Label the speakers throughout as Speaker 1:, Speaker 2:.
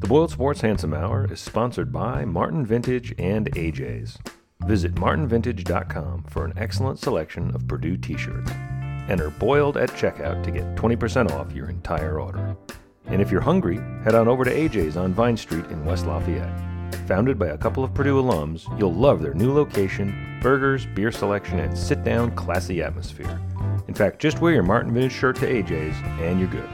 Speaker 1: The Boiled Sports Handsome Hour is sponsored by Martin Vintage and AJ's. Visit martinvintage.com for an excellent selection of Purdue t shirts. Enter Boiled at checkout to get 20% off your entire order. And if you're hungry, head on over to AJ's on Vine Street in West Lafayette. Founded by a couple of Purdue alums, you'll love their new location, burgers, beer selection, and sit down, classy atmosphere. In fact, just wear your Martin Vintage shirt to AJ's and you're good.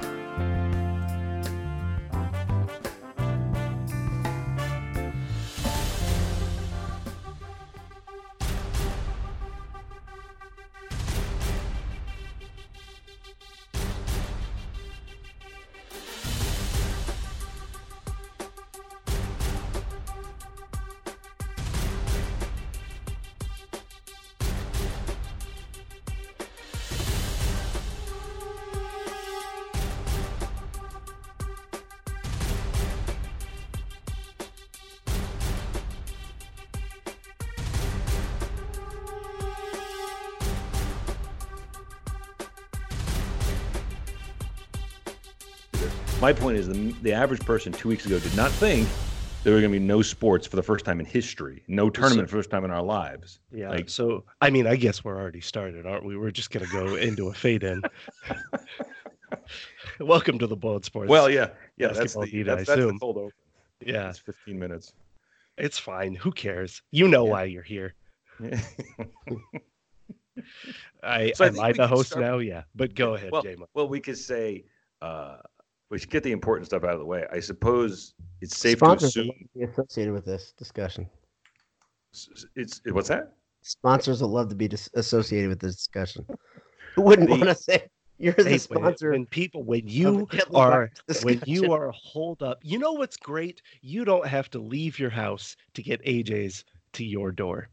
Speaker 1: My point is, the, the average person two weeks ago did not think there were going to be no sports for the first time in history, no tournament for the first time in our lives.
Speaker 2: Yeah.
Speaker 1: Like-
Speaker 2: so I mean, I guess we're already started, aren't we? We're just gonna go into a fade in. Welcome to the Boiled Sports.
Speaker 1: Well, yeah, yeah, that's
Speaker 2: Basketball
Speaker 1: the,
Speaker 2: beat,
Speaker 1: that's,
Speaker 2: I
Speaker 1: that's the
Speaker 2: assume.
Speaker 1: cold open.
Speaker 2: yeah,
Speaker 1: It's 15 minutes.
Speaker 2: it's fine. Who cares? You know
Speaker 1: Yeah.
Speaker 2: why you're here.
Speaker 1: well,
Speaker 2: I,
Speaker 1: So I
Speaker 2: am
Speaker 1: think
Speaker 2: I
Speaker 1: we
Speaker 2: the
Speaker 1: can
Speaker 2: host
Speaker 1: start-
Speaker 2: now? Yeah. But go ahead, J-Mo.
Speaker 1: well, we could say uh, we should get the important stuff out of the way. I suppose it's safe
Speaker 3: Sponsors
Speaker 1: to assume
Speaker 3: will love to be associated with this discussion.
Speaker 1: s- it's it- what's that?
Speaker 3: Sponsors will love to be dis- associated with this discussion. Who wouldn't
Speaker 1: The-
Speaker 3: want to say you're the
Speaker 2: Hey, when-
Speaker 3: sponsor?
Speaker 2: when people when
Speaker 3: of
Speaker 2: you
Speaker 3: the Hitler
Speaker 2: are when
Speaker 3: discussion?
Speaker 2: you are holed up, you know what's great? You don't have to leave your house to get AJ's to your door.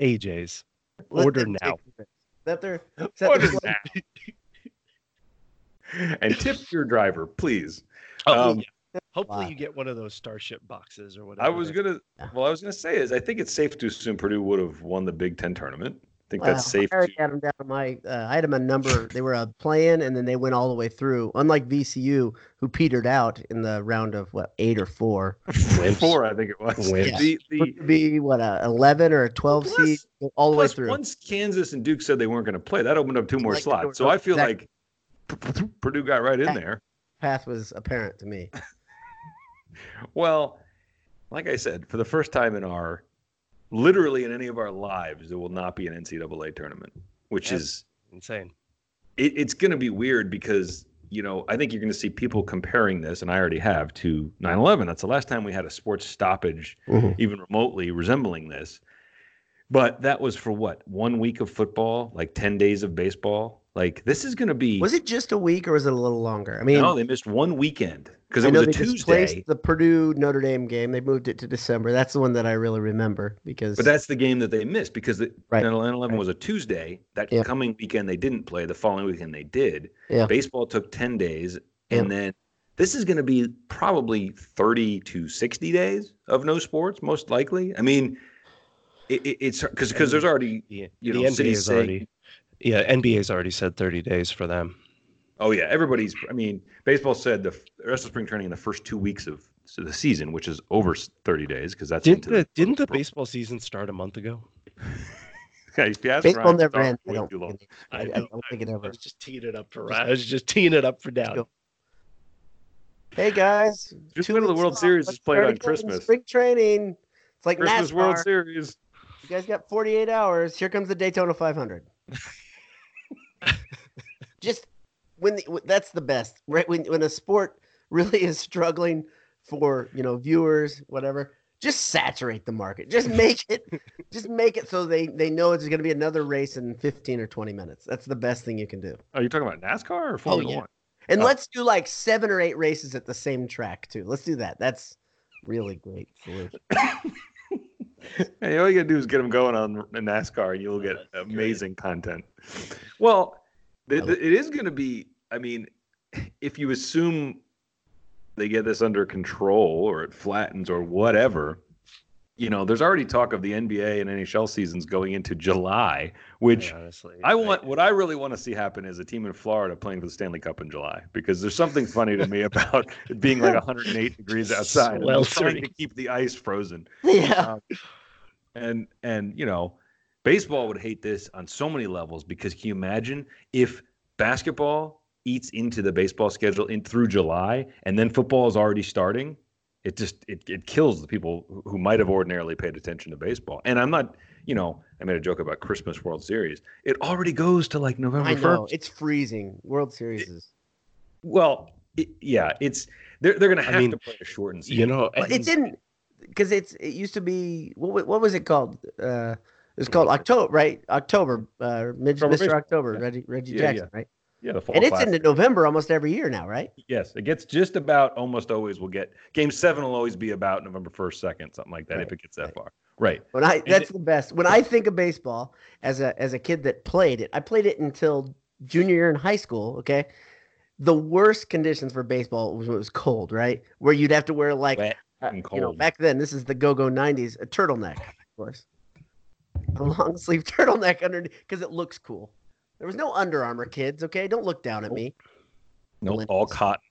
Speaker 2: AJ's.
Speaker 3: Let
Speaker 2: order
Speaker 3: them
Speaker 2: now.
Speaker 3: take it. Set their set their
Speaker 1: Order
Speaker 3: flag-
Speaker 1: now. and tip your driver, please.
Speaker 2: Oh,
Speaker 1: Um,
Speaker 2: yeah. Hopefully
Speaker 3: Wow.
Speaker 2: you get one of those starship boxes or whatever.
Speaker 1: I was gonna. Well, I was gonna say is I think it's safe to assume Purdue would have won the Big Ten tournament. I think that's
Speaker 3: Wow,
Speaker 1: safe.
Speaker 3: I
Speaker 1: To,
Speaker 3: already had them down. My uh, I had them a number. They were a plan, and then they went all the way through. Unlike VCU, who petered out in the round of what eight or four.
Speaker 2: Wimps.
Speaker 1: Four, I think it was.
Speaker 2: Wimps.
Speaker 1: The, the,
Speaker 3: Purdue be what a eleven or a twelve
Speaker 1: Plus-
Speaker 3: seed all the way
Speaker 1: Plus,
Speaker 3: through.
Speaker 1: once Kansas and Duke said they weren't going to play, that opened up two more
Speaker 3: Like, they were-
Speaker 1: slots. So I feel
Speaker 3: exactly.
Speaker 1: like Purdue got right in
Speaker 3: Exactly.
Speaker 1: there.
Speaker 3: Path was apparent to me.
Speaker 1: Well, like I said, for the first time in our literally in any of our lives, there will not be an NCAA tournament, which
Speaker 2: Yep.
Speaker 1: is
Speaker 2: insane.
Speaker 1: it, it's going to be weird because you know I think you're going to see people comparing this, and I already have to 9/11. That's the last time we had a sports stoppage
Speaker 3: Mm-hmm.
Speaker 1: even remotely resembling this. But that was for what one week of football, like ten days of baseball. Like this is going to be.
Speaker 3: Was it just a week or was it a little longer? I mean,
Speaker 1: no, they missed one weekend because
Speaker 3: I
Speaker 1: it
Speaker 3: know
Speaker 1: was a
Speaker 3: they displaced
Speaker 1: Tuesday.
Speaker 3: the Purdue Notre Dame game. They moved it to December. That's the one that I really remember because
Speaker 1: But that's the game that they missed because the
Speaker 3: Right.
Speaker 1: 9 11
Speaker 3: Right.
Speaker 1: was a Tuesday. That
Speaker 3: Yeah.
Speaker 1: coming weekend they didn't play. The following weekend they did.
Speaker 3: Yeah.
Speaker 1: Baseball took 10 days. And then this is going to be probably 30 to 60 days of no sports, most likely. I mean, it, it, it's because because there's already,
Speaker 2: Yeah.
Speaker 1: you
Speaker 2: the
Speaker 1: know, cities
Speaker 2: NBA's
Speaker 1: saying-
Speaker 2: already Yeah, NBA's already said 30 days for them.
Speaker 1: oh, yeah, everybody's. I mean, baseball said the f- the rest of spring training in the first two weeks of so the season, which is over s- 30 days because that's
Speaker 2: Didn't
Speaker 1: into
Speaker 2: the didn't the
Speaker 1: April.
Speaker 2: baseball seson start a month ago?
Speaker 1: Okay, if you ask
Speaker 3: baseball
Speaker 1: Ryan, it's
Speaker 3: never
Speaker 1: all
Speaker 3: ends. I
Speaker 1: way
Speaker 3: don't,
Speaker 1: too long.
Speaker 3: think it- I, I don't think it
Speaker 2: I
Speaker 3: ever.
Speaker 2: was just teeing it up for Ryan. I was just teeing it up for down.
Speaker 3: go. Hey guys,
Speaker 1: Just
Speaker 3: two
Speaker 1: go to the
Speaker 3: weeks
Speaker 1: World
Speaker 3: off.
Speaker 1: Series is
Speaker 3: Let's
Speaker 1: played
Speaker 3: start
Speaker 1: on
Speaker 3: again.
Speaker 1: Christmas.
Speaker 3: Spring training. It's like
Speaker 1: Christmas
Speaker 3: NASCAR.
Speaker 1: World Series.
Speaker 3: You guys got 48 hours. Here comes the Daytona 500. Just when the, w- that's the best, right? When when a sport really is struggling for you know viewers, whatever. Just saturate the market. Just make it. just make it so they they know it's going to be another race in 15 or 20 minutes. That's the best thing you can do.
Speaker 1: Are you Oh, talking about NASCAR or Formula
Speaker 3: yeah.
Speaker 1: One?
Speaker 3: And
Speaker 1: Oh.
Speaker 3: let's do like seven or eight races at the same track too. Let's do that. That's really great solution.
Speaker 1: Hey, all you gotta do is get them going on the NASCAR, and you'll get amazing content. Well, th- th- it is gonna be. I mean, if you assume they get this under control, or it flattens, or whatever, you know, there's already talk of the NBA and NHL seasons going into July, which
Speaker 2: honestly,
Speaker 1: I want what I really want to see happen is a team in Florida playing for the Stanley Cup in July because there's something funny to me about it being like 108 degrees outside. and I'm trying
Speaker 2: Sweltering.
Speaker 1: to keep the ice frozen.
Speaker 3: Yeah.
Speaker 1: And and you know, baseball would hate this on so many levels because can you imagine if basketball eats into the baseball schedule in through July and then football is already starting? It just it, it kills the people who- who might have ordinarily paid attention to baseball. And I'm not, you know, I made a joke about Christmas World Series. It already goes to like November
Speaker 3: I know.
Speaker 1: 1st.
Speaker 3: It's freezing. World Series is.
Speaker 1: Well, it, yeah, it's they're they're going to
Speaker 2: I
Speaker 1: have
Speaker 2: mean,
Speaker 1: to play a shortened season.
Speaker 2: you know,
Speaker 3: But it didn't because it's it used to be what wa- what was it called? Uh, it was called October, right? October, uh, Mid-
Speaker 1: October
Speaker 3: Mr.
Speaker 1: Baseball,
Speaker 3: October,
Speaker 1: yeah.
Speaker 3: Reggie Reggie
Speaker 1: Yeah,
Speaker 3: Jackson, right?
Speaker 1: yeah, the fall
Speaker 3: And it's
Speaker 1: classic.
Speaker 3: into November almost every year now, right?
Speaker 1: Yes, it gets just about almost always will get game seven will always be about November first, second, something like that, if
Speaker 3: Right,
Speaker 1: it gets that
Speaker 3: right.
Speaker 1: far. Right.
Speaker 3: When I that's the best. When I think of baseball as a as a kid that played it, I played it until junior year in high school. Okay, the worst conditions for baseball was when it was cold, right? Where you'd have to wear like
Speaker 1: Wet
Speaker 3: uh,
Speaker 1: and
Speaker 3: you know
Speaker 1: cold.
Speaker 3: back then. This is the go go nineties. A turtleneck, of course, a long sleeve turtleneck underneath because it looks cool. There was no Under Armour kids. Okay, don't look down at me.
Speaker 1: No,
Speaker 3: Olympics.
Speaker 1: all cotton.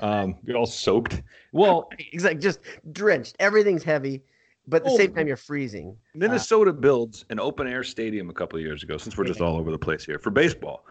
Speaker 1: Um, you're all soaked. Well,
Speaker 3: Exactly, just drenched. Everything's heavy, but at the
Speaker 1: Oh.
Speaker 3: same time you're freezing.
Speaker 1: Minnesota builds an open air stadium a couple of years ago, since we're just all over the place here for baseball.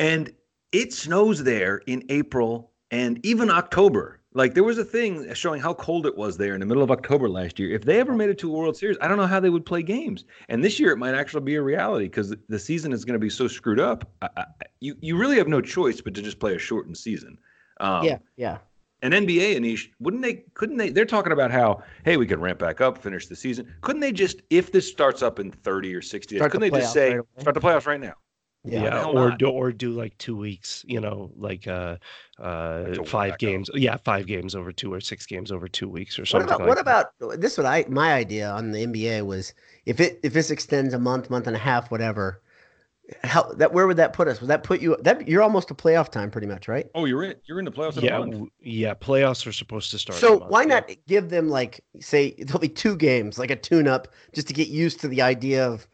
Speaker 1: And it snows there in April and even October. Like there was a thing showing how cold it was there in the middle of October last year. If they ever made it to a World Series, I don't know how they would play games. And this year it might actually be a reality because the season is going to be so screwed up. I, I, you you really have no choice but to just play a shortened season. Um,
Speaker 3: yeah, yeah.
Speaker 1: and NBA Anish, wouldn't they? Couldn't they? They're talking about how hey, we could ramp back up, finish the season. Couldn't they just if this starts up in thirty or sixty days?
Speaker 3: Start the
Speaker 1: Couldn't they just
Speaker 3: playoffs
Speaker 1: say
Speaker 3: right away.
Speaker 1: start the playoffs right now?
Speaker 3: Yeah.
Speaker 1: Yeah. hell
Speaker 2: or
Speaker 1: not.
Speaker 2: do, or do like two weeks, you know, like uh, uh,
Speaker 1: Like to
Speaker 2: five
Speaker 1: back
Speaker 2: games. Yeah, five games over two or six games over two weeks or
Speaker 3: What
Speaker 2: something.
Speaker 3: about
Speaker 2: like
Speaker 3: what
Speaker 2: that.
Speaker 3: about this? What I my idea on the NBA was if it if this extends a month, month and a half, whatever, how that where would that put us? Would that put you that you're almost to playoff time pretty much, right?
Speaker 1: Oh, you're in. You're in the playoffs. Yeah,
Speaker 2: Yeah, w- yeah. Playoffs are supposed to start. in a
Speaker 3: So
Speaker 2: month,
Speaker 3: why
Speaker 2: yeah.
Speaker 3: not give them like say there'll be two games, like a tune up, just to get used to the idea of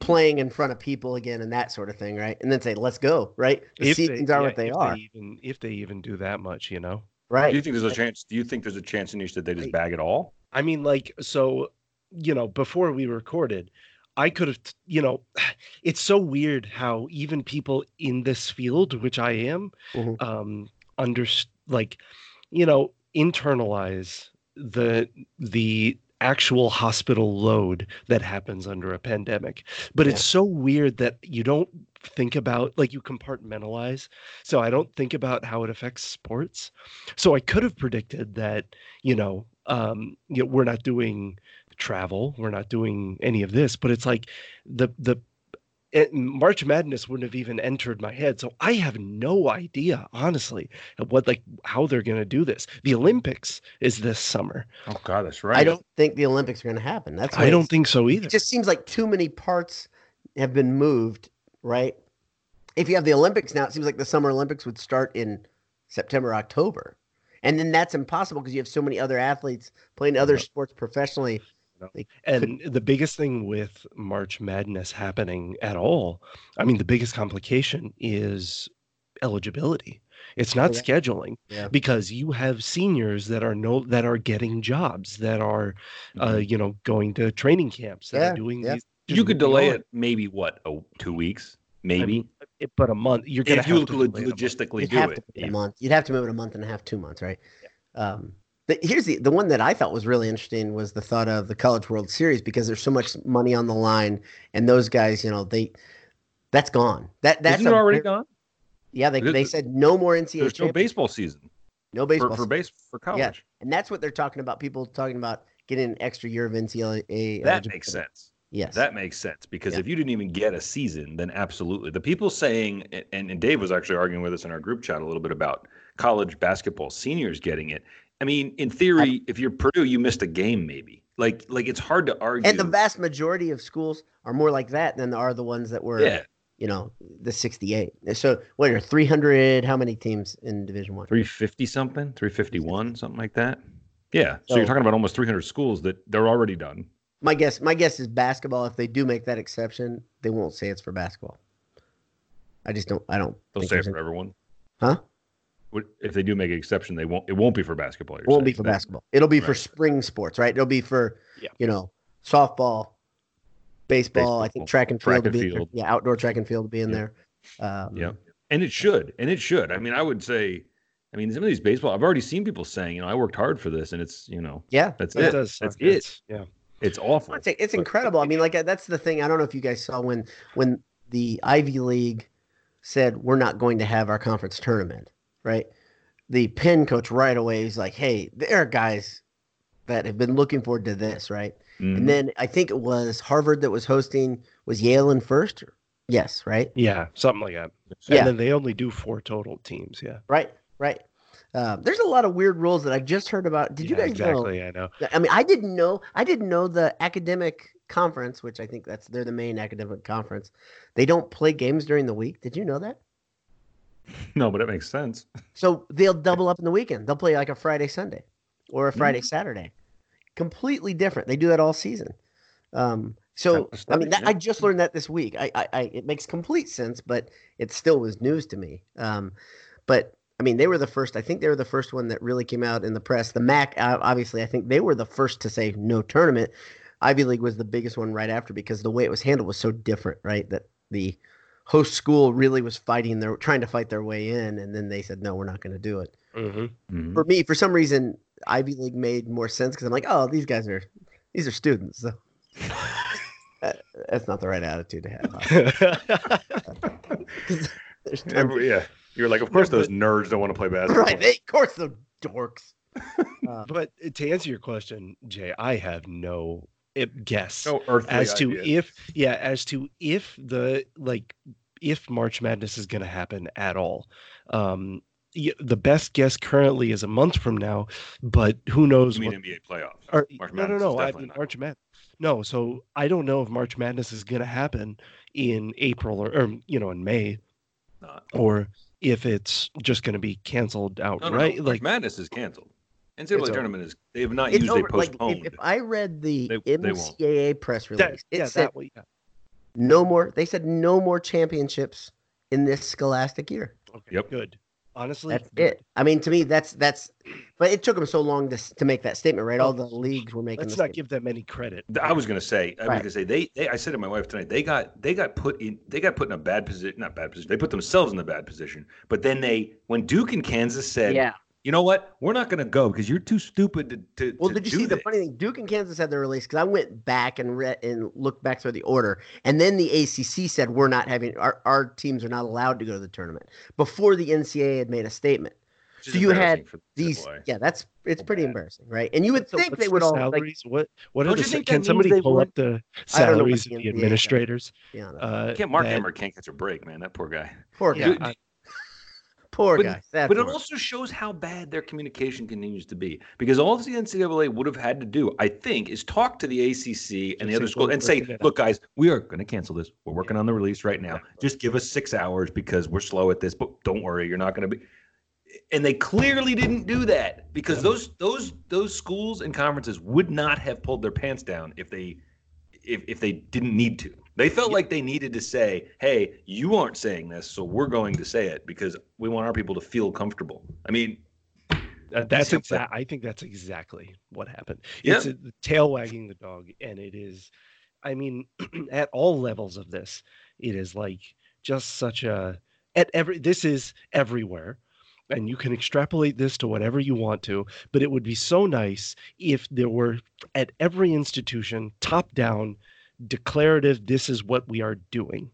Speaker 3: playing in front of people again and that sort of thing, right? And then say, let's go, right? The
Speaker 2: If they-
Speaker 3: seasons are
Speaker 2: yeah,
Speaker 3: what they
Speaker 2: if
Speaker 3: are,
Speaker 2: even, if they even do that much, you know.
Speaker 1: Do you
Speaker 3: right?
Speaker 1: think there's a chance? Do you think there's a chance Anish that they just bag it all?
Speaker 2: I mean, like, so, you know, before we recorded, I could have, you know, it's so weird how even people in this field, which I am,
Speaker 3: Mhm.
Speaker 2: um, under like, you know, internalize the the actual hospital load that happens under a pandemic. But
Speaker 3: Yeah.
Speaker 2: it's so weird that you don't think about like you compartmentalize. So I don't think about how it affects sports. So I could have predicted that you know, um, you know, we're not doing travel, we're not doing any of this, but it's like the the it, March Madness wouldn't have even entered my head, so I have no idea, honestly, of what like how they're gonna do this. The Olympics is this summer.
Speaker 1: Oh God, that's right.
Speaker 3: I don't think the Olympics are going to happen. That's
Speaker 2: I
Speaker 3: why
Speaker 2: don't
Speaker 3: it's-
Speaker 2: think so either.
Speaker 3: it just seems like too many parts have been moved, right? If you have the Olympics now, it seems like the Summer Olympics would start in September, October. And then that's impossible because you have so many other athletes playing other
Speaker 1: Yeah.
Speaker 3: sports professionally.
Speaker 2: And the biggest thing with March Madness happening at all, I mean, the biggest complication is eligibility. It's not
Speaker 3: Correct.
Speaker 2: scheduling
Speaker 3: Yeah.
Speaker 2: because you have seniors that are no that are getting jobs that are, uh,
Speaker 1: Mhm.
Speaker 2: you know, going to training camps that
Speaker 3: Mm-hmm. Yeah,
Speaker 2: are doing
Speaker 3: yeah.
Speaker 2: these.
Speaker 1: you could delay it maybe what a, two weeks, maybe
Speaker 2: it, but a month. You're gonna
Speaker 1: if you
Speaker 2: have to
Speaker 1: lo-
Speaker 2: delay it a month.
Speaker 1: logistically
Speaker 3: You'd
Speaker 1: do
Speaker 3: have
Speaker 1: it.
Speaker 3: to move it a month. You'd have to move it a month and a half, two months, right? Um, but here's the the one that I thought was really interesting was the thought of the College World Series because there's so much money on the line, and those guys, you know, they that's gone. That that's
Speaker 1: Isn't it
Speaker 3: a
Speaker 1: already
Speaker 3: very-
Speaker 1: gone?
Speaker 3: Yeah, they,
Speaker 1: There-
Speaker 3: they said no more NCAA.
Speaker 1: There's no
Speaker 3: champion-
Speaker 1: baseball season
Speaker 3: no
Speaker 1: for,
Speaker 3: baseball.
Speaker 1: for
Speaker 3: season.
Speaker 1: base for college.
Speaker 3: And that's what they're talking about. People talking about getting an extra year of
Speaker 1: That
Speaker 3: NCAA. eligibility.
Speaker 1: makes sense.
Speaker 3: uh, Yes.
Speaker 1: That makes sense because
Speaker 3: Yeah.
Speaker 1: if you didn't even get a season, then absolutely. The people saying, and, and Dave was actually arguing with us in our group chat a little bit about college basketball seniors getting it. I mean, in theory, if you're Purdue, you missed a game maybe. Like, like it's hard to argue.
Speaker 3: and the vast majority of schools are more like that than are the ones that were,
Speaker 1: yeah,
Speaker 3: you know, the 68. So what are 300? How many teams in Division One?
Speaker 1: three fifty something, three fifty one, something like that. Yeah. So,
Speaker 3: So-
Speaker 1: you're talking about almost 300 schools that they're already done.
Speaker 3: My guess, my guess is basketball. If they do make that exception, they won't say it's for basketball. I just don't. I don't.
Speaker 1: They'll
Speaker 3: think
Speaker 1: say it
Speaker 3: there's
Speaker 1: for
Speaker 3: an-
Speaker 1: everyone.
Speaker 3: Huh?
Speaker 1: What- If they do make an exception, they won't. It won't be for basketball.
Speaker 3: It won't be for basketball. It'll be for
Speaker 1: Right.
Speaker 3: spring sports, right? It'll be for
Speaker 2: Yeah.
Speaker 3: you know softball, baseball.
Speaker 1: Baseball,
Speaker 3: I think track and
Speaker 1: track
Speaker 3: field. will
Speaker 1: and
Speaker 3: be in there.
Speaker 1: field.
Speaker 3: Yeah, outdoor track and field will be in
Speaker 1: Yeah.
Speaker 3: there. Um,
Speaker 1: Yeah. And it should. And it should. I mean, I would say. I mean, some of these baseball. I've already seen people saying, you know, I worked hard for this, and it's, you know,
Speaker 3: yeah.
Speaker 1: that's
Speaker 2: That
Speaker 1: it.
Speaker 2: does
Speaker 1: That's
Speaker 2: suck.
Speaker 1: it.
Speaker 2: That's- Yeah.
Speaker 1: It's awful.
Speaker 3: It's, it's incredible. I mean, like uh, that's the thing. I don't know if you guys saw when when the Ivy League said we're not going to have our conference tournament, right? The Penn coach right away is like, "Hey, there are guys that have been looking forward to this, right?"
Speaker 2: Mm-hmm.
Speaker 1: Mhm.
Speaker 3: And then I think it was Harvard that was hosting was Yale in first. Yes, right,
Speaker 2: Yeah. Something like that.
Speaker 3: Yeah.
Speaker 2: And then they only do four total teams. Yeah.
Speaker 3: right, right. Um, there's a lot of weird rules that I just heard about. Did you
Speaker 2: Yeah,
Speaker 3: guys uh, know?
Speaker 2: exactly? I know.
Speaker 3: I mean, I didn't know. I didn't know the academic conference, which I think that's they're the main academic conference. They don't play games during the week. Did you know that?
Speaker 1: no, but it makes sense.
Speaker 3: So they'll double up in the weekend. They'll play like a Friday Sunday, or a Friday Saturday. Completely different. They do that all season. Um, so
Speaker 1: Sounds
Speaker 3: I mean, that, I
Speaker 1: nice,
Speaker 3: just learned that this week. I, I, I it makes complete sense, but it still was news to me. Um, but I mean, they were the first. I think they were the first one that really came out in the press. The MAC, uh, obviously, I think they were the first to say no tournament. Ivy League was the biggest one right after because the way it was handled was so different, right? That the host school really was fighting their trying to fight their way in, and then they said, "No, we're not going to do it."
Speaker 2: hmm
Speaker 1: Mhm.
Speaker 3: For me, for some reason, Ivy League made more sense because I'm like, "Oh, these guys are these are students." So. That- That's not the right attitude to have.
Speaker 1: Mm-hmm.
Speaker 3: There's tons of-
Speaker 1: Every- yeah. You're like, of course,
Speaker 2: Yeah,
Speaker 1: those nerds don't want to play basketball.
Speaker 3: right, they, of course, the dorks. Uh,
Speaker 2: but to answer your question, Jay, I have no eh, guess
Speaker 1: no earthly
Speaker 2: as to
Speaker 1: idea.
Speaker 2: if yeah as to if the like if march madness is going to happen at all um y- the best guess currently is a month from now but who knows
Speaker 1: You mean
Speaker 2: what-
Speaker 1: NBA playoffs?
Speaker 2: or,
Speaker 1: March
Speaker 2: no, no,
Speaker 1: Madness is
Speaker 2: no. I
Speaker 1: definitely
Speaker 2: mean,
Speaker 1: not.
Speaker 2: March Mad. No, so I don't know if March Madness is going to happen in April or, or you know in May
Speaker 1: Not.
Speaker 2: or if it's just going to be canceled
Speaker 1: No,
Speaker 2: outright.
Speaker 1: no, no. Like
Speaker 2: Like
Speaker 1: Madness is canceled. NCAA
Speaker 2: It's over.
Speaker 1: tournament is they have not
Speaker 3: it's
Speaker 1: used. They
Speaker 3: over. Like,
Speaker 1: postponed.
Speaker 3: if, if I read the
Speaker 1: They- they won't.
Speaker 3: MCAA press release,
Speaker 2: that,
Speaker 3: it
Speaker 2: yeah,
Speaker 3: said
Speaker 2: that way. Yeah.
Speaker 3: no more. They said no more championships in this scholastic year.
Speaker 2: Okay,
Speaker 1: Yep.
Speaker 2: Good. Honestly,
Speaker 3: That's
Speaker 2: good.
Speaker 3: it. I mean, to me, that's that's. But it took them so long to s- to make that statement, right? All the leagues were making.
Speaker 2: Let's
Speaker 3: this
Speaker 2: not give them any credit.
Speaker 1: Th- I was gonna say, I was
Speaker 3: Right.
Speaker 1: gonna say they, they. I said to my wife tonight, they got they got put in they got put in a bad position, not bad position. They put themselves in the bad position. But then they, when Duke and Kansas said,
Speaker 3: yeah.
Speaker 1: you know what, we're not gonna go because you're too stupid to. to
Speaker 3: Well,
Speaker 1: to
Speaker 3: did you
Speaker 1: do
Speaker 3: see the
Speaker 1: this."
Speaker 3: funny thing? Duke and Kansas had their release because I went back and read and looked back through the order, and then the ACC said we're not having our our teams are not allowed to go to the tournament before the NCAA had made a statement.
Speaker 1: Which is
Speaker 3: So you had
Speaker 1: embarrassing for
Speaker 3: These,
Speaker 1: NCAA.
Speaker 3: yeah, that's it's
Speaker 1: Oh,
Speaker 3: pretty
Speaker 1: man.
Speaker 3: embarrassing, right? And you would
Speaker 2: So
Speaker 3: think
Speaker 2: what's
Speaker 3: they
Speaker 2: the
Speaker 3: would all like,
Speaker 2: salaries? what what are
Speaker 1: Don't
Speaker 2: the
Speaker 1: you
Speaker 2: sa-
Speaker 1: think that
Speaker 2: can
Speaker 1: means
Speaker 2: somebody
Speaker 1: they
Speaker 2: pull
Speaker 1: would-
Speaker 2: up the
Speaker 3: I don't know what
Speaker 2: salaries
Speaker 3: the
Speaker 2: of
Speaker 3: NBA
Speaker 2: the
Speaker 3: is.
Speaker 2: administrators?
Speaker 3: you know,
Speaker 2: Uh,
Speaker 1: Can't Mark
Speaker 2: that-
Speaker 1: Hammer can't catch a break, man. That poor guy.
Speaker 3: poor
Speaker 2: yeah,
Speaker 3: guy,
Speaker 1: Dude,
Speaker 2: I-
Speaker 3: poor
Speaker 1: but-
Speaker 3: guy. sad
Speaker 1: But it
Speaker 3: for him.
Speaker 1: also shows how bad their communication continues to be because all the NCAA would have had to do, I think, is talk to the ACC and the
Speaker 2: Just
Speaker 1: other
Speaker 2: say,
Speaker 1: schools
Speaker 2: "We're
Speaker 1: and say,
Speaker 2: working it out."
Speaker 1: look, guys, we are going to cancel this. We're working on the release right now. Just give us six hours because we're slow at this, but don't worry, you're not going to be. And they clearly didn't do that because those those those schools and conferences would not have pulled their pants down if they if, if they didn't need to. They felt like they needed to say, hey, you aren't saying this, so we're going to say it because we want our people to feel comfortable. I mean,
Speaker 2: Uh, that's
Speaker 1: Seems like-
Speaker 2: exact. I think that's exactly what happened.
Speaker 1: Yeah.
Speaker 2: It's a, the tail wagging the dog, and it is. I mean, at all levels of this, it is like just such a. At every, this is everywhere, and you can extrapolate this to whatever you want to. But it would be so nice if there were at every institution, top down, declarative. This is what we are doing.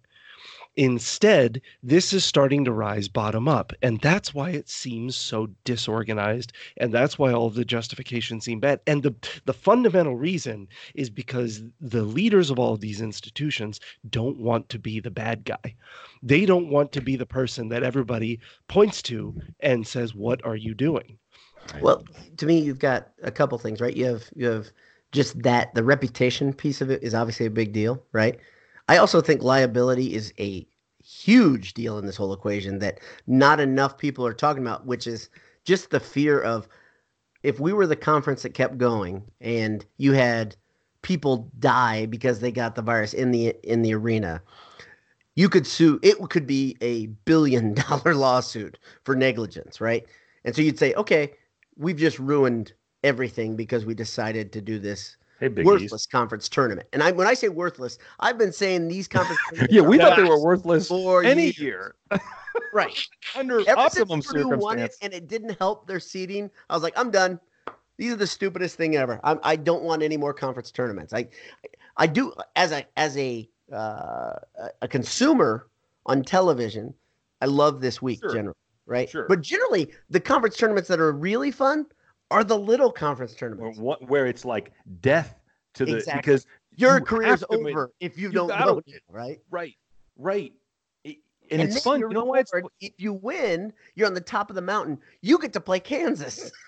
Speaker 2: Instead, this is starting to rise bottom up. And that's why it seems so disorganized. And that's why all of the justifications seem bad. And the, the fundamental reason is because the leaders of all of these institutions don't want to be the bad guy. They don't want to be the person that everybody points to and says, What are you doing?
Speaker 3: Well, to me, you've got a couple things, right? You have you have just that the reputation piece of it is obviously a big deal, right? I also think liability is a huge deal in this whole equation that not enough people are talking about, which is just the fear of if we were the conference that kept going and you had people die because they got the virus in the in the arena, you could sue. It could be a billion dollar lawsuit for negligence, right? And so you'd say, okay, we've just ruined everything because we decided to do this
Speaker 4: Hey, Big East.
Speaker 3: worthless conference tournament. And I, when I say worthless, I've been saying these conference. tournaments
Speaker 1: Yeah,
Speaker 3: are
Speaker 1: we thought they
Speaker 3: worthless
Speaker 1: were worthless
Speaker 3: for
Speaker 1: any
Speaker 3: years.
Speaker 1: year
Speaker 3: right?
Speaker 1: under
Speaker 3: Ever since
Speaker 1: optimum
Speaker 3: Purdue won it
Speaker 1: circumstance.
Speaker 3: and it didn't help their seeding, I was like, I'm done. These are the stupidest thing ever. I'm, I don't want any more conference tournaments. I, I do as a as a uh, a- a consumer on television. I love this week
Speaker 1: Sure.
Speaker 3: generally, right?
Speaker 1: Sure.
Speaker 3: But generally, the conference tournaments that are really fun are the little conference
Speaker 1: Where,
Speaker 3: tournaments.
Speaker 1: what- where it's like death to the
Speaker 3: Exactly.
Speaker 1: because
Speaker 3: Your
Speaker 1: you
Speaker 3: career's
Speaker 1: have to win.
Speaker 3: over if you,
Speaker 1: You
Speaker 3: don't
Speaker 1: gotta
Speaker 3: know, it, right?
Speaker 1: right, right, It- and, it's
Speaker 3: then
Speaker 1: fun.
Speaker 3: you're
Speaker 1: You know why it's
Speaker 3: rewarded. if you win, you're on the top of the mountain. You get to play Kansas.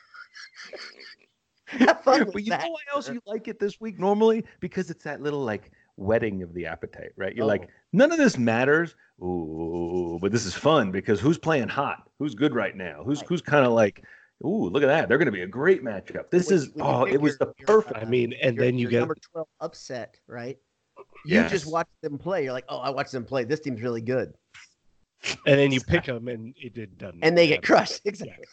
Speaker 3: Have fun with
Speaker 1: but you
Speaker 3: that.
Speaker 1: know why else you like it this week normally? Because it's that little like wetting of the appetite, right? You're like,
Speaker 3: Oh.
Speaker 1: none of this matters. Ooh, but this is fun because who's playing hot? Who's good right now? Who's
Speaker 3: Right.
Speaker 1: who's kind of like, ooh, look at that. They're gonna be a great matchup. This
Speaker 3: When-
Speaker 1: is
Speaker 3: when you
Speaker 1: oh,
Speaker 3: pick
Speaker 1: it was
Speaker 3: your-
Speaker 1: the
Speaker 3: your,
Speaker 1: perfect
Speaker 2: I mean, and
Speaker 3: your-
Speaker 2: then you
Speaker 3: your
Speaker 2: get
Speaker 3: number twelve upset, right? You
Speaker 1: Yes.
Speaker 3: just watch them play. You're like, oh, I watched them play. This team's really good,
Speaker 2: and then you pick them, and it did done.
Speaker 3: and they get crushed. Exactly.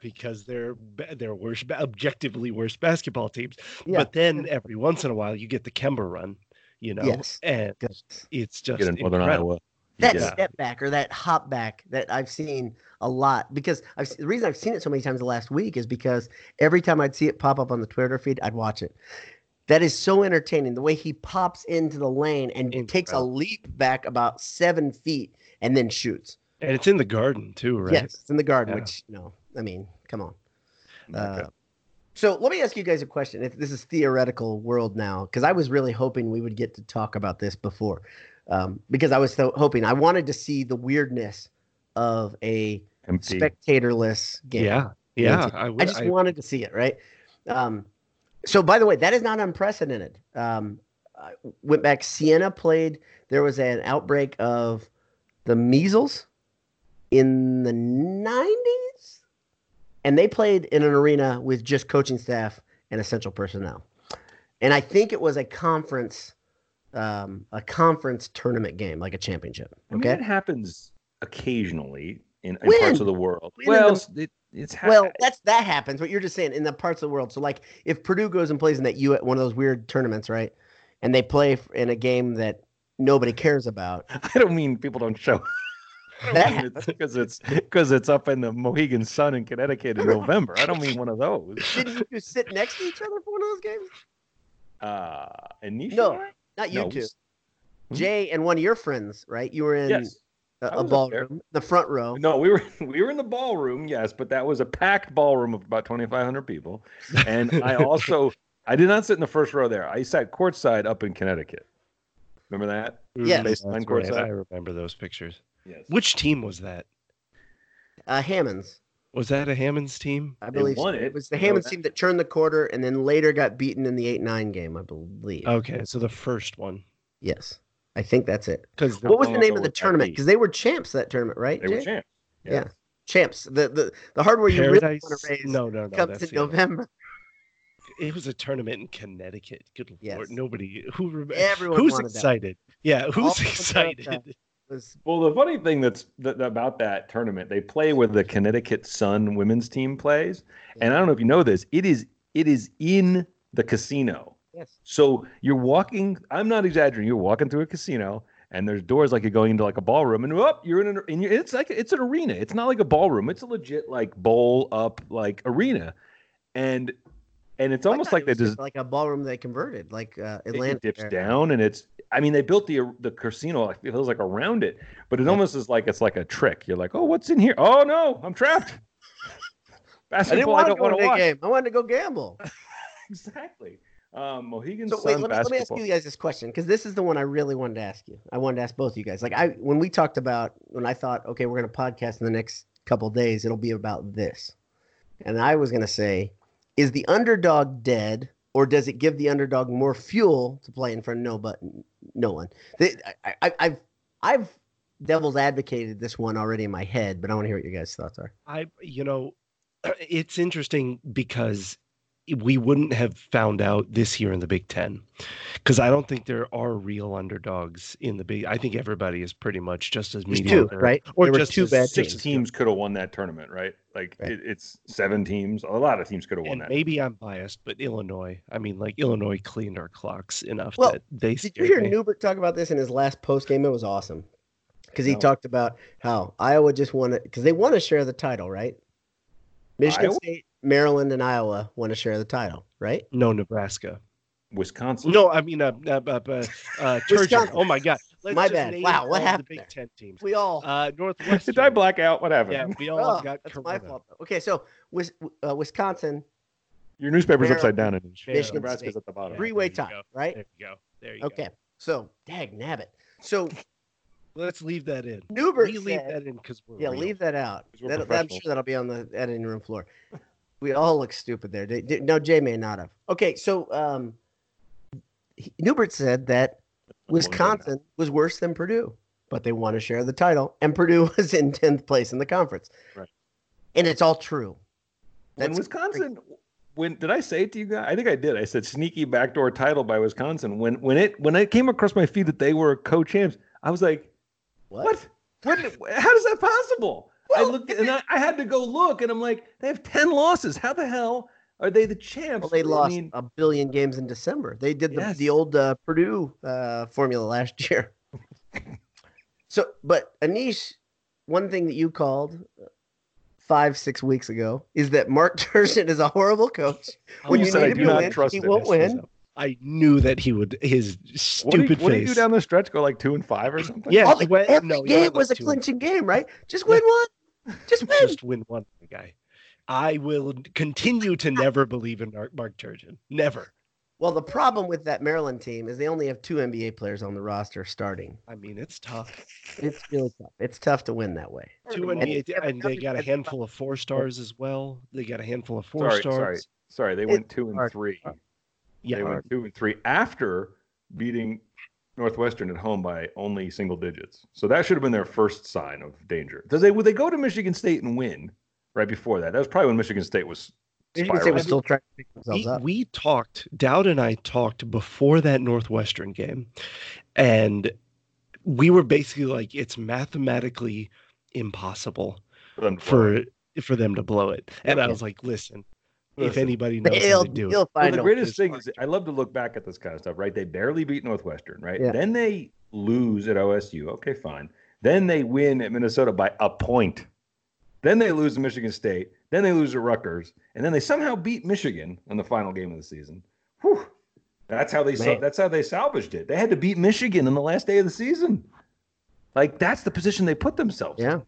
Speaker 2: because they're ba- they're worse, ba- objectively worse basketball teams.
Speaker 3: Yeah.
Speaker 2: But then every once in a while, you get the Kemba run, you know,
Speaker 3: Yes.
Speaker 2: and
Speaker 3: Good.
Speaker 2: it's just
Speaker 1: get in Northern
Speaker 2: incredible.
Speaker 1: Iowa. You
Speaker 3: that
Speaker 1: get-
Speaker 2: Yeah.
Speaker 3: step back or that hop back that I've seen a lot because I've se- the reason I've seen it so many times the last week is because every time I'd see it pop up on the Twitter feed, I'd watch it. That is so entertaining. The way he pops into the lane and takes a
Speaker 2: Incredible.
Speaker 3: leap back about seven feet and then shoots.
Speaker 2: and it's in the garden too, right?
Speaker 3: Yes, it's in the garden,
Speaker 2: Yeah.
Speaker 3: which no, I mean, come on.
Speaker 1: Okay.
Speaker 3: Uh, so let me ask you guys a question. If this is theoretical world now, because I was really hoping we would get to talk about this before, um, because I was so hoping I wanted to see the weirdness of a
Speaker 1: Empty.
Speaker 3: spectatorless game.
Speaker 2: Yeah, yeah.
Speaker 3: it's-
Speaker 2: I, would,
Speaker 3: I just wanted to see it, right? Um, so, by the way, that is not unprecedented. Um, I went back. Sienna played. There was an outbreak of the measles in the '90s, and they played in an arena with just coaching staff and essential personnel. And I think it was a conference, um, a conference tournament game, like a championship.
Speaker 1: I mean,
Speaker 3: Okay.
Speaker 1: it happens occasionally in, in
Speaker 3: When?
Speaker 1: parts of the world.
Speaker 3: When in
Speaker 1: Well,
Speaker 3: the-
Speaker 1: it, it's ha-
Speaker 3: Well, that's that happens. What you're just saying in the parts of the world. So like, if Purdue goes and plays in that U at one of those weird tournaments, right? And they play f- in a game that nobody cares about.
Speaker 1: I don't mean people don't show
Speaker 3: That,
Speaker 1: because it's because it's up in the Mohegan Sun in Connecticut in November. I don't mean one of those.
Speaker 3: didn't you two sit next to each other for one of those games?
Speaker 1: Uh, Anisha?
Speaker 3: No, Not you
Speaker 1: No,
Speaker 3: two.
Speaker 1: s- we-
Speaker 3: Jay and one of your friends, right? You were in
Speaker 1: Yes.
Speaker 3: a,
Speaker 1: I
Speaker 3: a
Speaker 1: was up
Speaker 3: ballroom, the front row.
Speaker 1: No, we were we were in the ballroom, yes, but that was a packed ballroom of about twenty five hundred people, and I also I did not sit in the first row there. I sat courtside up in Connecticut. Remember that?
Speaker 3: Yeah.
Speaker 2: That's
Speaker 1: Baseline
Speaker 2: right,
Speaker 1: courtside.
Speaker 2: I remember those pictures.
Speaker 1: Yes.
Speaker 2: Which team was that?
Speaker 3: Uh, Hammonds,
Speaker 2: Was that a Hammond's team?
Speaker 3: I
Speaker 1: They
Speaker 3: believe.
Speaker 1: won it,
Speaker 3: It was the
Speaker 1: I know
Speaker 3: Hammonds
Speaker 1: that.
Speaker 3: team that turned the quarter and then later got beaten in the eight nine game, I believe.
Speaker 1: Oh.
Speaker 2: Okay, so the first one.
Speaker 3: Yes, I think that's it.
Speaker 2: Because
Speaker 3: What was the
Speaker 1: no,
Speaker 3: name
Speaker 1: no,
Speaker 3: of the
Speaker 1: it's
Speaker 3: tournament?
Speaker 1: IP.
Speaker 3: Because they were champs that tournament, right?
Speaker 1: They were
Speaker 3: Jay?
Speaker 1: champs.
Speaker 3: Yeah. champs. The the the hardware you really
Speaker 2: Paradise?
Speaker 3: want to raise
Speaker 2: No, no, no.
Speaker 3: comes
Speaker 2: That's
Speaker 3: in
Speaker 2: the other one.
Speaker 3: November.
Speaker 2: it was a tournament in Connecticut. Good
Speaker 3: Yes.
Speaker 2: lord, nobody who remember
Speaker 3: Everyone
Speaker 2: who's
Speaker 3: wanted that.
Speaker 2: excited. Yeah,
Speaker 3: All
Speaker 2: who's
Speaker 3: of America.
Speaker 2: excited?
Speaker 3: Was
Speaker 1: Well, the funny thing that's th- about that tournament, they play where the Connecticut Sun women's team plays, and I don't know if you know this, it is it is in the casino.
Speaker 3: yes.
Speaker 1: So you're walking. I'm not exaggerating. You're walking through a casino, and there's doors like you're going into like a ballroom, and up you're in an. And you it's like it's an arena. It's not like a ballroom. It's a legit like bowl up like arena, and and it's almost
Speaker 3: I thought
Speaker 1: like
Speaker 3: it
Speaker 1: they
Speaker 3: was
Speaker 1: just
Speaker 3: like a ballroom they converted, like uh,
Speaker 1: it-
Speaker 3: Atlanta.
Speaker 1: it dips
Speaker 3: there.
Speaker 1: down, and it's. I mean, they built the the casino. It feels like around it, but it almost is like it's like a trick. You're like, oh, what's in here? Oh no, I'm trapped.
Speaker 3: I didn't
Speaker 1: Basketball,
Speaker 3: want
Speaker 1: I
Speaker 3: to
Speaker 1: don't
Speaker 3: go
Speaker 1: want
Speaker 3: to
Speaker 1: to
Speaker 3: that
Speaker 1: watch.
Speaker 3: game. I wanted to go gamble.
Speaker 1: Exactly. Um, Mohegan
Speaker 3: So
Speaker 1: Sun
Speaker 3: wait, let me, let me ask
Speaker 1: basketball.
Speaker 3: you guys this question because this is the one I really wanted to ask you. I wanted to ask both of you guys. Like I, when we talked about when I thought, okay, we're going to podcast in the next couple days, it'll be about this, and I was going to say, is the underdog dead, or does it give the underdog more fuel to play in front of no but no one? The- I, I, I've I've devil's advocated this one already in my head, but I want to hear what your guys' thoughts are.
Speaker 2: I you know, it's interesting because we wouldn't have found out this year in the Big Ten because I don't think there are real underdogs in the Big. I think everybody is pretty much just as
Speaker 3: There's
Speaker 2: mediocre,
Speaker 3: two, right?
Speaker 2: Or
Speaker 3: There were
Speaker 2: just
Speaker 3: two
Speaker 2: as
Speaker 3: bad
Speaker 1: Six
Speaker 3: teams.
Speaker 1: teams could have won that tournament, right? Like
Speaker 3: Right.
Speaker 1: It, it's seven teams. A lot of teams could have won
Speaker 2: And
Speaker 1: that.
Speaker 2: maybe I'm biased, but Illinois. I mean, like Illinois cleaned our clocks enough
Speaker 3: Well,
Speaker 2: that they.
Speaker 3: Did you
Speaker 2: scared
Speaker 3: hear
Speaker 2: me.
Speaker 3: Newbert talk about this in his last post game? It was awesome because he
Speaker 1: No.
Speaker 3: talked about how Iowa just won it because they want to share the title, right? Michigan
Speaker 1: Iowa?
Speaker 3: State, Maryland, and Iowa want to share the title, right?
Speaker 2: No, Nebraska.
Speaker 1: Wisconsin.
Speaker 2: No, I mean, uh, uh, uh, uh, uh, Trojan.
Speaker 3: Wisconsin.
Speaker 2: Oh my God. Let's
Speaker 3: My
Speaker 2: just
Speaker 3: bad.
Speaker 2: name
Speaker 3: Wow,
Speaker 2: all
Speaker 3: what
Speaker 2: the
Speaker 3: happened
Speaker 2: Big
Speaker 3: there?
Speaker 2: Ten teams.
Speaker 3: We all.
Speaker 2: Uh, Northwest.
Speaker 1: Did I black out? What happened?
Speaker 2: Yeah, we all
Speaker 3: Oh,
Speaker 2: got
Speaker 3: that's
Speaker 2: corona.
Speaker 3: my fault. Okay, so Wis- uh, Wisconsin,
Speaker 1: Your newspaper's
Speaker 3: Maryland,
Speaker 1: upside down. And
Speaker 2: Maryland,
Speaker 1: Michigan Nebraska's
Speaker 3: State.
Speaker 1: at the bottom.
Speaker 2: Yeah,
Speaker 3: three-way
Speaker 2: there you
Speaker 3: tie,
Speaker 2: go.
Speaker 3: right?
Speaker 2: There you go. There you
Speaker 3: Okay, so dag nabbit. So
Speaker 2: go. Let's leave that in.
Speaker 3: Newbert
Speaker 2: we leave
Speaker 3: said-
Speaker 2: that in because we're
Speaker 3: Yeah,
Speaker 2: real.
Speaker 3: leave that out.
Speaker 1: 'Cause we're
Speaker 3: That- I'm
Speaker 1: professionals.
Speaker 3: sure that'll be on the editing room floor. We all look stupid there. They- they- No, Jay may not have. Okay, so um, he- Newbert said
Speaker 1: That's
Speaker 3: that
Speaker 1: what we're doing now.
Speaker 3: Wisconsin was worse than Purdue, but they want to share the title, and Purdue was in tenth place in the conference.
Speaker 1: Right.
Speaker 3: And it's all true.
Speaker 1: When
Speaker 3: That's
Speaker 1: Wisconsin, when did I say it to you guys? I think I did. I said sneaky backdoor title by Wisconsin. When when it when it came across my feed that they were co-champs, I was like,
Speaker 3: what?
Speaker 1: what? What? How is that possible? I
Speaker 3: Well,
Speaker 1: looked and I, I had to go look, and I'm like, they have ten losses. How the hell are they the champs?
Speaker 3: Well, they
Speaker 1: I
Speaker 3: lost
Speaker 1: mean,
Speaker 3: a billion games in December. They did the,
Speaker 1: Yes.
Speaker 3: the old uh, Purdue uh, formula last year. so, but Anish, one thing that you called uh, five, six weeks ago is that Mark Turgeon is a horrible coach. When
Speaker 1: you
Speaker 3: you
Speaker 1: said
Speaker 3: need
Speaker 1: I
Speaker 3: to
Speaker 1: do
Speaker 3: be
Speaker 1: not
Speaker 3: win,
Speaker 1: trust
Speaker 3: he
Speaker 1: him.
Speaker 3: won't win.
Speaker 2: I knew that he would. His
Speaker 1: What do, you,
Speaker 2: stupid
Speaker 1: what do you
Speaker 2: face.
Speaker 1: do down the stretch? Go like two and five or something?
Speaker 2: yeah,
Speaker 3: All
Speaker 2: he
Speaker 3: the-
Speaker 2: went,
Speaker 3: every
Speaker 2: no, he
Speaker 3: game
Speaker 2: went
Speaker 3: was a
Speaker 2: like two and
Speaker 3: clinching game, right? Just
Speaker 2: Yeah.
Speaker 3: win one. Just win.
Speaker 2: Just win one guy. I will continue to never believe in Mark, Mark Turgeon. Never.
Speaker 3: well, the problem with that Maryland team is they only have two NBA players on the roster starting.
Speaker 2: I mean, it's tough.
Speaker 3: It's really tough. It's tough to win that way.
Speaker 2: Two
Speaker 1: And-
Speaker 2: NBA,
Speaker 3: every
Speaker 2: and they
Speaker 3: company
Speaker 2: got a
Speaker 3: has-
Speaker 2: handful of four stars as well. They got a handful of four
Speaker 1: Sorry,
Speaker 2: stars.
Speaker 1: sorry, sorry. They
Speaker 3: It-
Speaker 1: went two and
Speaker 3: Mark-
Speaker 1: three. They
Speaker 2: Yeah,
Speaker 1: went two and three after beating Northwestern at home by only single digits. So that should have been their first sign of danger. Did they would they go to Michigan State and win right before that? That was probably when Michigan State was.
Speaker 3: Michigan State
Speaker 1: spiraling.
Speaker 3: was still trying to pick themselves
Speaker 2: we,
Speaker 3: up.
Speaker 2: we talked dowd and i talked before that northwestern game and we were basically like it's mathematically impossible
Speaker 1: them to blow it.
Speaker 2: for for them to blow it and i
Speaker 3: Yeah.
Speaker 2: was like listen if
Speaker 1: Listen,
Speaker 2: anybody knows how
Speaker 3: They'll,
Speaker 2: to do it
Speaker 3: you'll
Speaker 1: well,
Speaker 3: find
Speaker 1: the
Speaker 3: out.
Speaker 1: greatest thing is I love to look back at this kind of stuff. Right? They barely beat Northwestern. Right?
Speaker 3: Yeah.
Speaker 1: Then they lose at OSU. Okay, fine. Then they win at Minnesota by a point. Then they lose to Michigan State. Then they lose to Rutgers, and then they somehow beat Michigan in the final game of the season. Whew. That's how they sal-
Speaker 3: Man.
Speaker 1: that's how they salvaged it. They had to beat Michigan in the last day of the season. Like that's the position they put themselves. in.
Speaker 3: Yeah.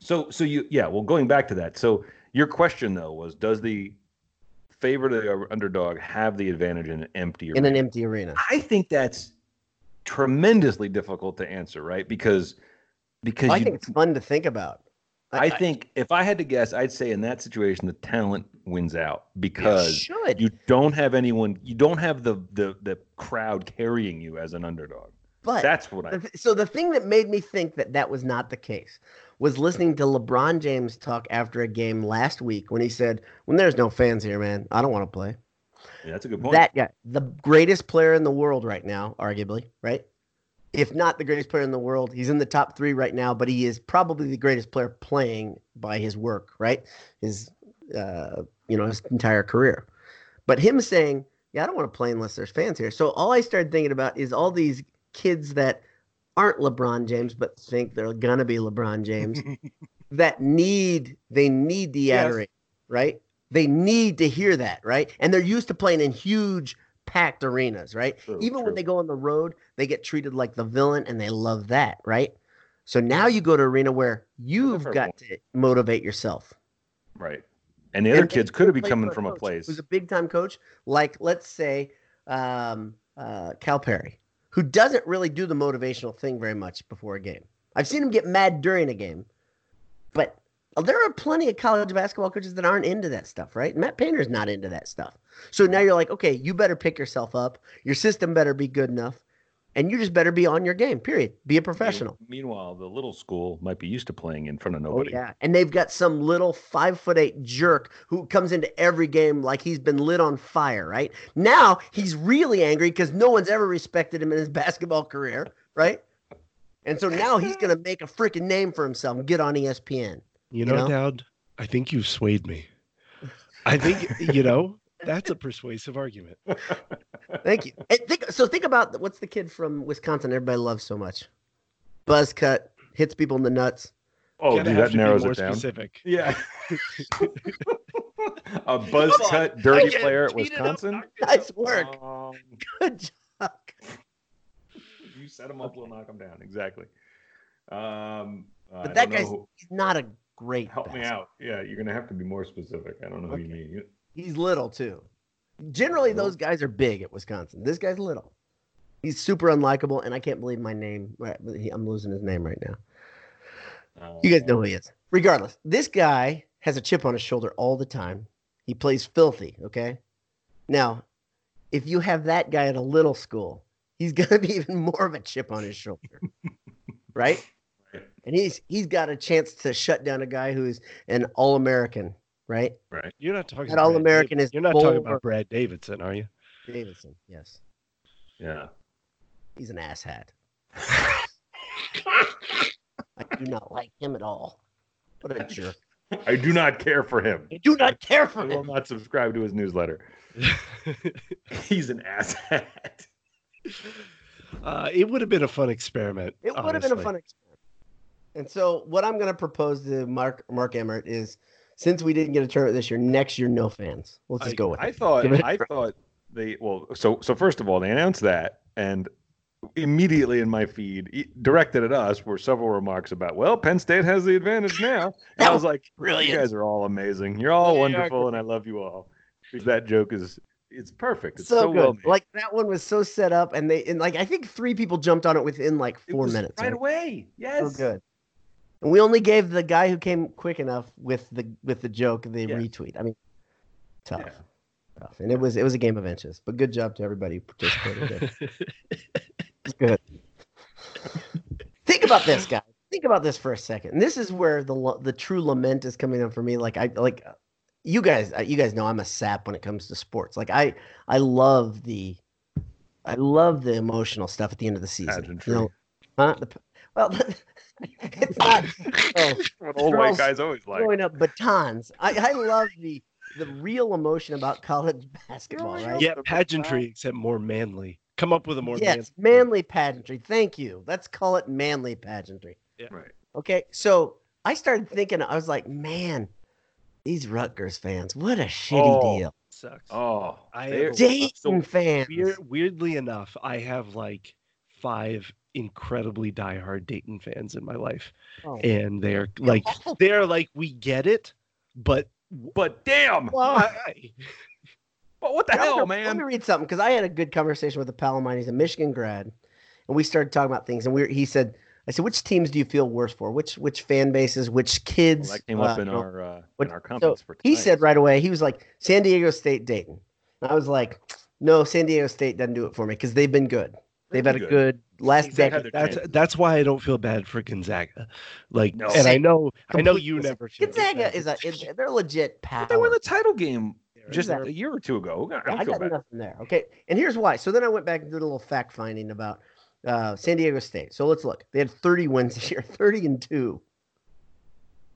Speaker 1: So so you yeah, well going back to that. So your question though was does the favorite or the underdog have the advantage in an empty
Speaker 3: in
Speaker 1: arena?
Speaker 3: an empty arena.
Speaker 1: I think that's tremendously difficult to answer, right? Because because
Speaker 3: I
Speaker 1: you-
Speaker 3: think it's fun to think about.
Speaker 1: I think if I had to guess, I'd say in that situation the talent wins out
Speaker 3: it
Speaker 1: because
Speaker 3: should,
Speaker 1: you don't have anyone, you don't have the the the crowd carrying you as an underdog.
Speaker 3: but
Speaker 1: That's what I.
Speaker 3: the th- so the thing that made me think that that was not the case was listening to LeBron James talk after a game last week when he said, "When there's no fans here, man, I don't want to play."
Speaker 1: yeah, that's a good point.
Speaker 3: That guy, the greatest player in the world right now, arguably, right? If not the greatest player in the world, he's in the top three right now, but he is probably the greatest player playing by his work, right? His, uh, you know, his entire career. But him saying, "Yeah, I don't want to play unless there's fans here." So all I started thinking about is all these kids that aren't LeBron James but think they're gonna be LeBron James that need they need the
Speaker 1: Yes.
Speaker 3: adoration, right? They need to hear that, right? And they're used to playing in huge packed arenas, right?
Speaker 1: True,
Speaker 3: Even
Speaker 1: true.
Speaker 3: when they go on the road, they get treated like the villain and they love that, right? So now you go to arena where you've
Speaker 1: fair
Speaker 3: got to motivate yourself.
Speaker 1: right. And the other
Speaker 3: And-
Speaker 1: kids could be
Speaker 3: Play
Speaker 1: coming
Speaker 3: for
Speaker 1: from a
Speaker 3: coach
Speaker 1: place.
Speaker 3: who's a big time coach, like let's say um, uh, Cal Perry, who doesn't really do the motivational thing very much before a game. I've seen him get mad during a game, but there are plenty of college basketball coaches that aren't into that stuff, right? Matt Painter's not into that stuff. So now you're like, okay, you better pick yourself up. Your system better be good enough. and you just better be on your game. Period. Be
Speaker 1: Mm-hmm.
Speaker 3: a professional.
Speaker 1: Meanwhile, the little school might be used to playing in front of nobody.
Speaker 3: Oh yeah, and they've got some little five foot eight jerk who comes into every game like he's been lit on fire. Right now, he's really angry because no one's ever respected him in his basketball career. Right, and so now he's gonna make a freaking name for himself and get on E ESPN.
Speaker 2: You know,
Speaker 3: know?
Speaker 2: Dowd, I think you've swayed me. I think you know that's a persuasive argument.
Speaker 3: Thank you. And think, so think about what's the kid from Wisconsin everybody loves so much? Buzz cut hits people in the nuts.
Speaker 1: Oh,
Speaker 2: Gotta
Speaker 1: dude,
Speaker 2: have
Speaker 1: that
Speaker 2: to be
Speaker 1: narrows
Speaker 2: more
Speaker 1: it down.
Speaker 2: Specific.
Speaker 1: Yeah. a buzz
Speaker 3: Come on,
Speaker 1: cut dirty
Speaker 3: get
Speaker 1: player at
Speaker 3: beat it up,
Speaker 1: Wisconsin.
Speaker 3: knock it Nice up. work.
Speaker 1: Um,
Speaker 3: Good job.
Speaker 1: you set him up, we'll knock him down. Exactly. Um, uh, I
Speaker 3: But
Speaker 1: don't
Speaker 3: that
Speaker 1: know
Speaker 3: guy's
Speaker 1: who-
Speaker 3: he's not a great.
Speaker 1: help me
Speaker 3: bas-
Speaker 1: out. Yeah, you're gonna have to be more specific. I don't know who you mean. You-
Speaker 3: He's little too. Generally,
Speaker 1: Little.
Speaker 3: those guys are big at Wisconsin. This guy's little. He's super unlikable, and I can't believe my name. right, he- I'm losing his name right now.
Speaker 1: uh,
Speaker 3: You guys know who he is. Regardless, this guy has a chip on his shoulder all the time. He plays filthy, okay? Now, if you have that guy at a little school, he's going to be even more of a chip on his shoulder. right?
Speaker 1: Right.
Speaker 3: And he's he's got a chance to shut down a guy who's an all-American, right?
Speaker 2: You're not talking
Speaker 3: That
Speaker 2: about
Speaker 3: All-American
Speaker 2: Brad
Speaker 3: is
Speaker 2: Dav- You're not talking
Speaker 3: Bull-
Speaker 2: about Brad Davidson, are you?
Speaker 3: Davidson, yes.
Speaker 1: Yeah.
Speaker 3: He's an asshat. I do not like him at all. What a jerk.
Speaker 1: I do not care for him.
Speaker 3: I do not care
Speaker 1: I
Speaker 3: for
Speaker 1: will
Speaker 3: him.
Speaker 1: not subscribe to his newsletter. He's an asshat.
Speaker 2: uh, it would have been a fun experiment.
Speaker 3: It would have been a
Speaker 2: honestly.
Speaker 3: fun experiment. And so, what I'm going to propose to Mark Mark Emmert is, since we didn't get a tournament this year, next year no fans. Let's just
Speaker 1: I,
Speaker 3: go with
Speaker 1: I
Speaker 3: it.
Speaker 1: thought
Speaker 3: Give it a
Speaker 1: I
Speaker 3: try.
Speaker 1: thought they well so so first of all they announced that and immediately in my feed e- directed at us were several remarks about well Penn State has the advantage now and I was like you
Speaker 3: Brilliant.
Speaker 1: guys are all amazing you're all
Speaker 2: They are
Speaker 1: wonderful and I love you all that joke is it's perfect
Speaker 3: So,
Speaker 1: it's so,
Speaker 3: good.
Speaker 1: well made.
Speaker 3: like that one was so set up, and they and like I think three people jumped on it within like
Speaker 1: It
Speaker 3: four
Speaker 1: was
Speaker 3: minutes.
Speaker 1: right
Speaker 3: right?
Speaker 1: away yes
Speaker 3: So good. And we only gave the guy who came quick enough with the with the joke the
Speaker 1: Yeah.
Speaker 3: retweet. I mean, tough.
Speaker 1: Yeah.
Speaker 3: Tough. And it was it was a game of inches, but good job to everybody who participated. There. good. Think about this, guys. Think about this for a second. And this is where the lo- the true lament is coming up for me. Like I like uh, you guys. uh, You guys know I'm a sap when it comes to sports. Like I I love the I love the emotional stuff at the end of the season.
Speaker 1: Pageantry.
Speaker 3: You know, huh? The, p- well, it's not oh,
Speaker 1: what old
Speaker 3: Throws-
Speaker 1: white guys always like
Speaker 3: throwing up batons. I, I love the the real emotion about college basketball.
Speaker 1: Throwing
Speaker 3: Right?
Speaker 1: up
Speaker 2: Yeah, pageantry, except more manly. Come up with a more
Speaker 3: yes, manly. pageantry. Thank you. Let's call it manly pageantry.
Speaker 1: right
Speaker 3: Okay, so I started thinking. I was like, man, these Rutgers fans, what a shitty
Speaker 1: Oh,
Speaker 3: deal.
Speaker 2: sucks.
Speaker 1: oh
Speaker 2: I-
Speaker 1: they're-
Speaker 3: Dayton
Speaker 1: so
Speaker 3: fans.
Speaker 2: Weird, weirdly enough, I have like five incredibly diehard Dayton fans in my life,
Speaker 3: Oh.
Speaker 2: and they're like, they're like, we get it, but
Speaker 1: but damn
Speaker 2: why?
Speaker 1: but what the
Speaker 3: Let me-
Speaker 1: hell
Speaker 3: Let
Speaker 1: man
Speaker 3: me read something because I had a good conversation with a pal of mine. He's a Michigan grad, and we started talking about things. And we were, he said, "I said, which teams do you feel worse for? Which which fan bases? Which kids?"
Speaker 1: well, that came
Speaker 3: uh,
Speaker 1: up in
Speaker 3: you know,
Speaker 1: our uh,
Speaker 3: what-
Speaker 1: in our comments for
Speaker 3: He
Speaker 1: tonight.
Speaker 3: said right away, he was like, San Diego State, Dayton. And I was like, no, San Diego State doesn't do it for me because they've been good. They've had a
Speaker 1: Really
Speaker 3: good, last
Speaker 1: They've had
Speaker 3: decade.
Speaker 1: their
Speaker 2: That's
Speaker 1: chances.
Speaker 2: that's why I don't feel bad for Gonzaga. Like,
Speaker 1: No.
Speaker 2: and I know, I know
Speaker 3: Complete
Speaker 2: you
Speaker 3: listen.
Speaker 2: never. feel
Speaker 3: Gonzaga
Speaker 2: bad.
Speaker 3: is a, is- they're legit power.
Speaker 1: But they won the title game just
Speaker 3: Exactly.
Speaker 1: a year or two ago. I don't
Speaker 3: I
Speaker 1: feel
Speaker 3: got
Speaker 1: bad.
Speaker 3: nothing there. Okay. And here's why. So then I went back and did a little fact finding about uh, San Diego State. So let's look. They had 30 wins this year, 30 and two.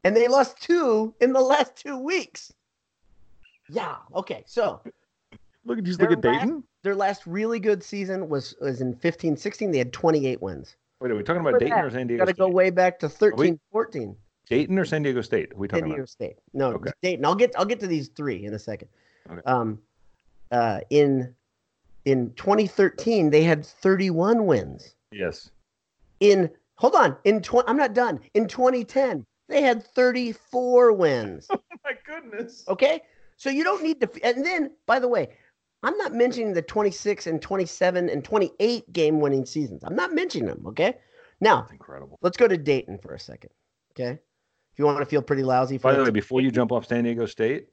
Speaker 3: And they lost two in the last two weeks. Yeah. Okay. So
Speaker 1: Look at just look
Speaker 3: They're
Speaker 1: at Dayton.
Speaker 3: their last really good season was, was in 15 16. They had 28 wins.
Speaker 1: Wait, are we talking about
Speaker 3: Remember
Speaker 1: Dayton
Speaker 3: that.
Speaker 1: or San Diego?
Speaker 3: Got to
Speaker 1: State?
Speaker 3: go way back to
Speaker 1: we-
Speaker 3: 13 14.
Speaker 1: Dayton or San Diego State? Are we
Speaker 3: San
Speaker 1: talking
Speaker 3: Diego
Speaker 1: about?
Speaker 3: State. No,
Speaker 1: Okay.
Speaker 3: Dayton. I'll get I'll get to these three in a second.
Speaker 1: Okay.
Speaker 3: Um, uh, in in 2013 they had 31 wins.
Speaker 1: Yes.
Speaker 3: In hold on, in 20 I'm not done. In 2010 they had 34 wins.
Speaker 1: Oh my goodness.
Speaker 3: Okay, so you don't need to. And then by the way, I'm not mentioning the 26 and 27 and 28 game winning seasons. I'm not mentioning them. Okay, now
Speaker 1: That's incredible.
Speaker 3: let's go to Dayton for a second. Okay, if you want to feel pretty lousy. For
Speaker 1: By the
Speaker 3: next-
Speaker 1: way, before you jump off San Diego State,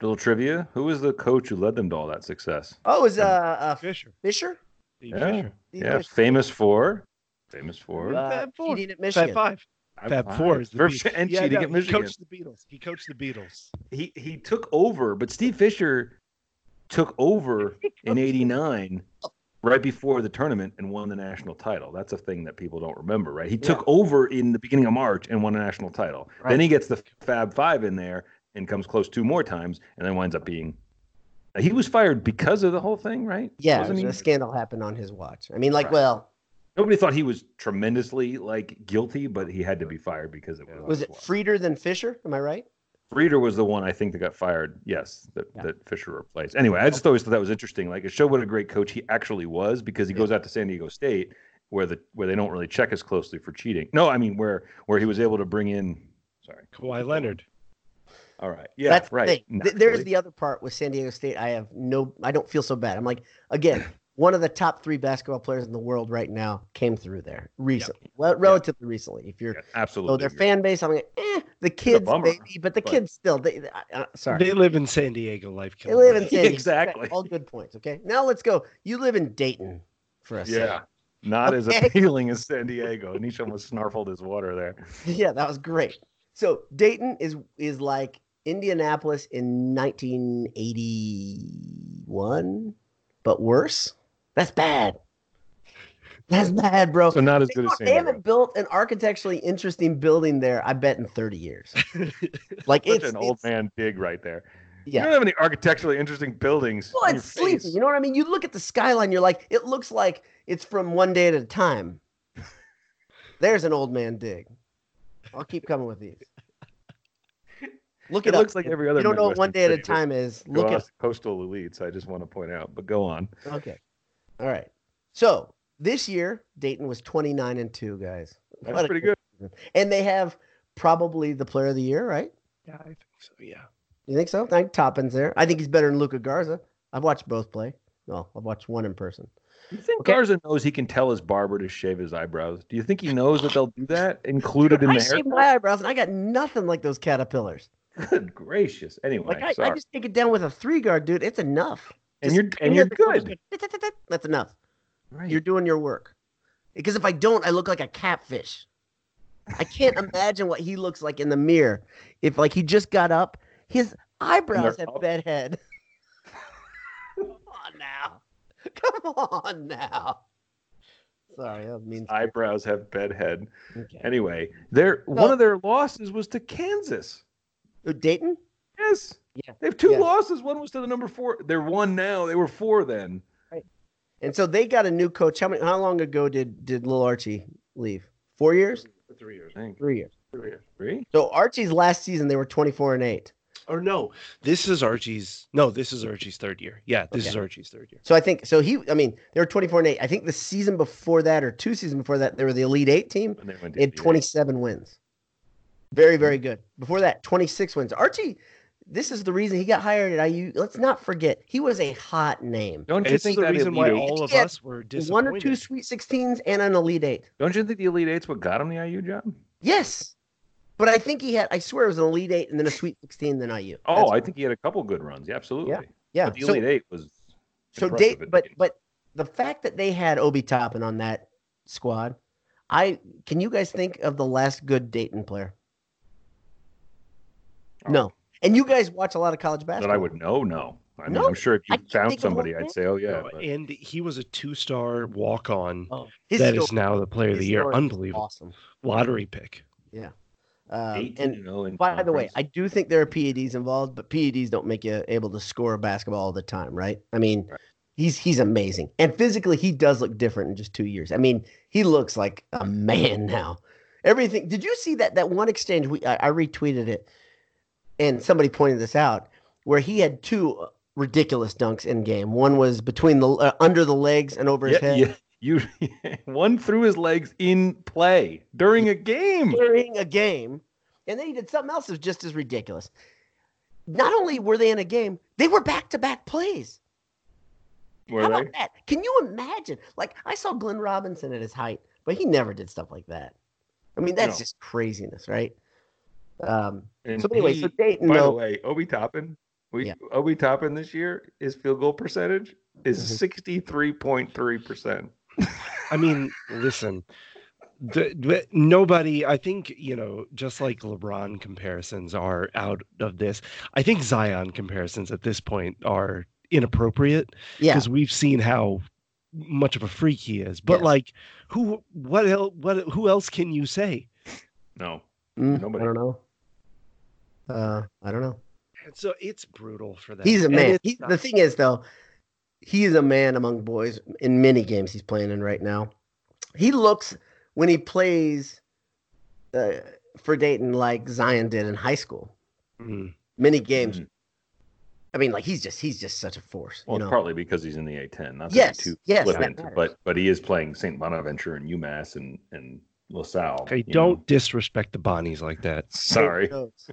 Speaker 1: a little trivia: Who was the coach who led them to all that success?
Speaker 3: oh, it was uh, uh
Speaker 2: Fisher.
Speaker 3: Fisher?
Speaker 2: Steve
Speaker 1: Yeah.
Speaker 2: Fisher.
Speaker 3: Steve
Speaker 1: yeah,
Speaker 3: Fisher.
Speaker 1: famous for, famous for.
Speaker 3: Uh,
Speaker 2: Fab Four.
Speaker 3: Eating at Michigan.
Speaker 2: Fab Five.
Speaker 1: I'm
Speaker 2: Fab
Speaker 1: fine.
Speaker 2: Four is the
Speaker 1: For-
Speaker 2: Beatles.
Speaker 1: and
Speaker 2: Yeah,
Speaker 1: cheating
Speaker 2: no,
Speaker 1: at Michigan.
Speaker 2: He coached the Beatles. He coached the Beatles.
Speaker 1: he he took over, but Steve Fisher took over in '89, right before the tournament, and won the national title. That's a thing that people don't remember, right? He took over in the beginning of March and won a national title.
Speaker 3: Right.
Speaker 1: Then he gets the Fab Five in there and comes close two more times, and then winds up being. uh, He was fired because of the whole thing, right?
Speaker 3: Yeah,
Speaker 1: Wasn't
Speaker 3: the
Speaker 1: he?
Speaker 3: scandal happened on his watch. I mean, like,
Speaker 1: Right.
Speaker 3: well,
Speaker 1: Nobody thought he was tremendously like guilty, but he had to be fired because it was.
Speaker 3: was it Frieder than Fisher? Am I right?
Speaker 1: Reader was the one I think that got fired. Yes, that,
Speaker 3: Yeah.
Speaker 1: that Fisher replaced. Anyway, I just always thought that was interesting. Like it showed what a great coach he actually was because he goes out to San Diego State where the where they don't really check as closely for cheating. No, I mean where where he was able to bring in. Sorry.
Speaker 2: Kawhi Leonard.
Speaker 1: All right. Yeah.
Speaker 3: That's the
Speaker 1: right.
Speaker 3: thing. Th- There's
Speaker 1: Naturally.
Speaker 3: the other part with San Diego State. I have no, I don't feel so bad. I'm like, again, one of the top three basketball players in the world right now came through there recently, well, relatively recently. If you're,
Speaker 1: Yeah,
Speaker 3: so
Speaker 1: absolutely.
Speaker 3: their fan base, I'm like, eh, the kids,
Speaker 1: bummer,
Speaker 3: maybe, but the
Speaker 1: but-
Speaker 3: kids still. They, they- I- I- sorry,
Speaker 2: They live in San Diego. Life.
Speaker 3: They live in San Diego.
Speaker 1: Exactly.
Speaker 3: All good points. Okay, now let's go. You live in Dayton for a
Speaker 1: Yeah.
Speaker 3: second.
Speaker 1: Not as
Speaker 3: Okay.
Speaker 1: appealing as San Diego. Nietzsche almost snarfled his water there.
Speaker 3: Yeah, that was great. So Dayton is is like Indianapolis in 1981, but worse. That's bad. That's bad, bro.
Speaker 1: So not as
Speaker 3: they,
Speaker 1: good as San
Speaker 3: they
Speaker 1: Diego.
Speaker 3: haven't built an architecturally interesting building there. I bet in 30 years. Like
Speaker 1: Such
Speaker 3: it's
Speaker 1: an old
Speaker 3: it's-
Speaker 1: man dig right there. You
Speaker 3: Yeah.
Speaker 1: don't have any architecturally interesting buildings.
Speaker 3: Well,
Speaker 1: in
Speaker 3: it's
Speaker 1: your face.
Speaker 3: sleepy. You know what I mean? You look at the skyline, you're like, it looks like it's from one day at a time. There's an old man dig. I'll keep coming with these. Look
Speaker 1: It
Speaker 3: up.
Speaker 1: looks like every other.
Speaker 3: you don't know what
Speaker 1: Midwestern
Speaker 3: one day at a
Speaker 1: city, but-
Speaker 3: time is.
Speaker 1: Look
Speaker 3: Look
Speaker 1: at
Speaker 3: at
Speaker 1: coastal elites. I just want to point out, but go on.
Speaker 3: okay. All right. So this year, Dayton was 29 and two, guys.
Speaker 1: That's
Speaker 3: What a-
Speaker 1: pretty good.
Speaker 3: And they have probably the player of the year, right?
Speaker 2: Yeah, I think so. Yeah.
Speaker 3: You think so? I think Toppin's there. I think he's better than Luca Garza. I've watched both play. No, I've watched one in person.
Speaker 1: You think
Speaker 3: Okay.
Speaker 1: Garza knows he can tell his barber to shave his eyebrows? Do you think he knows that they'll do that included in
Speaker 3: I
Speaker 1: the
Speaker 3: shaved
Speaker 1: hair?
Speaker 3: my eyebrows and I got nothing like those caterpillars.
Speaker 1: Good gracious! Anyway,
Speaker 3: Like I, I
Speaker 1: sorry.
Speaker 3: just take it down with a three guard, dude. It's enough.
Speaker 1: and
Speaker 3: just
Speaker 1: you're and you're good.
Speaker 3: That's enough.
Speaker 1: Right.
Speaker 3: You're doing your work. Because if I don't, I look like a catfish. I can't imagine what he looks like in the mirror. If like he just got up, his eyebrows have
Speaker 1: up.
Speaker 3: bed head. Come on now. Come on now. Sorry, that means
Speaker 1: eyebrows have bedhead.
Speaker 3: okay.
Speaker 1: Anyway, their
Speaker 3: No.
Speaker 1: one of their losses was to Kansas.
Speaker 3: Oh, Dayton?
Speaker 1: Yes.
Speaker 3: Yeah.
Speaker 1: They have two
Speaker 3: Yeah.
Speaker 1: losses. One was to the number four. They're one now. They were four then.
Speaker 3: And so they got a new coach. How many how long ago did did Lil Archie leave? Four years?
Speaker 2: Three years.
Speaker 1: I think
Speaker 3: Three years.
Speaker 1: three.
Speaker 3: So Archie's last season they were twenty four and eight.
Speaker 2: Or no, this is Archie's. No, this is Archie's third year. Yeah, this is
Speaker 3: Okay.
Speaker 2: Archie's third year.
Speaker 3: So I think so. He, I mean, they were 24 and 8. I think the season before that, or two seasons before that, they were the Elite Eight team.
Speaker 1: And they went to
Speaker 3: They had
Speaker 1: NBA.
Speaker 3: 27 wins. Very, very good. Before that, 26 wins. Archie, this is the reason he got hired at IU. Let's not forget, he was a hot name.
Speaker 1: Don't you
Speaker 2: It's
Speaker 1: think
Speaker 2: the
Speaker 1: that
Speaker 2: reason why
Speaker 1: Elite Eight-
Speaker 2: all of
Speaker 3: Yeah,
Speaker 2: us were disappointed.
Speaker 3: One or two Sweet 16s and an Elite Eight.
Speaker 1: Don't you think the Elite Eight's what got him the IU job?
Speaker 3: Yes. But I think he had, I swear it was an Elite Eight and then a Sweet 16, then IU.
Speaker 1: Oh,
Speaker 3: That's-
Speaker 1: I think he had a couple good runs. Yeah, absolutely.
Speaker 3: yeah.
Speaker 1: But the
Speaker 3: So-
Speaker 1: Elite Eight was
Speaker 3: So
Speaker 1: impressive
Speaker 3: Dayton,
Speaker 1: at
Speaker 3: but
Speaker 1: Dayton.
Speaker 3: but the fact that they had Obi Toppin on that squad, I can you guys think of the last good Dayton player? No, and you guys watch a lot of college
Speaker 1: Oh. that
Speaker 3: basketball.
Speaker 1: I would know. No, I mean,
Speaker 3: No,
Speaker 1: I'm sure if you
Speaker 3: I can't
Speaker 1: found
Speaker 3: think of one
Speaker 1: somebody,
Speaker 3: thing.
Speaker 1: I'd say, oh yeah.
Speaker 2: No,
Speaker 1: but-
Speaker 2: and he was a two-star walk-on.
Speaker 3: Oh,
Speaker 2: That
Speaker 3: his
Speaker 2: is
Speaker 3: story
Speaker 2: now the player of the
Speaker 3: his
Speaker 2: year.
Speaker 3: story is
Speaker 2: Unbelievable
Speaker 3: awesome.
Speaker 2: lottery pick.
Speaker 3: Um,
Speaker 1: 18
Speaker 3: and
Speaker 1: and 0 in
Speaker 3: by the way, I
Speaker 1: conference.
Speaker 3: do think there are PEDs involved, but PEDs don't make you able to score a basketball all the time, right? I mean,
Speaker 1: Right.
Speaker 3: he's he's amazing, and physically he does look different in just two years. I mean, he looks like a man now. Everything. Did you see that that one exchange? We I, I retweeted it, and somebody pointed this out where he had two ridiculous dunks in game. One was between the uh, under the legs and over his
Speaker 1: yeah,
Speaker 3: head
Speaker 1: yeah, you one threw his legs in play during a game.
Speaker 3: during a game, and then he did something else that was just as ridiculous. Not only were they in a game, they were back to back plays.
Speaker 1: Were
Speaker 3: How
Speaker 1: they?
Speaker 3: about that? Can you imagine? Like I saw Glenn Robinson at his height, but he never did stuff like that. I mean, that's
Speaker 1: No.
Speaker 3: just craziness, right? Um,
Speaker 1: And
Speaker 3: so anyway,
Speaker 1: he-
Speaker 3: so Dayton,
Speaker 1: by the
Speaker 3: though,
Speaker 1: way, Obi Toppin, we
Speaker 3: Yeah.
Speaker 1: Obi Toppin this year his field goal percentage is
Speaker 3: Mm-hmm.
Speaker 1: sixty three point three percent.
Speaker 2: I mean, listen, the, the- nobody, I think, you know, just like LeBron comparisons are out of this, I think Zion comparisons at this point are inappropriate
Speaker 3: Yeah.
Speaker 2: because we've seen how much of a freak he is. But
Speaker 3: Yeah.
Speaker 2: like, who, what, el- what, who else can you say?
Speaker 1: No,
Speaker 3: Mm,
Speaker 1: nobody.
Speaker 3: I don't know. Uh, I don't know.
Speaker 2: And so it's brutal for them.
Speaker 3: He's a
Speaker 2: And
Speaker 3: man.
Speaker 2: it's
Speaker 3: He,
Speaker 2: not-
Speaker 3: the thing is, though, he is a man among boys in many games he's playing in right now. He looks when he plays uh, for Dayton like Zion did in high school.
Speaker 2: Mm.
Speaker 3: Many games.
Speaker 1: Mhm.
Speaker 3: I mean, like he's just he's just such a force.
Speaker 1: Well,
Speaker 3: you know?
Speaker 1: it's partly because he's in the A ten. Not that
Speaker 3: Yes,
Speaker 1: he's too
Speaker 3: yes, that
Speaker 1: flippant,
Speaker 3: matters.
Speaker 1: but but he is playing Saint Bonaventure and UMass and and LaSalle.
Speaker 2: Okay,
Speaker 1: you know.
Speaker 2: don't disrespect the Bonnies like that.
Speaker 3: St.
Speaker 1: Sorry,
Speaker 3: Joe's.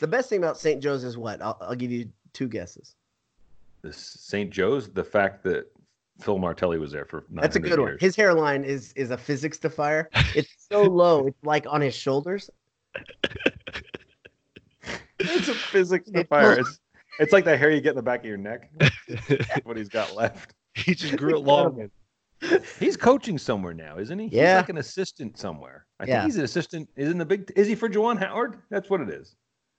Speaker 3: The best thing about St. Joe's is what? I'll, I'll give you two guesses.
Speaker 1: the Saint Joe's. The fact that Phil Martelli was there for
Speaker 3: That's a
Speaker 1: 900
Speaker 3: good one.
Speaker 1: years.
Speaker 3: His hairline is is a physics defier. It's so low, it's like on his shoulders.
Speaker 1: it's a physics defier. It's, it's like that hair you get in the back of your neck. what he's got left.
Speaker 2: he just grew it long. and-
Speaker 1: He's coaching somewhere now, isn't he?
Speaker 3: Yeah.
Speaker 1: He's like an assistant somewhere. I
Speaker 3: Yeah.
Speaker 1: think he's an assistant. Isn't the big? Is he for Jawan Howard? That's what it is.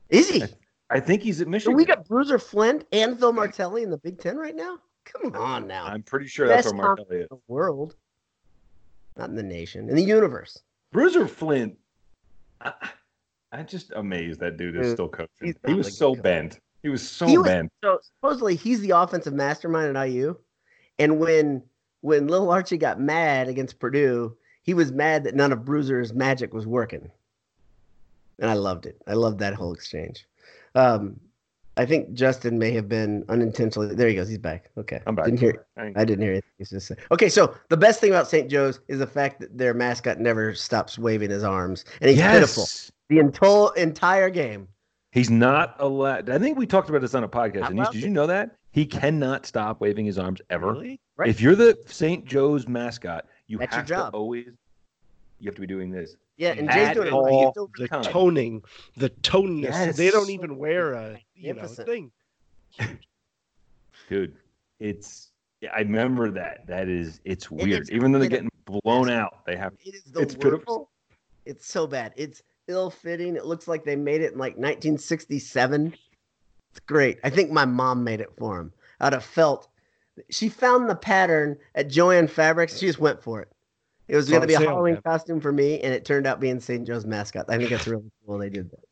Speaker 3: Is he?
Speaker 1: I think he's at
Speaker 3: So
Speaker 1: Michigan.
Speaker 3: we got Bruiser Flint and Phil Martelli in the Big Ten right now. Come on now,
Speaker 1: I'm pretty sure that's
Speaker 3: Best
Speaker 1: where Martelli is.
Speaker 3: in the world, not in the nation, in the universe.
Speaker 1: Bruiser Flint. I, I'm just amazed that dude is
Speaker 3: Dude,
Speaker 1: still coaching.
Speaker 3: he's
Speaker 1: He
Speaker 3: not
Speaker 1: was
Speaker 3: like-
Speaker 1: so bent. He was so
Speaker 3: He was-
Speaker 1: bent.
Speaker 3: So supposedly he's the offensive mastermind at IU, and when when Lil Archie got mad against Purdue, he was mad that none of Bruiser's magic was working, and I loved it. I loved that whole exchange. Um, I think Justin may have been unintentionally. There he goes. He's back. Okay,
Speaker 1: I'm back.
Speaker 3: Didn't hear.
Speaker 1: I ain't-
Speaker 3: I didn't hear anything. It's just okay. So the best thing about St. Joe's is the fact that their mascot never stops waving his arms, and he's pitiful
Speaker 1: yes.
Speaker 3: the entire entire game.
Speaker 1: He's not allowed. I think we talked about this on a podcast.
Speaker 3: I
Speaker 1: And you,
Speaker 3: love
Speaker 1: did
Speaker 3: it.
Speaker 1: you know that he cannot stop waving his arms ever?
Speaker 2: Really?
Speaker 3: Right.
Speaker 1: If you're the St. Joe's mascot, you
Speaker 3: That's your
Speaker 1: have to
Speaker 3: job.
Speaker 1: always you have to be doing this.
Speaker 3: Yeah, and
Speaker 1: At
Speaker 3: Jay's doing it
Speaker 1: all.
Speaker 3: like he's doing
Speaker 2: the
Speaker 1: time.
Speaker 2: toning, the toneness. They
Speaker 1: Yes.
Speaker 2: don't even wear a you know
Speaker 3: Magnificent.
Speaker 2: thing.
Speaker 1: Dude, it's yeah, I remember that. That is it's weird.
Speaker 3: is
Speaker 1: Even though they're getting
Speaker 3: pitiful.
Speaker 1: blown out, they have
Speaker 3: It is the
Speaker 1: It's
Speaker 3: worst.
Speaker 1: pitiful.
Speaker 3: It's so bad. It's ill fitting. It looks like they made it in like 1967. It's great. I think my mom made it for him out of felt. She found the pattern at Joanne Fabrics. She just went for it. It was
Speaker 2: It's
Speaker 3: going to
Speaker 2: on
Speaker 3: be a
Speaker 2: sale,
Speaker 3: Halloween
Speaker 2: man.
Speaker 3: costume for me, and it turned out being St. Joe's mascot. I think that's really cool they did that.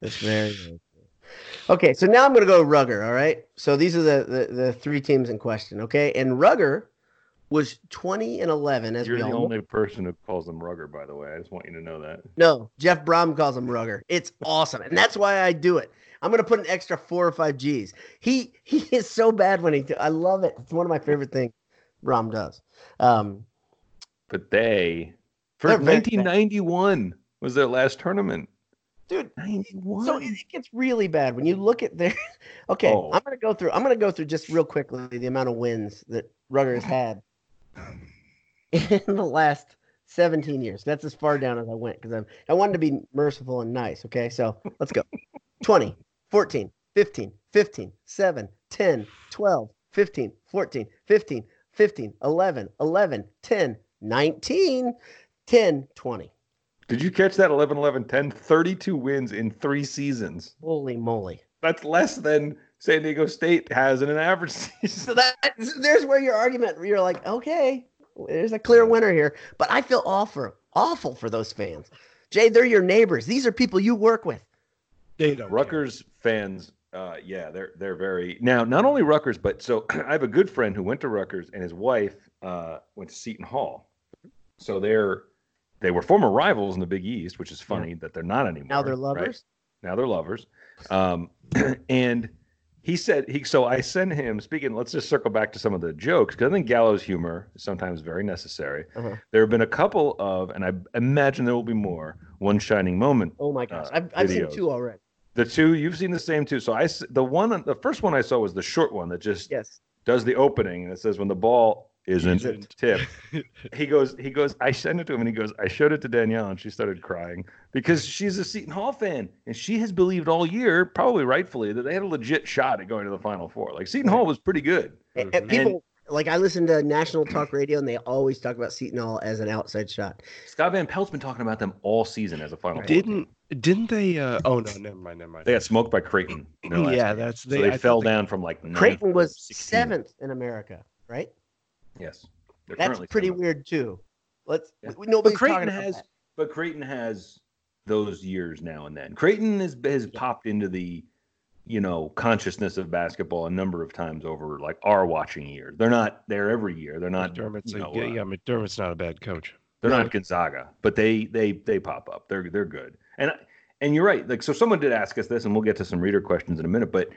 Speaker 3: That's very, very cool. Okay, so now I'm going to go Rugger, all right? So these are the, the, the three teams in question, okay? And Rugger was 20 and 11, as
Speaker 1: you're
Speaker 3: we
Speaker 1: the
Speaker 3: all know.
Speaker 1: only person who calls them rugger, by the way. I just want you to know that.
Speaker 3: No, Jeff Brom calls him Rugger. It's awesome, and that's why I do it. I'm gonna put an extra four or five G's. He he is so bad when he. Do, I love it. It's one of my favorite things. Brom does. Um,
Speaker 1: But they for
Speaker 3: They're very bad.
Speaker 1: 1991 was their last tournament.
Speaker 3: dude,
Speaker 1: 91.
Speaker 3: so it, it gets really bad when you look at their. Okay,
Speaker 1: Oh.
Speaker 3: I'm gonna go through. I'm gonna go through just real quickly the amount of wins that Rugger has had in the last 17 years. That's as far down as I went because I wanted to be merciful and nice. Okay, so let's go 20, 14, 15, 15, 7, 10, 12, 15, 14, 15, 15, 11, 11, 10, 19, 10, 20.
Speaker 1: Did you catch that 11 11 10 32 wins in 3 seasons?
Speaker 3: Holy moly.
Speaker 1: That's less than San Diego State has in an average season.
Speaker 3: So that there's where your argument you're like, okay, there's a clear winner here. But I feel awful, awful for those fans. Jay, they're your neighbors. These are people you work with.
Speaker 2: They don't. care.
Speaker 1: Rutgers fans, uh, yeah, they're they're very now. Not only Rutgers, but so I have a good friend who went to Rutgers, and his wife uh, went to Seton Hall. So they're they were former rivals in the Big East, which is funny that they're not anymore.
Speaker 3: Now they're
Speaker 1: right?
Speaker 3: lovers.
Speaker 1: Now they're lovers. Um, and he said he so I sent him speaking. Let's just circle back to some of the jokes because I think gallows humor is sometimes very necessary.
Speaker 3: Uh-huh.
Speaker 1: There have been a couple of, and I imagine there will be more. One shining moment
Speaker 3: Oh my gosh,
Speaker 1: Uh,
Speaker 3: I've, I've seen
Speaker 1: videos.
Speaker 3: two already.
Speaker 1: the two you've seen the same two. So I s- the one the first one I saw was the short one that just
Speaker 3: Yes.
Speaker 1: does the opening and it says when the ball isn't,
Speaker 2: Isn't.
Speaker 1: tipped. he goes he goes I sent it to him and he goes I showed it to Danielle and she started crying because she's a Seton Hall fan and she has believed all year probably rightfully that they had a legit shot at going to the Final Four. Like Seton Hall was pretty good.
Speaker 3: And,
Speaker 2: Mhm.
Speaker 3: people like I listen to national talk radio, and they always talk about Seton Hall as an outside shot.
Speaker 1: Scott Van Pelt's been talking about them all season as a final. Four
Speaker 2: Didn't didn't they? Uh, oh no, never mind, never
Speaker 1: team.
Speaker 2: mind.
Speaker 1: They got smoked by Creighton. in their last
Speaker 2: yeah,
Speaker 1: game.
Speaker 2: that's
Speaker 1: so they
Speaker 2: I
Speaker 1: fell
Speaker 2: thought they-
Speaker 1: down from like ninth
Speaker 3: Creighton
Speaker 1: to
Speaker 3: was
Speaker 1: 16th.
Speaker 3: seventh in America, right?
Speaker 1: Yes, They're
Speaker 3: That's
Speaker 1: currently
Speaker 3: pretty
Speaker 1: seventh.
Speaker 3: weird too. Let's
Speaker 1: Yeah.
Speaker 3: we- nobody's
Speaker 1: But Creighton
Speaker 3: talking about
Speaker 1: has,
Speaker 3: that.
Speaker 1: but Creighton has those years now and then. Creighton has has popped into the, you know, consciousness of basketball a number of times over like our watching year. They're not there every year. They're not.
Speaker 2: McDermott's.
Speaker 1: you
Speaker 2: a-
Speaker 1: know,
Speaker 2: yeah,
Speaker 1: uh,
Speaker 2: yeah, McDermott's not a bad coach.
Speaker 1: They're
Speaker 3: No.
Speaker 1: not Gonzaga, but they they they pop up. They're they're good. And I- and you're right. Like so, someone did ask us this, and we'll get to some reader questions in a minute. But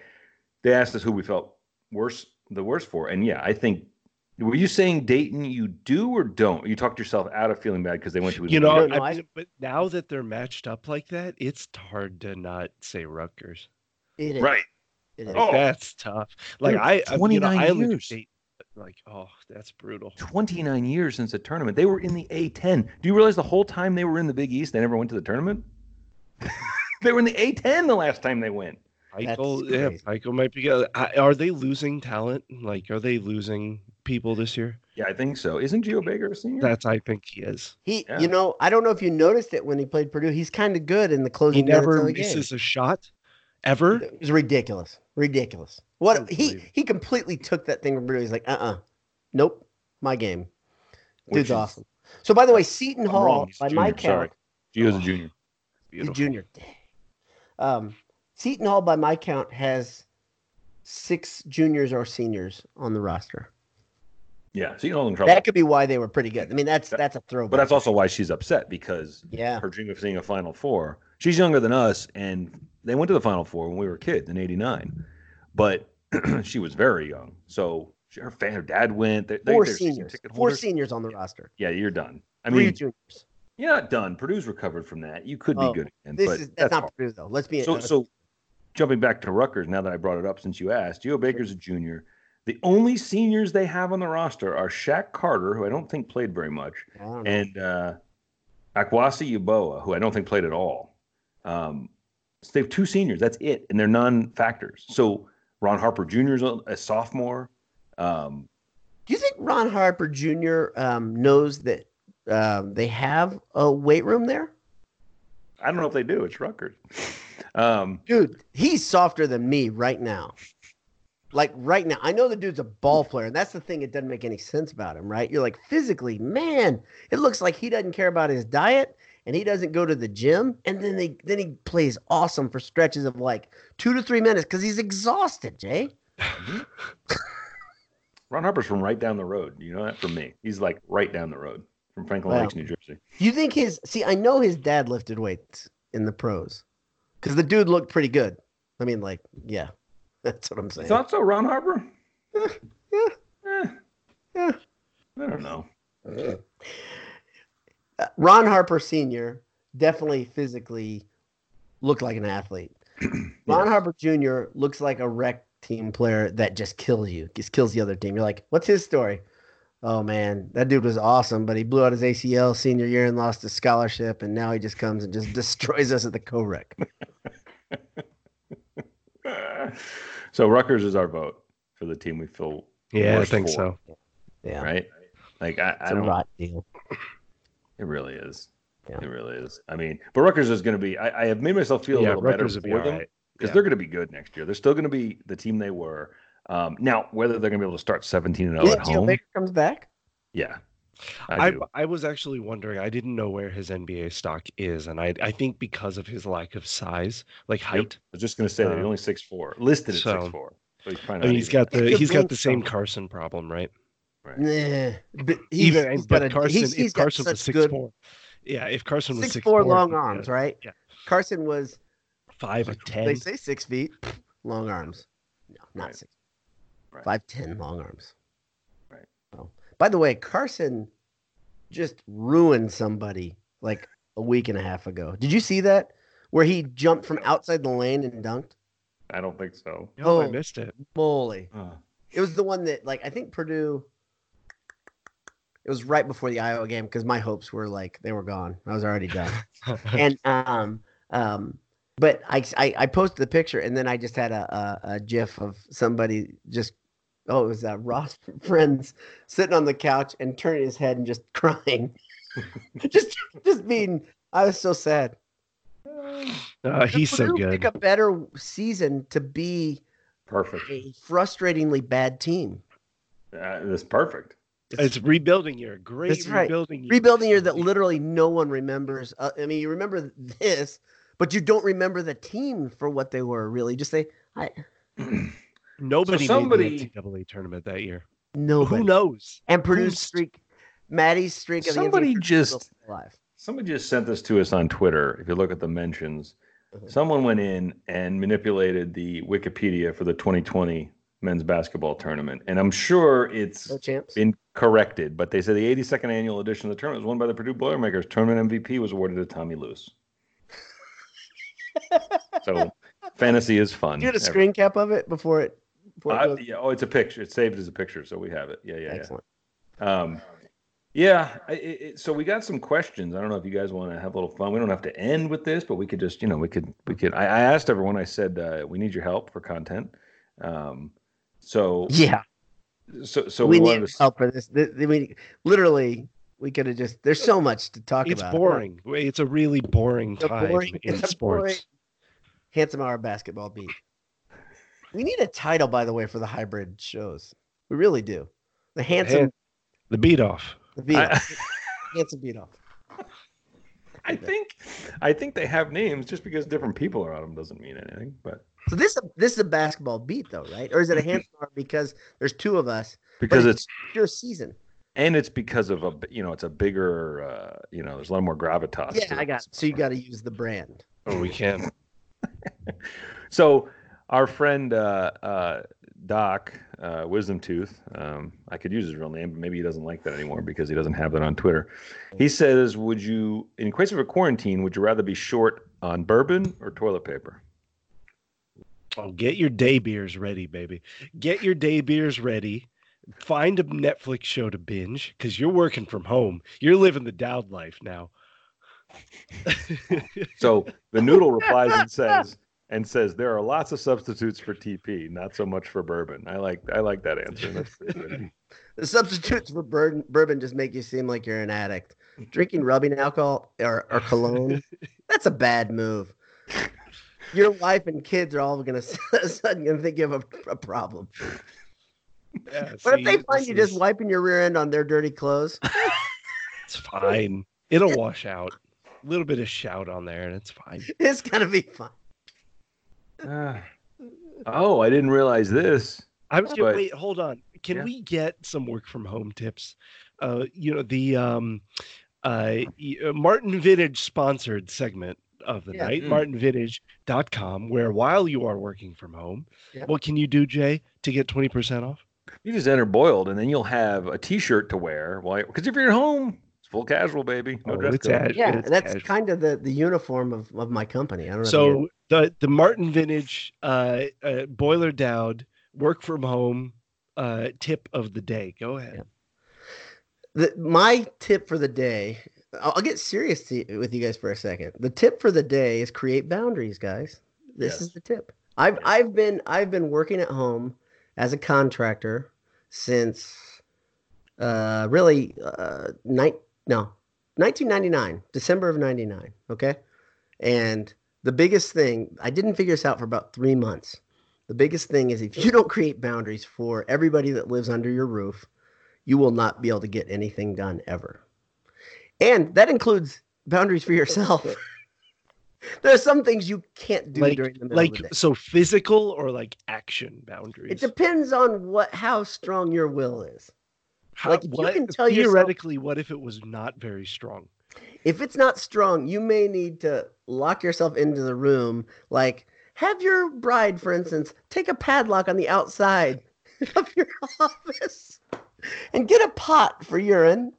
Speaker 1: they asked us who we felt worse the worst for, and yeah, I think. Were you saying Dayton? You do or don't? You talked yourself out of feeling bad because they went to. a
Speaker 2: You know,
Speaker 3: No, no,
Speaker 2: I
Speaker 3: I-
Speaker 2: mean, but now that they're matched up like that, it's hard to not say Rutgers.
Speaker 3: It is.
Speaker 1: right.
Speaker 3: It is.
Speaker 2: Like,
Speaker 1: Oh.
Speaker 2: that's tough. Like
Speaker 1: Dude,
Speaker 2: I, I- you know,
Speaker 1: 29
Speaker 2: I only do
Speaker 1: years.
Speaker 2: Dayton, but, like oh, that's brutal.
Speaker 1: 29 years since the tournament. They were in the A10. Do you realize the whole time they were in the Big East, they never went to the tournament? they were in the A10 the last time they went.
Speaker 2: Michael,
Speaker 3: That's
Speaker 2: yeah,
Speaker 3: crazy.
Speaker 2: Michael might be. good. I- Are they losing talent? Like, are they losing people this year?
Speaker 1: Yeah, I think so. Isn't Geo Baker a senior?
Speaker 2: That's, I think he is.
Speaker 3: He,
Speaker 1: Yeah.
Speaker 3: you know, I don't know if you noticed it when he played Purdue. He's kind of good in the
Speaker 2: He
Speaker 3: closing
Speaker 2: never
Speaker 3: minutes of the game.
Speaker 2: misses a shot, ever.
Speaker 3: It was ridiculous, ridiculous. What he
Speaker 2: Unbelievable.
Speaker 3: he completely took that thing from Purdue. He's like, uh, uh nope, my game.
Speaker 1: Which
Speaker 3: Dude's
Speaker 1: is-
Speaker 3: awesome. So by the way, Seton
Speaker 1: I'm
Speaker 3: Hall,
Speaker 1: wrong, he's a
Speaker 3: by my
Speaker 1: junior, sorry.
Speaker 3: count,
Speaker 1: Geo's a junior.
Speaker 3: he's a
Speaker 2: Beautiful.
Speaker 3: junior. Um, Seton Hall, by my count, has six juniors or seniors on the roster.
Speaker 1: Yeah, so you know in trouble.
Speaker 3: That could be why they were pretty good. I mean, that's
Speaker 1: That-
Speaker 3: that's a throwback.
Speaker 1: but that's also why she's upset because
Speaker 3: yeah.
Speaker 1: her dream of seeing a Final Four. She's younger than us, and they went to the Final Four when we were kids in '89. But she was very young, so she- her, fan, her dad went. They, they,
Speaker 3: Four
Speaker 1: they're season
Speaker 3: seniors,
Speaker 1: ticket
Speaker 3: four
Speaker 1: holders.
Speaker 3: seniors on the roster.
Speaker 1: Yeah, you're done. I
Speaker 3: I mean,
Speaker 1: mean,
Speaker 3: Three juniors.
Speaker 1: You're not done. Purdue's recovered from that. You could be
Speaker 3: Oh,
Speaker 1: good again,
Speaker 3: This
Speaker 1: but
Speaker 3: is that's,
Speaker 1: that's,
Speaker 3: not
Speaker 1: hard.
Speaker 3: Purdue though. Let's be
Speaker 1: So,
Speaker 3: honest.
Speaker 1: so jumping back to Rutgers, now that I brought it up, since you asked, Geo Baker's a junior. The only seniors they have on the roster are Shaq Carter, who I don't think played very much,
Speaker 3: I don't know.
Speaker 1: and uh, Akwasi Uboa, who I don't think played at all. Um, so they have two seniors. That's it, and they're non-factors. So Ron Harper Jr. is a a sophomore. Um,
Speaker 3: Do you think Ron Harper Jr. Um, knows that um, they have a weight room there?
Speaker 1: I don't know if they do. It's Rutgers. Um,
Speaker 3: Dude, he's softer than me right now. Like right now, I know the dude's a ball player, and that's the thing. It doesn't make any sense about him, right? You're like physically, man. It looks like he doesn't care about his diet, and he doesn't go to the gym. And then they then he plays awesome for stretches of like two to three minutes because he's exhausted. Jay,
Speaker 1: Ron Harper's from right down the road. You know that from me. He's like right down the road from Franklin
Speaker 3: Wow.
Speaker 1: Lakes, New Jersey.
Speaker 3: you think his see? I know his dad lifted weights in the pros because the dude looked pretty good. I mean, like, yeah, that's what I'm saying.
Speaker 1: Thought so, Ron Harper? Eh,
Speaker 3: yeah,
Speaker 1: eh.
Speaker 3: yeah.
Speaker 1: I don't know.
Speaker 3: Uh, Ron Harper Sr. definitely physically looked like an athlete. Ron Harper Jr. looks like a rec team player that just kills you, just kills the other team. You're like, what's his story? Oh man, that dude was awesome, but he blew out his ACL senior year and lost his scholarship, and now he just comes and just destroys us at the co-rec.
Speaker 1: Eh. So Rutgers is our vote for the team we feel
Speaker 2: Yeah, I
Speaker 1: worst
Speaker 2: think
Speaker 1: for,
Speaker 2: so.
Speaker 3: Yeah,
Speaker 1: right. Like I, I
Speaker 3: it's a
Speaker 1: don't.
Speaker 3: rot deal.
Speaker 1: It really is.
Speaker 3: Yeah.
Speaker 1: It really is. I mean, but Rutgers is going to be. I, I have made myself feel a
Speaker 2: Yeah,
Speaker 1: little
Speaker 2: Rutgers
Speaker 1: better
Speaker 2: would be
Speaker 1: for
Speaker 2: all
Speaker 1: them
Speaker 2: right.
Speaker 1: because
Speaker 2: Yeah.
Speaker 1: they're going to be good next year. They're still going to be the team they were. Um, now, whether they're going to be able to start seventeen and zero
Speaker 3: You
Speaker 1: at
Speaker 3: think Geo
Speaker 1: home,
Speaker 3: Baker comes back?
Speaker 1: yeah.
Speaker 2: I,
Speaker 1: do.
Speaker 2: I was actually wondering. I didn't know where his NBA stock is, and I I think because of his lack of size, like height.
Speaker 1: I was just going to say that he's
Speaker 2: Um,
Speaker 1: only six four, listed at
Speaker 2: so-
Speaker 1: six four. So he's probably
Speaker 2: I mean,
Speaker 1: not
Speaker 2: he's
Speaker 1: even-
Speaker 2: got
Speaker 3: He
Speaker 2: the
Speaker 3: could
Speaker 2: he's got
Speaker 3: link
Speaker 2: the same
Speaker 3: some.
Speaker 2: Carson problem, right?
Speaker 3: Nah, but he's,
Speaker 2: Even
Speaker 3: he's got
Speaker 2: but
Speaker 3: a-
Speaker 2: Carson,
Speaker 3: he's- he's
Speaker 2: if
Speaker 3: got
Speaker 2: Carson was
Speaker 3: such
Speaker 2: six
Speaker 3: good
Speaker 2: four, yeah, if Carson was
Speaker 3: six
Speaker 2: six
Speaker 3: four long arms, right?
Speaker 2: Yeah.
Speaker 3: Carson was
Speaker 2: Five or ten.
Speaker 3: they say six feet, long arms. No, not
Speaker 1: Right.
Speaker 3: six.
Speaker 1: Right.
Speaker 3: Five ten long arms.
Speaker 1: Right.
Speaker 3: So, by the way, Carson just ruined somebody like a week and a half ago. Did you see that? Where he jumped from outside the lane and dunked?
Speaker 1: I don't think so.
Speaker 2: no, I
Speaker 3: oh.
Speaker 2: missed it.
Speaker 3: Moly.
Speaker 1: Uh,
Speaker 3: It was the one that like I think Purdue it was right before the Iowa game because my hopes were like they were gone. I was already done. and um um but I, I I posted the picture and then I just had a a, a gif of somebody just oh, it was uh, Ross from Friends sitting on the couch and turning his head and just crying, just just being. I was so sad.
Speaker 2: Uh, he's so
Speaker 3: Purdue Pick
Speaker 2: good.
Speaker 3: a better season to be
Speaker 1: Perfect.
Speaker 3: a frustratingly bad team.
Speaker 1: Uh, that's perfect.
Speaker 2: It's rebuilding year. Great
Speaker 3: That's right.
Speaker 2: rebuilding year.
Speaker 3: rebuilding year that literally no one remembers. Uh, I mean, you remember this, but you don't remember the team for what they were really. Just say I,
Speaker 2: Nobody
Speaker 1: So somebody-
Speaker 2: made the NCAA tournament that year.
Speaker 3: nobody.
Speaker 2: Who knows?
Speaker 3: And Purdue's
Speaker 2: who's-
Speaker 3: streak, Maddie's streak. Of
Speaker 1: Somebody
Speaker 3: the NCAA
Speaker 1: just-
Speaker 3: tournament is still alive.
Speaker 1: Somebody just sent this to us on Twitter. If you look at the mentions,
Speaker 3: Mhm.
Speaker 1: someone went in and manipulated the Wikipedia for the 2020 men's basketball tournament, and I'm sure it's
Speaker 3: No champs.
Speaker 1: been corrected. But they said the 82nd annual edition of the tournament was won by the Purdue Boilermakers. Tournament MVP was awarded to Tommy Lewis. so, fantasy is fun.
Speaker 3: Did you get a
Speaker 1: Every-
Speaker 3: screen cap of it before it? Before it
Speaker 1: Uh,
Speaker 3: goes?
Speaker 1: yeah, oh, it's a picture. It's saved as a picture, so we have it. Yeah, yeah,
Speaker 3: Excellent.
Speaker 1: yeah. Um, yeah. I- I it, so we got some questions. I don't know if you guys want to have a little fun. We don't have to end with this, but we could just, you know, we could, we could. I, I asked everyone. I said, uh, we need your help for content. Um, so,
Speaker 3: Yeah,
Speaker 1: so, so
Speaker 3: we,
Speaker 1: we, wanted
Speaker 3: need
Speaker 1: to.
Speaker 3: help for this. Th- th- we literally we could have just. There's so much to talk
Speaker 2: It's
Speaker 3: about.
Speaker 2: boring. It's a really boring
Speaker 3: The
Speaker 2: time
Speaker 3: boring-
Speaker 2: in
Speaker 3: it's a
Speaker 2: sports.
Speaker 3: boring- Handsome Hour Basketball Beat. We need a title, by the way, for the hybrid shows. We really do. The handsome,
Speaker 2: Hand- the beat off.
Speaker 3: the beat
Speaker 1: I-
Speaker 3: off. handsome beat off.
Speaker 1: I think, I think they have names. Just because different people are on them doesn't mean anything. But
Speaker 3: So this this is a basketball beat, though, right? Or is it a handsome hour because there's two of us?
Speaker 1: because it's
Speaker 3: Pure season.
Speaker 1: and it's because of a, b- you know, it's a bigger, uh, you know, there's a lot more gravitas.
Speaker 3: Yeah,
Speaker 1: to
Speaker 3: I got. It. So you got to use the brand.
Speaker 2: Oh, we can.
Speaker 1: So our friend uh, uh, Doc uh, Wisdom Tooth, um, I could use his real name, but maybe he doesn't like that anymore because he doesn't have that on Twitter. He says, "Would you, in case of a quarantine, would you rather be short on bourbon or toilet paper?"
Speaker 2: Oh, get your day beers ready, baby. Get your day beers ready. Find a Netflix show to binge because you're working from home. You're living the Dowd life now.
Speaker 1: So the noodle replies and says, "And says there are lots of substitutes for TP, not so much for bourbon." I like I like that answer. That's pretty good.
Speaker 3: The substitutes for bourbon, bourbon just make you seem like you're an addict. Drinking rubbing alcohol or, or cologne, that's a bad move. Your wife and kids are all gonna suddenly gonna think you have a, a problem.
Speaker 2: Yeah,
Speaker 3: What
Speaker 2: see,
Speaker 3: if they
Speaker 2: this
Speaker 3: find you just
Speaker 2: is-
Speaker 3: wiping your rear end on their dirty clothes?
Speaker 2: It's fine. It'll wash out. A little bit of shout on there, and it's fine.
Speaker 3: It's gonna be fun.
Speaker 1: Ah. oh, I didn't realize this.
Speaker 2: I was
Speaker 1: But-
Speaker 2: gonna wait. Hold on. Can
Speaker 1: Yeah.
Speaker 2: we get some work from home tips? Uh, you know the um, uh, y- uh, Martin Vintage sponsored segment of the
Speaker 3: Yeah.
Speaker 2: night,
Speaker 1: Mm.
Speaker 2: martinvintage.com, where while you are working from home,
Speaker 3: Yeah.
Speaker 2: what can you do, Jay, to get twenty percent off?
Speaker 1: You just enter boiled, and then you'll have a T-shirt to wear. While because if you're at home, it's full casual, baby. No
Speaker 2: Oh,
Speaker 1: dress
Speaker 2: it's
Speaker 1: code.
Speaker 2: ad-
Speaker 3: Yeah,
Speaker 2: it's
Speaker 3: that's
Speaker 2: casual.
Speaker 3: kind of the, the uniform of, of my company. I don't know. if you-
Speaker 2: So the the Martin Vintage uh, uh, boiler Dowd work from home uh, tip of the day. Go ahead.
Speaker 3: the, my tip for the day i'll, I'll get serious to, with you guys for a second the tip for the day is create boundaries guys this
Speaker 1: Yes.
Speaker 3: is the tip i've i've been i've been working at home as a contractor since uh really uh night no 1999 december of 99 okay and the biggest thing i didn't figure this out for about three months the biggest thing is if you don't create boundaries for everybody that lives under your roof you will not be able to get anything done ever. And that includes boundaries for yourself. there are some things you can't do
Speaker 2: like
Speaker 3: during the middle
Speaker 2: like
Speaker 3: of the day.
Speaker 2: so physical or like action boundaries.
Speaker 3: It depends on what how strong your will is.
Speaker 2: How,
Speaker 3: Like, if you
Speaker 2: what,
Speaker 3: can tell yourself-
Speaker 2: theoretically, what if it was not very strong?
Speaker 3: If it's not strong, you may need to lock yourself into the room. Like have your bride, for instance, take a padlock on the outside of your office and get a pot for urine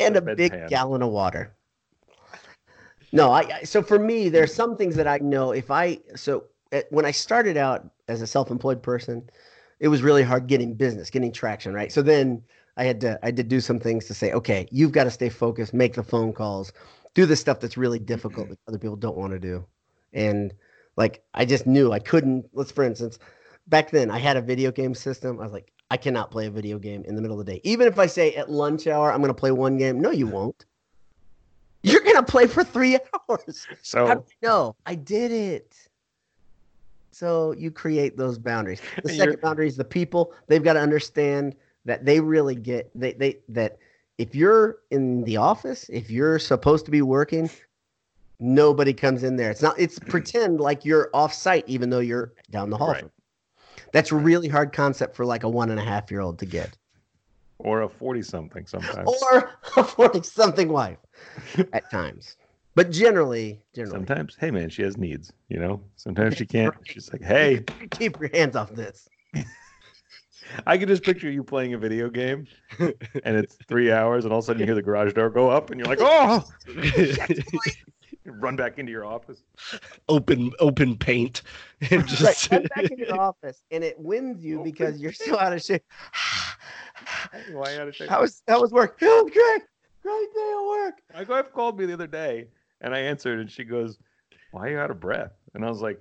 Speaker 3: and a
Speaker 1: Bedpan.
Speaker 3: big gallon of water. No, I, I so for me, there are some things that I know if I so eh, when I started out as a self-employed person, it was really hard getting business, getting traction, right? So then I had to I had to do some things to say, okay, you've got to stay focused, make the phone calls, do the stuff that's really difficult that other people don't want to do. And like I just knew I couldn't, let's for instance, back then I had a video game system. I was like, I cannot play a video game in the middle of the day. Even if I say at lunch hour I'm going to play one game, no, you won't. You're going to play for three hours. How do
Speaker 1: So
Speaker 3: I know? I did it. So you create those boundaries. The
Speaker 1: You're-
Speaker 3: 2nd boundary is the people. They've got to understand that they really get they they that if you're in the office, if you're supposed to be working, nobody comes in there. It's not it's pretend like you're off site even though you're down the hall.
Speaker 1: Right.
Speaker 3: from it. That's a really hard concept for like a one and a half year old to get.
Speaker 1: or a forty something sometimes.
Speaker 3: Or a 40 something wife at times. But generally, generally
Speaker 1: Sometimes, hey man, she has needs. You know, sometimes she can't. She's like, hey,
Speaker 3: keep your hands off this.
Speaker 1: I can just picture you playing a video game, and it's three hours, and all of a sudden you hear the garage door go up, and you're like, oh, you run back into your office.
Speaker 2: open open paint and just
Speaker 3: Right. I'm back in your office, and it wins you because you're so out of shape.
Speaker 1: Why out of shape?
Speaker 3: How was how was work? Oh, great, great day at work.
Speaker 1: My wife called me the other day, and I answered, and she goes, "Why are you out of breath?" And I was like,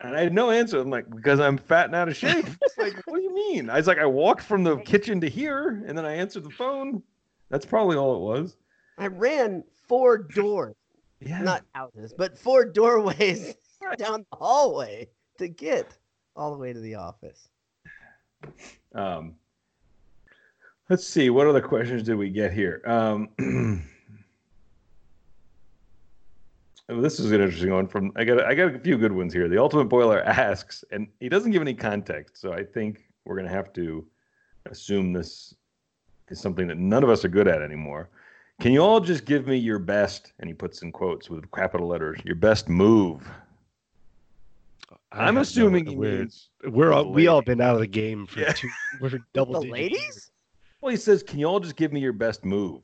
Speaker 1: and I had no answer. I'm like, because I'm fat and out of shape. It's like, what do you mean? I was like, I walked from the kitchen to here, and then I answered the phone. That's probably all it was.
Speaker 3: I ran four doors,
Speaker 1: Yeah.
Speaker 3: not houses, but four doorways
Speaker 1: Right.
Speaker 3: down the hallway to get all the way to the office.
Speaker 1: Um, let's see. What other questions did we get here? Um, oh, this is an interesting one. From I got I got a few good ones here. The Ultimate Boiler asks, and he doesn't give any context, so I think we're gonna have to assume this is something that none of us are good at anymore. Can you all just give me your best? And he puts in quotes with capital letters, your best move.
Speaker 2: I have
Speaker 1: I'm
Speaker 2: no
Speaker 1: assuming he
Speaker 2: idea.
Speaker 1: means
Speaker 2: we're all we all
Speaker 1: lady.
Speaker 2: been out of the game for
Speaker 1: Yeah.
Speaker 2: two we're double
Speaker 3: The
Speaker 2: digit years.
Speaker 3: ladies?
Speaker 1: Well, he says, "Can y'all just give me your best move?"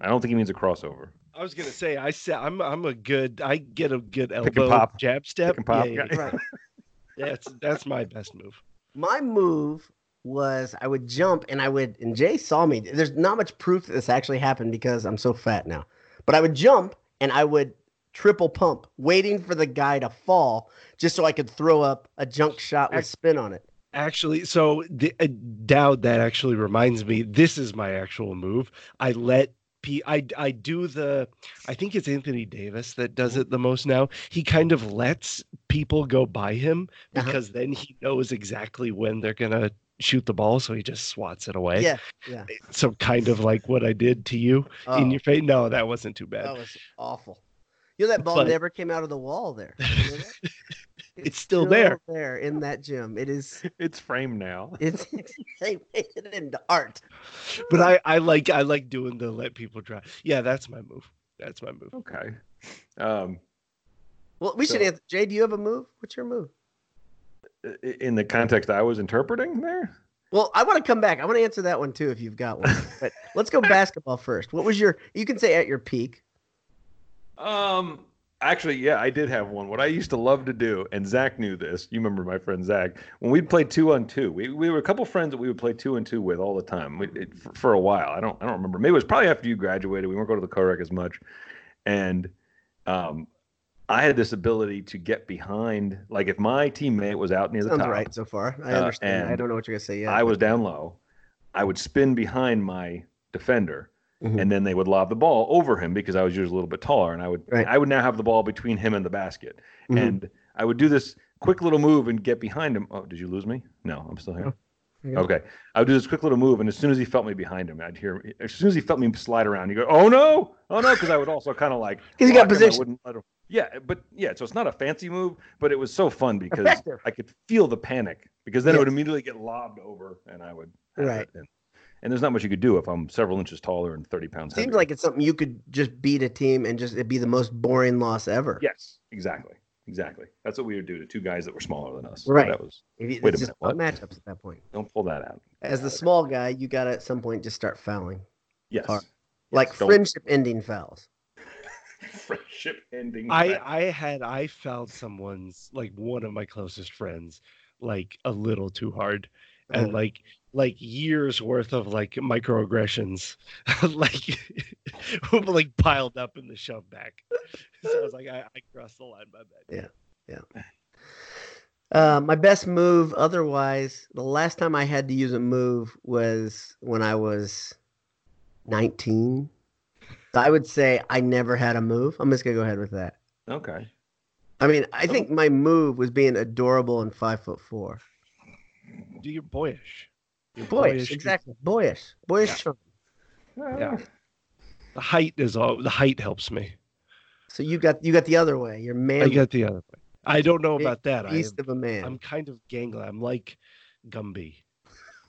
Speaker 1: I don't think he means a crossover.
Speaker 2: I was gonna say I said I'm I'm a good I get a good elbow
Speaker 1: pop.
Speaker 2: jab step
Speaker 1: and pop,
Speaker 2: Yeah, yeah,
Speaker 1: yeah.
Speaker 3: Right.
Speaker 2: yeah. that's that's my best move
Speaker 3: my move was I would jump and I would, and Jay saw me. There's not much proof that this actually happened because I'm so fat now, but I would jump and I would triple pump, waiting for the guy to fall just so I could throw up a junk shot with
Speaker 2: Ac-
Speaker 3: spin on it.
Speaker 2: actually so the, uh, Dowd that actually reminds me this is my actual move I let P I I do the I think it's Anthony Davis that does it the most now he kind of lets people go by him
Speaker 3: Uh-huh.
Speaker 2: because then he knows exactly when they're gonna shoot the ball so he just swats it away
Speaker 3: Yeah, yeah.
Speaker 2: so kind of like what I did to you
Speaker 3: Oh,
Speaker 2: in your face no that wasn't too bad
Speaker 3: that was awful. You know that ball
Speaker 2: But-
Speaker 3: never came out of the wall there. You know that?
Speaker 2: It's still there.
Speaker 3: There in that gym. It is.
Speaker 1: It's framed now.
Speaker 3: It's. they made it into art.
Speaker 2: but I, I like I like doing the let people try. Yeah, that's my move. That's my move.
Speaker 1: Okay. Um,
Speaker 3: Well, we should
Speaker 1: So-
Speaker 3: answer. Jay, do you have a move? What's your move?
Speaker 1: i- in the context I was interpreting there,
Speaker 3: Well, I want to come back. I want to answer that one too if you've got one. But let's go basketball first. What was your? You can say at your peak.
Speaker 1: Um, actually, yeah, I did have one. What I used to love to do, and Zach knew this. You remember my friend Zach when we'd play two on two. We, we were a couple friends that we would play two on two with all the time. We, it, for, for a while, I don't I don't remember. Maybe it was probably after you graduated. We weren't going to the co-rec as much, and um, I had this ability to get behind. Like if my teammate was out near the
Speaker 3: Sounds
Speaker 1: top,
Speaker 3: right so far. I
Speaker 1: Uh,
Speaker 3: understand. I
Speaker 1: and
Speaker 3: don't know what you're gonna say yet.
Speaker 1: I was down low. I would spin behind my defender,
Speaker 3: Mhm.
Speaker 1: and then they would lob the ball over him because I was usually a little bit taller, and I would
Speaker 3: Right.
Speaker 1: I would now have the ball between him and the basket,
Speaker 3: Mhm.
Speaker 1: and I would do this quick little move and get behind him. Oh, did you lose me? No, I'm still here.
Speaker 3: No. You're
Speaker 1: Okay, I would do this quick little move, and as soon as he felt me behind him, I'd hear. As soon as he felt me slide around, he go, "Oh no, oh no," because I would also kind of like
Speaker 3: 'Cause you got
Speaker 1: block him, I
Speaker 3: position.
Speaker 1: wouldn't let him- Yeah, but yeah, so it's not a fancy move, but it was so fun because
Speaker 3: Effective.
Speaker 1: I could feel the panic because then it would
Speaker 3: Yes.
Speaker 1: immediately get lobbed over, and I would have
Speaker 3: Right.
Speaker 1: it. And, and there's not much you could do if I'm several inches taller and 30 pounds.
Speaker 3: Seems
Speaker 1: heavier.
Speaker 3: like it's something you could just beat a team and just it'd be the most boring loss ever.
Speaker 1: yes, exactly, exactly. That's what we would do to two guys that were smaller than us.
Speaker 3: Right.
Speaker 1: That was
Speaker 3: If you- it's
Speaker 1: Wait a
Speaker 3: just
Speaker 1: minute, what?
Speaker 3: about matchups at that point.
Speaker 1: don't pull that out.
Speaker 3: As the small guy, you gotta at some point just start fouling,
Speaker 1: Yes.
Speaker 3: All right. like
Speaker 1: don't-
Speaker 3: friendship-ending fouls.
Speaker 1: Friendship ending.
Speaker 2: I
Speaker 1: fact.
Speaker 2: I had I fouled someone's like one of my closest friends like a little too hard and
Speaker 1: Uh-huh.
Speaker 3: Oh.
Speaker 2: like like years worth of like microaggressions like like piled up in the shove back. So I was like I, I crossed the line by that.
Speaker 3: Yeah. Uh, my best move, otherwise, the last time I had to use a move was when I was 19. So I would say I never had a move. I'm just gonna go ahead with that.
Speaker 1: Okay.
Speaker 3: I mean, I
Speaker 2: Oh.
Speaker 3: think my move was being adorable and five foot four.
Speaker 2: Do you're boyish. You're
Speaker 3: Boyish, exactly. Boyish, boyish. charm.
Speaker 2: Yeah.
Speaker 1: Ah,
Speaker 2: The height is all. The height helps me.
Speaker 3: So you got you got the other way. You're
Speaker 2: I
Speaker 3: man,
Speaker 2: got the other way. I don't know
Speaker 3: Big
Speaker 2: about that. I
Speaker 3: beast
Speaker 2: am,
Speaker 3: of a man.
Speaker 2: I'm kind of gangly. I'm like Gumby.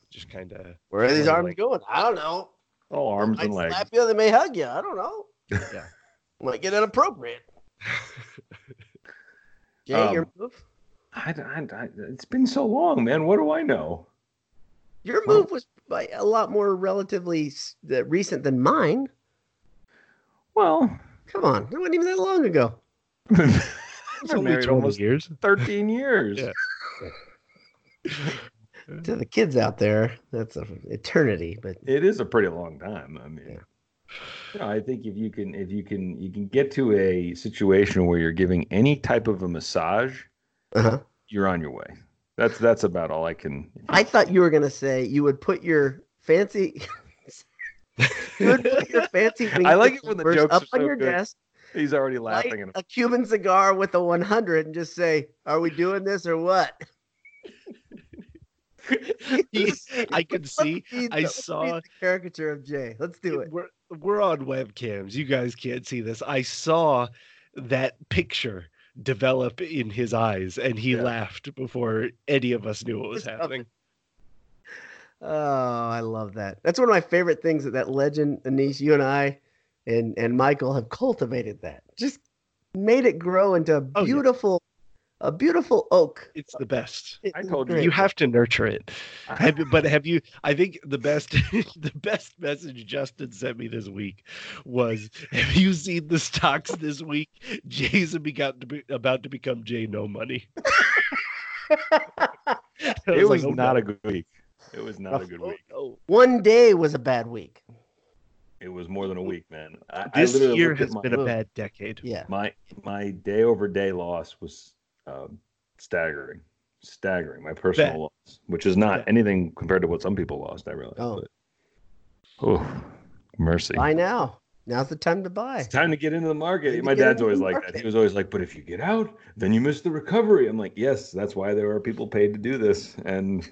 Speaker 2: Just kind of.
Speaker 3: Where are these
Speaker 2: kinda
Speaker 3: arms
Speaker 2: like-
Speaker 3: going? I don't know.
Speaker 1: All arms
Speaker 3: Might
Speaker 1: and legs.
Speaker 3: slap you. They may hug you. I don't know.
Speaker 2: Yeah.
Speaker 3: Might get inappropriate.
Speaker 2: Um,
Speaker 3: Jay, your
Speaker 1: Um,
Speaker 3: move.
Speaker 1: I, I- I- it's been so long, man. What do I know?
Speaker 3: Your
Speaker 1: well-
Speaker 3: move was by a lot more relatively s- uh, recent than mine.
Speaker 1: Well,
Speaker 3: Come on, it wasn't even that long ago.
Speaker 1: I've
Speaker 2: It's
Speaker 1: been
Speaker 2: only
Speaker 1: married
Speaker 2: 20
Speaker 1: almost
Speaker 2: years.
Speaker 1: 13 years.
Speaker 2: Yeah.
Speaker 3: To the kids out there, that's an eternity. But
Speaker 1: It is a pretty long time. I mean, you know, I think if you can, if you can, you can get to a situation where you're giving any type of a massage,
Speaker 3: uh-huh.
Speaker 1: you're on your way. That's that's about all I can.
Speaker 3: I thought you were gonna say you would put your fancy, you would put your fancy.
Speaker 1: I like it when the
Speaker 3: fingers
Speaker 1: jokes
Speaker 3: up
Speaker 1: are
Speaker 3: on
Speaker 1: so
Speaker 3: your
Speaker 1: good.
Speaker 3: desk,
Speaker 1: He's already
Speaker 3: light
Speaker 1: laughing.
Speaker 3: a Cuban cigar with a 100, and just say, "Are we doing this or what?"
Speaker 2: He's- I could see.
Speaker 3: Let's be the-
Speaker 2: I
Speaker 3: let's be
Speaker 2: saw-
Speaker 3: the caricature of Jay. Let's do it.
Speaker 2: We're, we're on webcams. You guys can't see this. I saw that picture develop in his eyes, and he
Speaker 1: Yeah.
Speaker 2: laughed before any of us knew what was
Speaker 3: Just up
Speaker 2: happening.
Speaker 3: Oh, I love that. That's one of my favorite things that that legend, Anish, you and I, and and Michael have cultivated. That just made it grow into a
Speaker 2: Oh, yeah.
Speaker 3: beautiful, a beautiful oak.
Speaker 2: It's the best.
Speaker 3: It
Speaker 1: I
Speaker 3: was
Speaker 1: told you,
Speaker 3: great.
Speaker 2: You have to nurture it.
Speaker 1: I,
Speaker 2: Have you- but have you? I think the best, the best message Justin sent me this week was: Have you seen the stocks this week? Jay's about to be, about to become Jay No Money.
Speaker 1: it was
Speaker 2: "Oh,
Speaker 1: not a good week. It was not a good week.
Speaker 3: One day was a bad week.
Speaker 1: It was more than a week, man. I, I
Speaker 2: This
Speaker 1: literally
Speaker 2: year
Speaker 1: looked at
Speaker 2: has
Speaker 1: my-
Speaker 2: been a bad decade.
Speaker 3: Yeah.
Speaker 1: my my day over day loss was um, staggering, staggering. My personal
Speaker 2: Bet.
Speaker 1: loss, which is not
Speaker 2: Bet.
Speaker 1: anything compared to what some people lost. I realize.
Speaker 3: Oh.
Speaker 1: but- oh, mercy.
Speaker 3: Buy now. Now's the time to buy.
Speaker 1: It's time to get into the market.
Speaker 3: Time to
Speaker 1: my
Speaker 3: get
Speaker 1: dad's
Speaker 3: into
Speaker 1: always
Speaker 3: the
Speaker 1: like that.
Speaker 3: market.
Speaker 1: He was always like, "But if you get out, then you miss the recovery." I'm like, "Yes, that's why there are people paid to do this." And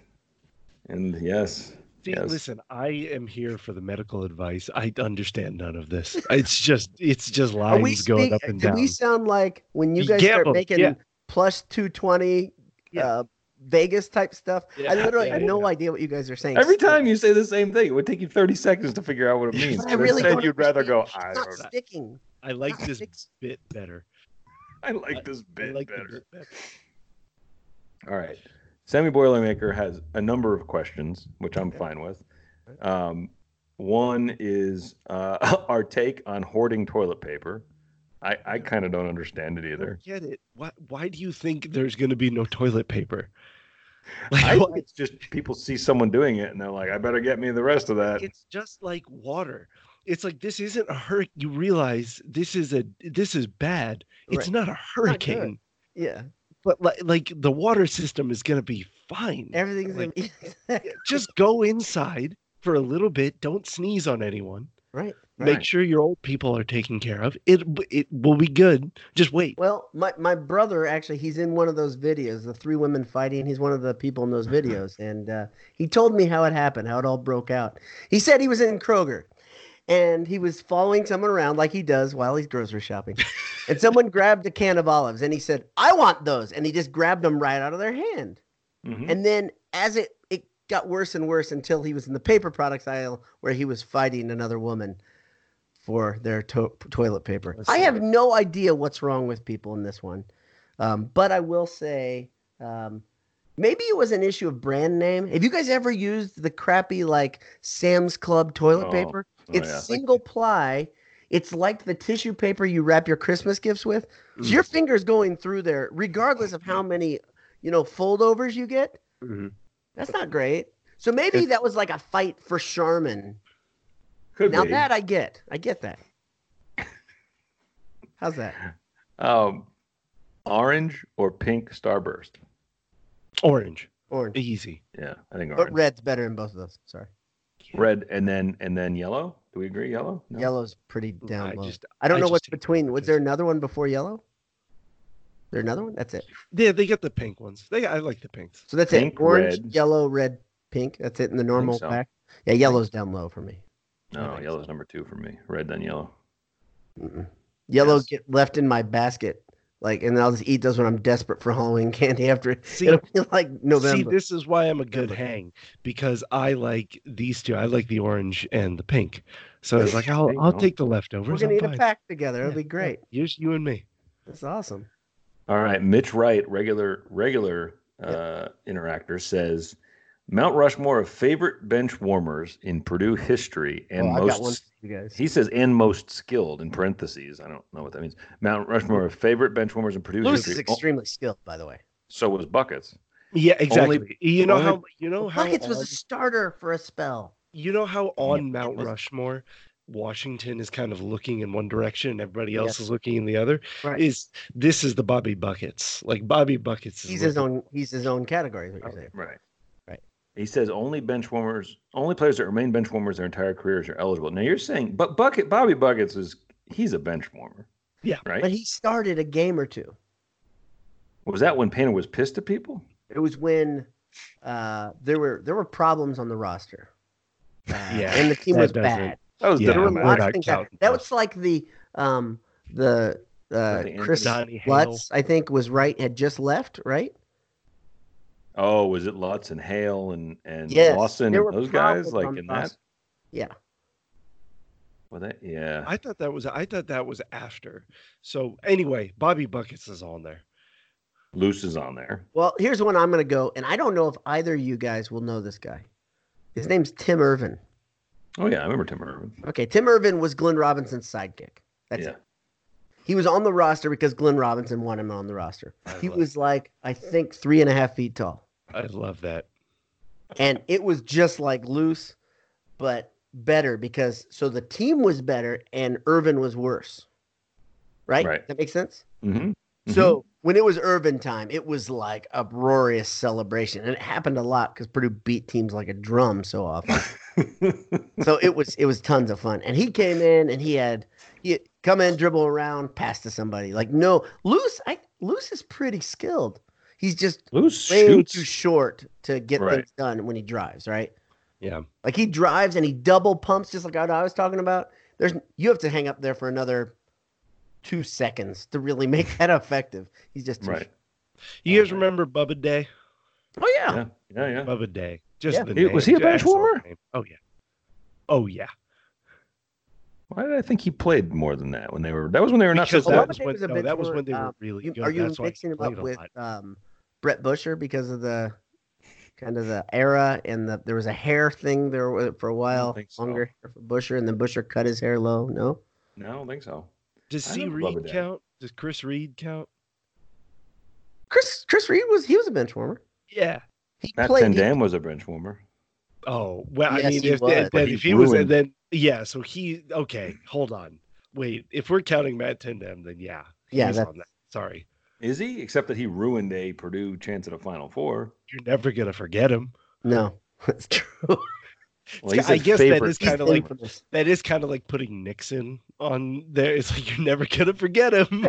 Speaker 1: and yes,
Speaker 2: See,
Speaker 1: Yes.
Speaker 2: listen, I am here for the medical advice. I understand none of this. It's just, it's just
Speaker 3: Are we
Speaker 2: lines going
Speaker 3: speak-
Speaker 2: up and
Speaker 3: do
Speaker 2: down.
Speaker 3: we sound like when you
Speaker 2: You
Speaker 3: guys
Speaker 2: gamble,
Speaker 3: start making
Speaker 2: yeah.
Speaker 3: plus 220
Speaker 2: Yeah.
Speaker 3: uh, Vegas type stuff? I literally
Speaker 2: yeah,
Speaker 3: have
Speaker 2: yeah.
Speaker 3: no idea what you guys are saying.
Speaker 1: every
Speaker 3: Still,
Speaker 1: time you say the same thing, it would take you 30 seconds to figure out what it means.
Speaker 3: But I really
Speaker 1: Instead,
Speaker 3: don't
Speaker 1: you'd rather go.
Speaker 3: understand.
Speaker 1: I
Speaker 3: it's not
Speaker 1: don't. know.
Speaker 3: sticking.
Speaker 2: I like
Speaker 3: not
Speaker 2: this
Speaker 3: fix-
Speaker 2: bit better.
Speaker 1: I
Speaker 2: I-
Speaker 1: like this
Speaker 2: I
Speaker 1: bit
Speaker 2: like the
Speaker 1: better.
Speaker 2: bit better.
Speaker 1: All right. Sammy Boilermaker has a number of questions, which I'm fine with. Um, one is uh, our take on hoarding toilet paper. I, I kind of don't understand it
Speaker 2: I don't
Speaker 1: either.
Speaker 2: get it. Why, why do you think there's going to be no toilet paper? Like,
Speaker 1: I
Speaker 2: why-
Speaker 1: think it's just people see someone doing it and they're like, I better get me the rest of that.
Speaker 2: it's just like water. It's like this isn't a hurricane. You realize this is a this is bad. It's
Speaker 3: Right.
Speaker 2: not a hurricane,
Speaker 3: Yeah.
Speaker 2: but like like the water system is going to be fine.
Speaker 3: Everything's
Speaker 2: Like-
Speaker 3: gonna be
Speaker 2: just go inside for a little bit. Don't sneeze on anyone.
Speaker 3: right.
Speaker 2: Make
Speaker 1: Right.
Speaker 2: sure your old people are taken care of. It it will be good. Just wait.
Speaker 3: Well, my, my brother actually, he's in one of those videos, the three women fighting. He's one of the people in those videos. And uh, he told me how it happened, how it all broke out. He said he was in Kroger and he was following someone around like he does while he's grocery shopping. and someone grabbed a can of olives and he said, I want those. And he just grabbed them right out of their hand.
Speaker 1: Mhm.
Speaker 3: And then as it, it got worse and worse until he was in the paper products aisle where he was fighting another woman for their to- toilet paper.
Speaker 2: Let's
Speaker 3: I
Speaker 2: see.
Speaker 3: have no idea what's wrong with people in this one. Um, but I will say um, maybe it was an issue of brand name. Have you guys ever used the crappy like Sam's Club toilet
Speaker 1: Oh,
Speaker 3: paper?
Speaker 1: Oh,
Speaker 3: It's
Speaker 1: yeah.
Speaker 3: single ply. It's like the tissue paper you wrap your Christmas gifts with. So your fingers going through there, regardless of how many, you know, foldovers you get.
Speaker 2: Mhm.
Speaker 3: That's not great. So maybe that was like a fight for Charmin.
Speaker 1: Could
Speaker 3: Now
Speaker 1: be.
Speaker 3: that I get, I get that. How's that?
Speaker 1: um, orange or pink starburst?
Speaker 2: Orange,
Speaker 3: Orange.
Speaker 2: easy.
Speaker 1: Yeah, I think
Speaker 3: But
Speaker 1: orange,
Speaker 3: red's better in both of those. Sorry.
Speaker 1: red, and then and then yellow. Do we agree? Yellow. No?
Speaker 3: Yellow's pretty down
Speaker 2: I
Speaker 3: low.
Speaker 2: just-
Speaker 3: I don't
Speaker 2: I
Speaker 3: know
Speaker 2: just
Speaker 3: what's
Speaker 2: hate that
Speaker 3: between. Was
Speaker 2: because-
Speaker 3: there another one before yellow? There another one? That's it.
Speaker 2: Yeah, they get the pink ones. They I like the pinks.
Speaker 3: So that's
Speaker 1: Pink,
Speaker 3: it. Orange,
Speaker 1: red.
Speaker 3: yellow, red, pink. That's it in the normal
Speaker 1: so.
Speaker 3: pack. Yeah, yellow's down low for me.
Speaker 2: I
Speaker 1: No,
Speaker 2: think
Speaker 1: yellow's number two for me. Red then yellow.
Speaker 3: Mm-mm. Yellows
Speaker 1: Yes.
Speaker 3: get left in my basket, like, and I'll just eat those when I'm desperate for Halloween candy. After
Speaker 2: See,
Speaker 3: it'll be like
Speaker 2: See,
Speaker 3: November.
Speaker 2: this is why I'm a good
Speaker 3: November.
Speaker 2: hang because I like these two. I like the orange and the pink. So I was like, I'll,
Speaker 1: There you
Speaker 2: I'll
Speaker 1: go.
Speaker 2: take the
Speaker 3: We're
Speaker 2: leftovers.
Speaker 3: gonna
Speaker 2: I'll
Speaker 3: eat a
Speaker 2: buy it.
Speaker 3: pack together. It'll
Speaker 2: Yeah,
Speaker 3: be
Speaker 2: yeah.
Speaker 3: great.
Speaker 2: Here's you and me.
Speaker 3: That's awesome.
Speaker 1: All right, Mitch Wright, regular regular uh, interactor says Mount Rushmore of favorite bench warmers in Purdue history and
Speaker 3: oh, I got one
Speaker 1: most.
Speaker 3: for you guys.
Speaker 1: He says and most skilled in parentheses. I don't know what that means. Mount Rushmore of favorite bench warmers in Purdue
Speaker 3: Lewis is
Speaker 1: history. Oh,
Speaker 3: extremely skilled, by the way.
Speaker 1: So was buckets.
Speaker 2: Yeah, exactly. you know
Speaker 1: only-
Speaker 2: how you
Speaker 1: Oh,
Speaker 2: know how
Speaker 3: Buckets was
Speaker 2: on-
Speaker 3: a starter for a spell.
Speaker 2: you know how on Mount
Speaker 1: was-
Speaker 2: Rushmore, Washington is kind of looking in one direction and everybody else
Speaker 3: Yes.
Speaker 2: is looking in the other.
Speaker 3: Right.
Speaker 2: Is this is the Bobby Buckets? Like Bobby Buckets is
Speaker 3: He's his
Speaker 2: looking-
Speaker 3: own. He's his own category.
Speaker 1: Oh,
Speaker 3: Is what you're saying.
Speaker 1: Right.
Speaker 3: Right.
Speaker 1: He says only bench warmers, only players that remain bench warmers their entire careers are eligible. Now you're saying, but bucket Bobby buckets is he's a bench warmer.
Speaker 2: Yeah.
Speaker 1: Right.
Speaker 3: But he started a game or two.
Speaker 1: was that when Painter was pissed at people?
Speaker 3: It was when uh, there were there were problems on the roster. Uh,
Speaker 2: Yeah,
Speaker 3: and the team
Speaker 2: that
Speaker 3: was
Speaker 2: doesn't-
Speaker 3: bad.
Speaker 1: That was
Speaker 2: Yeah,
Speaker 3: There were
Speaker 2: we're
Speaker 3: lots of
Speaker 2: not
Speaker 3: things happening.
Speaker 2: counting
Speaker 3: That
Speaker 2: those.
Speaker 3: was like the um, the uh,
Speaker 1: the
Speaker 3: Chris
Speaker 2: Donnie Hale.
Speaker 3: Lutz, I think, was right had just left, right?
Speaker 1: Oh, was it Lutz and Hale and and
Speaker 3: Yes,
Speaker 1: Lawson
Speaker 3: there
Speaker 1: and
Speaker 3: were
Speaker 1: those guys
Speaker 3: problems
Speaker 1: like
Speaker 3: on
Speaker 1: in
Speaker 3: the
Speaker 1: that?
Speaker 3: roster. Yeah.
Speaker 1: Well, that yeah.
Speaker 2: I thought that was I thought that was after. So anyway, Bobby Buckets is on there.
Speaker 1: Luce is on there.
Speaker 3: Well, here's one I'm going to go, and I don't know if either of you guys will know this guy. His name's Tim Irvin.
Speaker 1: Oh yeah, I remember Tim Irvin.
Speaker 3: Okay, Tim Irvin was Glenn Robinson's sidekick. That's
Speaker 1: yeah.
Speaker 3: it. He was on the roster because Glenn Robinson wanted him on the roster.
Speaker 2: I
Speaker 3: He
Speaker 2: love-
Speaker 3: was like, I think, three and a half feet tall.
Speaker 2: I love that.
Speaker 3: and it was just like loose, but better because so the team was better and Irvin was worse. Right?
Speaker 1: Right.
Speaker 3: That makes sense?
Speaker 1: Mm-hmm.
Speaker 3: So when it was Irvin time, it was like uproarious celebration. And it happened a lot because Purdue beat teams like a drum so often. so it was it was tons of fun. And he came in and he had he had come in, dribble around, pass to somebody. Like no, loose I loose is pretty skilled. He's just
Speaker 1: Mm-hmm. Luce
Speaker 3: way
Speaker 1: shoots.
Speaker 3: too short to get
Speaker 1: Right.
Speaker 3: things done when he drives, right?
Speaker 2: Yeah.
Speaker 3: Like he drives and he double pumps, just like what I was talking about. There's you have to hang up there for another two seconds to really make that effective. He's just too
Speaker 1: right.
Speaker 2: You guys
Speaker 1: Alright.
Speaker 2: remember Bubba Day?
Speaker 3: Oh yeah.
Speaker 1: Yeah. Yeah. Yeah.
Speaker 2: Bubba Day. Just
Speaker 3: Yeah.
Speaker 2: the
Speaker 1: He-
Speaker 2: name.
Speaker 1: was he a bench
Speaker 2: That's all
Speaker 1: warmer?
Speaker 2: name. Oh yeah. Oh yeah.
Speaker 1: Why did I think he played more than that when they were? That was when they were not so
Speaker 2: Because
Speaker 3: Well,
Speaker 2: that
Speaker 3: Bubba
Speaker 1: bad.
Speaker 2: was when,
Speaker 3: Day was a
Speaker 2: no,
Speaker 3: bench
Speaker 2: that was when they
Speaker 3: warmer.
Speaker 2: were
Speaker 3: Um,
Speaker 2: really
Speaker 3: You-
Speaker 2: good.
Speaker 3: are you
Speaker 2: That's why he
Speaker 3: mixing him
Speaker 2: played
Speaker 3: up
Speaker 2: a
Speaker 3: with
Speaker 2: lot.
Speaker 3: um, Brett Busher because of the kind of the era and the there was a hair thing there wa- for a while,
Speaker 1: think so.
Speaker 3: longer hair for Busher, and then Busher cut his hair low. No,
Speaker 1: No, I don't think so.
Speaker 2: Does
Speaker 1: I
Speaker 2: C
Speaker 1: remember
Speaker 2: Reed
Speaker 1: Bubba Day.
Speaker 2: count? Does Chris Reed count?
Speaker 3: Chris Chris Reed was he was a bench warmer.
Speaker 2: Yeah.
Speaker 3: He
Speaker 1: Matt
Speaker 3: played.
Speaker 1: Van
Speaker 3: he-
Speaker 1: Dam was a bench warmer.
Speaker 2: Oh well, I
Speaker 3: Yes,
Speaker 2: mean,
Speaker 3: he
Speaker 2: if, then,
Speaker 3: was.
Speaker 1: But
Speaker 2: then
Speaker 1: he
Speaker 2: if he was,
Speaker 1: ruined-
Speaker 2: then yeah. So he okay. Hold on. Wait, if we're counting Matt Tindem, then yeah,
Speaker 3: yeah,
Speaker 2: he's
Speaker 3: that's,
Speaker 2: on that. Sorry,
Speaker 1: Is he? Except that he ruined a Purdue chance at a Final Four.
Speaker 2: you're never gonna forget him.
Speaker 3: no, that's true.
Speaker 1: Well, he
Speaker 2: I
Speaker 1: said
Speaker 2: guess that
Speaker 1: favorite
Speaker 2: is kinda
Speaker 1: bench
Speaker 2: like-
Speaker 1: warmer.
Speaker 2: That is kind of like putting Nixon on there. It's like you're never gonna forget him.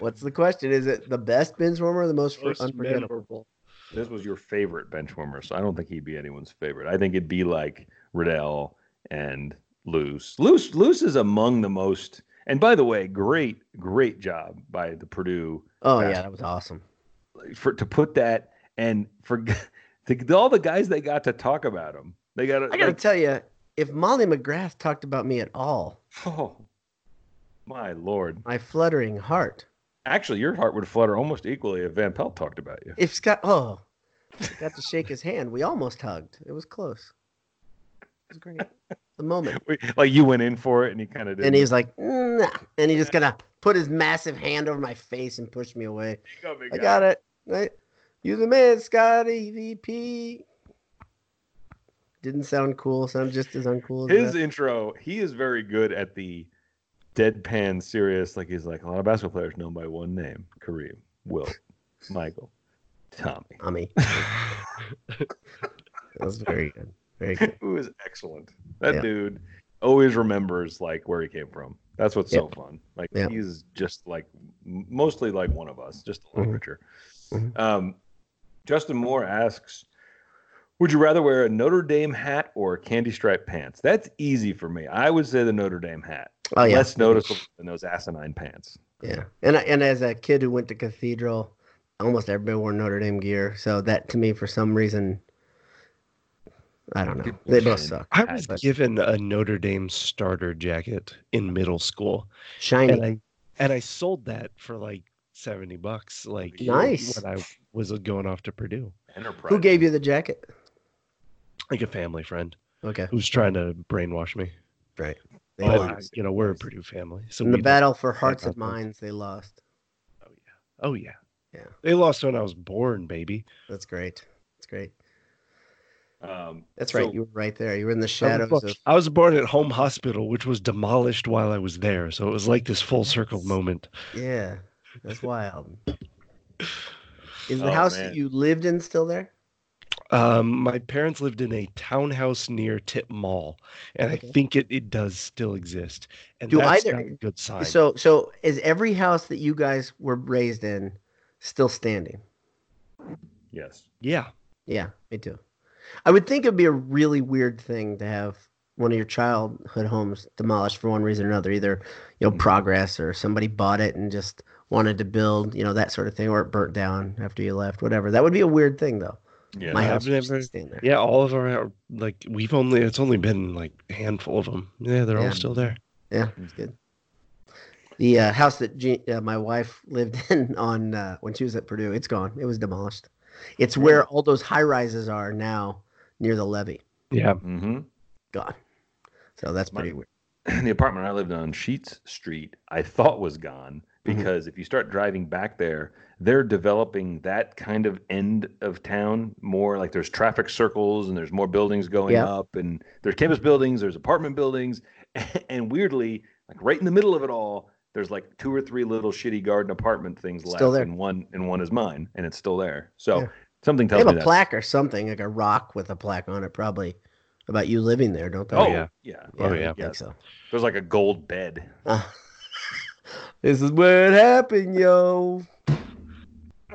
Speaker 3: What's the question? Is it the best bench warmer or the most,
Speaker 2: Most
Speaker 3: unforgettable?
Speaker 1: This was your favorite bench warmer, so I don't think he'd be anyone's favorite. I think it'd be like Riddell and Luce. Luce Luce is among the most. And by the way, great great job by the Purdue
Speaker 3: Oh yeah, that was awesome.
Speaker 1: for to put that and for to, all the guys they got to talk about him. They got
Speaker 3: I gotta tell you, if Molly McGrath talked about me at all,
Speaker 1: oh my lord.
Speaker 3: my fluttering heart.
Speaker 1: Actually, your heart would flutter almost equally if Van Pelt talked about you.
Speaker 3: If Scott, oh, got to shake his hand. We almost hugged. It was close. It was great. The moment.
Speaker 1: We- Like you went in for it, and he kind of did.
Speaker 3: And he was like, nah. and he just kind of put his massive hand over my face and pushed me away. I got it. Right? You the man, Scott EVP. Didn't sound cool. Sound just as uncool. As
Speaker 1: his
Speaker 3: that.
Speaker 1: intro he is very good at the deadpan serious like he's like a lot of basketball players known by one name kareem wilt michael Tommy.
Speaker 3: Tommy. That Ah, was very good. Very good.
Speaker 1: Who is excellent. That
Speaker 3: Yeah.
Speaker 1: dude always remembers like where he came from. That's what's so fun. Like
Speaker 3: Yeah.
Speaker 1: he's just like m- mostly like one of us, just a little
Speaker 3: Mhm.
Speaker 1: richer.
Speaker 3: Mhm.
Speaker 1: Um, Justin Moore asks, "Would you rather wear a Notre Dame hat or candy striped pants?" That's easy for me. I would say the Notre Dame hat.
Speaker 3: Oh yeah,
Speaker 1: Less noticeable than those asinine pants.
Speaker 3: yeah. And I- and as a kid who went to cathedral, almost everybody wore Notre Dame gear. So that to me, for some reason, I don't know. They both suck.
Speaker 2: I was
Speaker 3: but-
Speaker 2: given a Notre Dame starter jacket in middle school, and
Speaker 3: Shiny.
Speaker 2: I and I sold that for like seventy bucks. Like
Speaker 3: Nice.
Speaker 2: when I was going off to Purdue,
Speaker 1: Enterprise.
Speaker 3: Who gave you the jacket?
Speaker 2: like a family friend
Speaker 3: Okay,
Speaker 2: who's trying to brainwash me.
Speaker 3: right. They
Speaker 2: But,
Speaker 3: lost.
Speaker 2: uh, you know, we're a Purdue family, so
Speaker 3: In the
Speaker 2: we-
Speaker 3: battle for hearts and
Speaker 2: That's awesome.
Speaker 3: minds, they lost.
Speaker 2: Oh yeah, oh yeah,
Speaker 3: Yeah.
Speaker 2: They lost when I was born, baby.
Speaker 3: That's great. That's great.
Speaker 1: Um,
Speaker 3: That's
Speaker 1: so-
Speaker 3: right. You were right there. You were in
Speaker 2: I
Speaker 3: the
Speaker 2: was,
Speaker 3: shadows
Speaker 2: born,
Speaker 3: of.
Speaker 2: I was born at Home Hospital, which was demolished while I was there. So it was like this full circle moment.
Speaker 3: Yeah, that's wild. Is the
Speaker 1: Oh,
Speaker 3: house
Speaker 1: man.
Speaker 3: that you lived in still there?
Speaker 2: Um, my parents lived in a townhouse near Tip Mall, and
Speaker 3: Okay.
Speaker 2: I think it, it does still exist. And
Speaker 3: Do
Speaker 2: that's
Speaker 3: either-
Speaker 2: not a good sign.
Speaker 3: So, so is every house that you guys were raised in still standing?
Speaker 1: Yes.
Speaker 2: yeah,
Speaker 3: Yeah, me too. I would think it'd be a really weird thing to have one of your childhood homes demolished for one reason or another, either you know
Speaker 1: Hmm.
Speaker 3: progress or somebody bought it and just wanted to build, you know, that sort of thing, or it burnt down after you left, whatever. That would be a weird thing though.
Speaker 1: Yeah.
Speaker 3: My uh,
Speaker 2: I've
Speaker 3: house would
Speaker 2: never-
Speaker 3: just stand there.
Speaker 2: yeah. All of our are- like we've only it's only been like a handful of them. Yeah, they're
Speaker 3: Yeah.
Speaker 2: all still there.
Speaker 3: Yeah, it's good. The uh, house that Jean, uh, my wife lived in on uh, when she was at Purdue, it's gone. It was demolished. It's where all those high rises are now near the levee.
Speaker 2: Yeah,
Speaker 1: Mm-hmm.
Speaker 3: Gone. So that's
Speaker 1: My-
Speaker 3: pretty weird.
Speaker 1: the apartment I lived on Sheets Street, I thought was gone
Speaker 3: Mm-hmm.
Speaker 1: because if you start driving back there, they're developing that kind of end of town more. Like there's traffic circles and there's more buildings going
Speaker 3: Yeah.
Speaker 1: up, and there's campus buildings, there's apartment buildings, and weirdly, like right in the middle of it all, there's like two or three little shitty garden apartment things
Speaker 3: Still
Speaker 1: left,
Speaker 3: there.
Speaker 1: and one and one is mine, and it's still there. So
Speaker 3: Yeah.
Speaker 1: something
Speaker 3: They
Speaker 1: tells
Speaker 3: have
Speaker 1: me
Speaker 3: a
Speaker 1: that.
Speaker 3: plaque or something, like a rock with a plaque on it, probably about you living there, don't they?
Speaker 1: oh
Speaker 2: yeah.
Speaker 1: yeah,
Speaker 2: Oh,
Speaker 3: I
Speaker 2: yeah.
Speaker 3: think so.
Speaker 1: there's like a gold bed.
Speaker 3: Uh, this is where it happened, yo.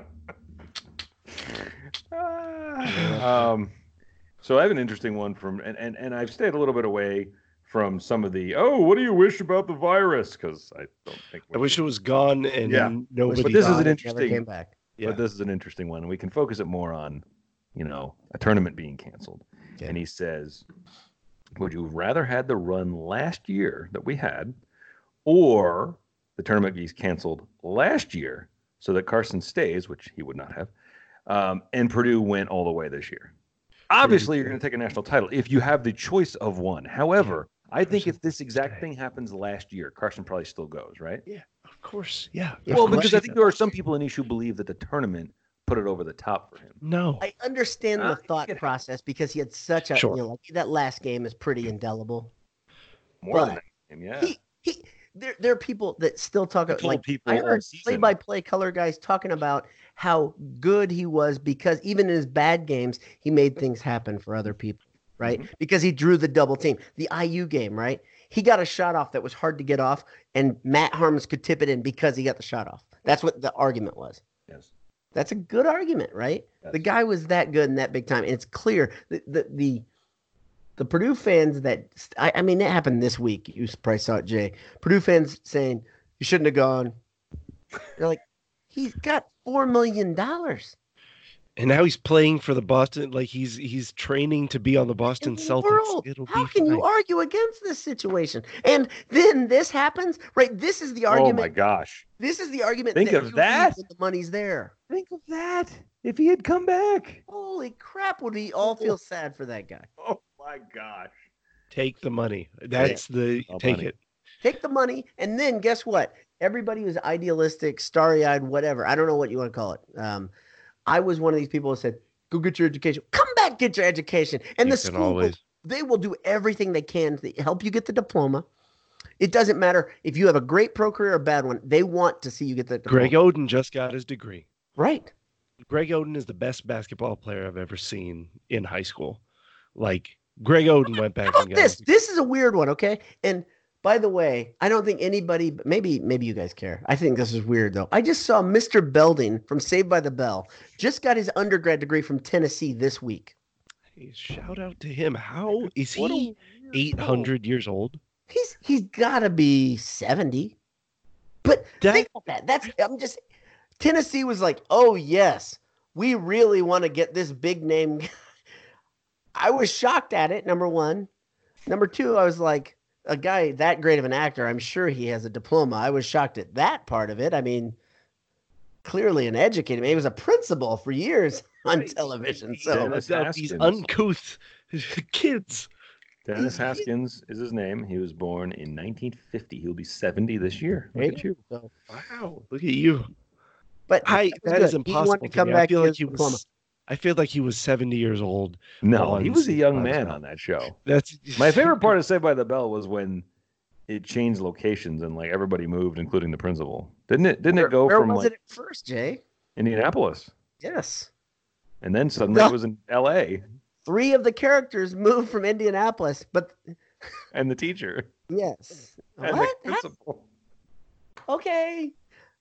Speaker 1: um, so I have an interesting one from, and, and, and I've stayed a little bit away from some of the, oh, what do you wish about the virus? Because I don't think.
Speaker 2: I wish it was gone and
Speaker 1: Yeah.
Speaker 2: nobody.
Speaker 1: But this is
Speaker 2: got
Speaker 1: an
Speaker 2: it.
Speaker 3: It Never
Speaker 1: interesting-
Speaker 3: came back.
Speaker 1: But this is an interesting one. and We can focus it more on, you know, a tournament being canceled.
Speaker 3: Okay.
Speaker 1: And he says, would you rather had the run last year that we had, or the tournament be canceled last year so that Carson stays, which he would not have, um, and Purdue went all the way this year? Obviously, you're going to take a national title if you have the choice of one. However, I think
Speaker 2: Carson
Speaker 1: if this exact
Speaker 2: stay.
Speaker 1: thing happens last year, Carson probably still goes, right?
Speaker 2: Of course, yeah.
Speaker 3: Yeah,
Speaker 1: well,
Speaker 3: but
Speaker 1: because I think there are some people in issue believe that the tournament put it over the top for him.
Speaker 2: no.
Speaker 3: I understand
Speaker 1: Uh,
Speaker 3: the
Speaker 1: it
Speaker 3: thought
Speaker 1: could happen.
Speaker 3: process because he had such a
Speaker 2: Sure.
Speaker 3: you know like, that last game is pretty indelible.
Speaker 1: More than
Speaker 3: But
Speaker 1: that, yeah.
Speaker 3: He he there there are people that still talk
Speaker 1: I
Speaker 3: about
Speaker 1: told
Speaker 3: like
Speaker 1: people
Speaker 3: I
Speaker 1: all
Speaker 3: heard
Speaker 1: season-
Speaker 3: play by play color guys talking about how good he was because even in his bad games he made things happen for other people, right?
Speaker 1: Mm-hmm.
Speaker 3: Because he drew the double team. The IU game, right? He got a shot off that was hard to get off, and Matt Harmons could tip it in because he got the shot off. That's what the argument was.
Speaker 1: Yes.
Speaker 3: That's a good argument, right? The
Speaker 1: Yes.
Speaker 3: guy was that good in that big time, and it's clear the the the, the Purdue fans that I, I mean, it happened this week. You probably saw it, Jay. Purdue fans saying you shouldn't have gone. They're like, he's got four million dollars.
Speaker 2: And now he's playing for the Boston. Like he's he's training to be on the Boston Celtics.
Speaker 3: world,
Speaker 2: It'll
Speaker 3: how
Speaker 2: be
Speaker 3: can
Speaker 2: fine.
Speaker 3: you argue against this situation? And then this happens, right? This is the
Speaker 1: Oh
Speaker 3: argument.
Speaker 1: my gosh.
Speaker 3: This is the argument.
Speaker 1: Think of
Speaker 3: you lose
Speaker 1: that.
Speaker 3: when The money's there.
Speaker 1: Think of that. If he had come back.
Speaker 3: Holy crap! Would we all feel sad for that guy?
Speaker 1: Oh my gosh.
Speaker 2: take the money? That's the
Speaker 1: All
Speaker 2: take
Speaker 1: money.
Speaker 2: it.
Speaker 3: Take the money, and then guess what? Everybody was idealistic, starry-eyed, whatever. I don't know what you want to call it. Um, I was one of these people who said, "Go get your education. Come back, get your education." And
Speaker 2: you
Speaker 3: the
Speaker 2: can
Speaker 3: school, will-
Speaker 2: always.
Speaker 3: they will do everything they can to help you get the diploma. It doesn't matter if you have a great pro career or a bad one. They want to see you get the diploma.
Speaker 2: Greg Oden just got his degree.
Speaker 3: right?
Speaker 2: Greg Oden is the best basketball player I've ever seen in high school. Like Greg Oden went back
Speaker 3: How
Speaker 2: and got
Speaker 3: about this? This is a weird one, okay? And by the way, I don't think anybody maybe maybe you guys care. I think this is weird though. I just saw Mr. Belding from Saved by the Bell just got his undergrad degree from Tennessee this week.
Speaker 2: Hey, Shout out to him. How is
Speaker 1: What a
Speaker 2: he
Speaker 1: weird
Speaker 2: eight hundred years old?
Speaker 3: He's he's gotta be 70. But
Speaker 2: That-
Speaker 3: think about that. That's I'm just Tennessee was like, oh yes, we really want to get this big name. guy." I was shocked at it, number one. Number two, I was like, a guy that great of an actor, I'm sure he has a diploma. I was shocked at that part of it. I mean, clearly an educated man. He was a principal for years on television. So
Speaker 1: Dennis
Speaker 2: About these
Speaker 1: Haskins.
Speaker 2: uncouth kids.
Speaker 1: Dennis Haskins is his name. He was born in 1950. He'll be 70 this year. Look
Speaker 3: Right.
Speaker 1: at you.
Speaker 2: Wow, look at you.
Speaker 3: but
Speaker 2: I
Speaker 3: it was
Speaker 2: that is
Speaker 3: good. He
Speaker 2: impossible.
Speaker 3: wanted
Speaker 2: to come back I feel like he was. I feel like he was seventy years old.
Speaker 1: No,
Speaker 2: Oh,
Speaker 1: he
Speaker 2: I'm
Speaker 1: was a
Speaker 2: seeing
Speaker 1: young
Speaker 2: five
Speaker 1: man
Speaker 2: now.
Speaker 1: on that show.
Speaker 2: That's
Speaker 1: My favorite part of Saved by the Bell was when it changed locations and like everybody moved, including the principal. Didn't it? Didn't
Speaker 3: where,
Speaker 1: it go
Speaker 3: where
Speaker 1: from
Speaker 3: was
Speaker 1: like
Speaker 3: it at first, Jay?
Speaker 1: Indianapolis
Speaker 3: Yes.
Speaker 1: and then suddenly
Speaker 3: No.
Speaker 1: it was in L.A.
Speaker 3: Three of the characters moved from Indianapolis, but
Speaker 1: and the teacher
Speaker 3: Yes.
Speaker 1: and
Speaker 3: What?
Speaker 1: the principal.
Speaker 3: How- Okay.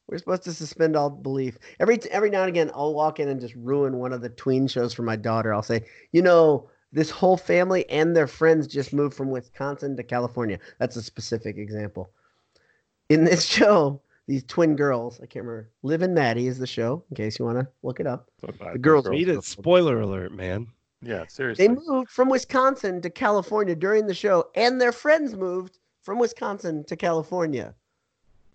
Speaker 3: We're supposed to suspend all belief. Every every now and again, I'll walk in and just ruin one of the tween shows for my daughter. I'll say, you know, this whole family and their friends just moved from Wisconsin to California. That's a specific example. In this show, these twin girls, I can't remember. Liv and Maddie is the show, in case you want to look it up.
Speaker 1: Sometimes
Speaker 3: The girls
Speaker 2: Read it. Spoiler alert, man.
Speaker 1: Yeah,
Speaker 3: They
Speaker 1: seriously.
Speaker 3: moved from Wisconsin to California during the show, and their friends moved from Wisconsin to California.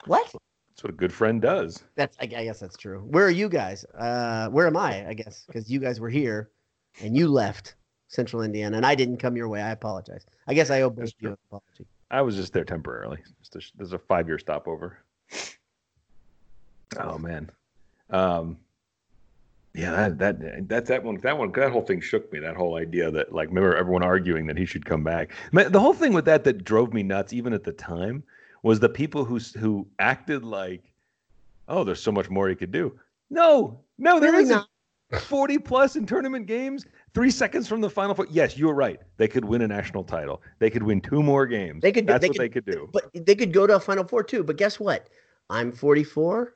Speaker 3: What?
Speaker 1: That's what a good friend does.
Speaker 3: That's I, I guess that's true. Where are you guys? Uh, where am I? I guess because you guys were here, and you left Central Indiana, and I didn't come your way. I apologize. I guess I owe both
Speaker 1: That's
Speaker 3: of you
Speaker 1: true.
Speaker 3: an apology.
Speaker 1: I was just there temporarily. Just a, there's a five year stopover. Oh man, um, yeah, that that that that one that one that whole thing shook me. That whole idea that like remember everyone arguing that he should come back. Ma- The whole thing with that that drove me nuts, even at the time, was the people who s- who acted like, oh, there's so much more he could do. No, no, there
Speaker 3: Really
Speaker 1: isn't. 40 plus in tournament games, three seconds from the final four. Yes, you were right. They could win a national title. They could win two more games.
Speaker 3: They could do-
Speaker 1: That's
Speaker 3: they
Speaker 1: what
Speaker 3: could-
Speaker 1: they could do.
Speaker 3: But they could go to a Final Four too. But guess what? I'm 44.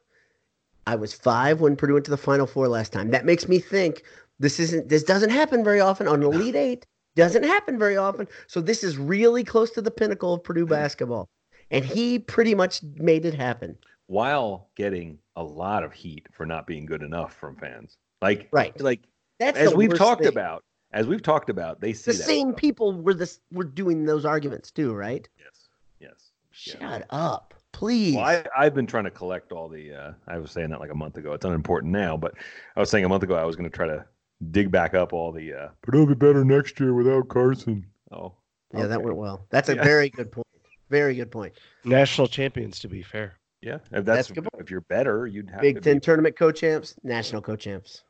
Speaker 3: I was five when Purdue went to the Final Four last time. That makes me think this isn't. This doesn't happen very often on an Elite Eight. Doesn't happen very often. So this is really close to the pinnacle of
Speaker 1: Mm-hmm.
Speaker 3: Purdue basketball, and he pretty much made it happen.
Speaker 1: While getting a lot of heat for not being good enough from fans. Like
Speaker 3: Right.
Speaker 1: like
Speaker 3: That's
Speaker 1: as
Speaker 3: the
Speaker 1: we've
Speaker 3: worst
Speaker 1: talked
Speaker 3: thing.
Speaker 1: about, as we've talked about, they see
Speaker 3: the
Speaker 1: that.
Speaker 3: same
Speaker 1: stuff.
Speaker 3: people were this were doing those arguments too, right?
Speaker 1: Yes. Yes.
Speaker 3: Shut
Speaker 1: Yeah.
Speaker 3: up, please.
Speaker 1: Well, I, I've been trying to collect all the. Uh, I was saying that like a month ago. It's unimportant now, but I was saying a month ago I was going to try to dig back up all the. Uh, but it'll be better next year without Carson. Oh,
Speaker 3: yeah, that
Speaker 1: okay.
Speaker 3: went well. That's a
Speaker 1: Yeah.
Speaker 3: very good point. Very good point.
Speaker 2: National champions, to be fair.
Speaker 1: Yeah, if that's,
Speaker 3: That's a good
Speaker 1: if you're better, you'd have to
Speaker 3: Big Ten
Speaker 1: Be.
Speaker 3: tournament co-champs, national co-champs.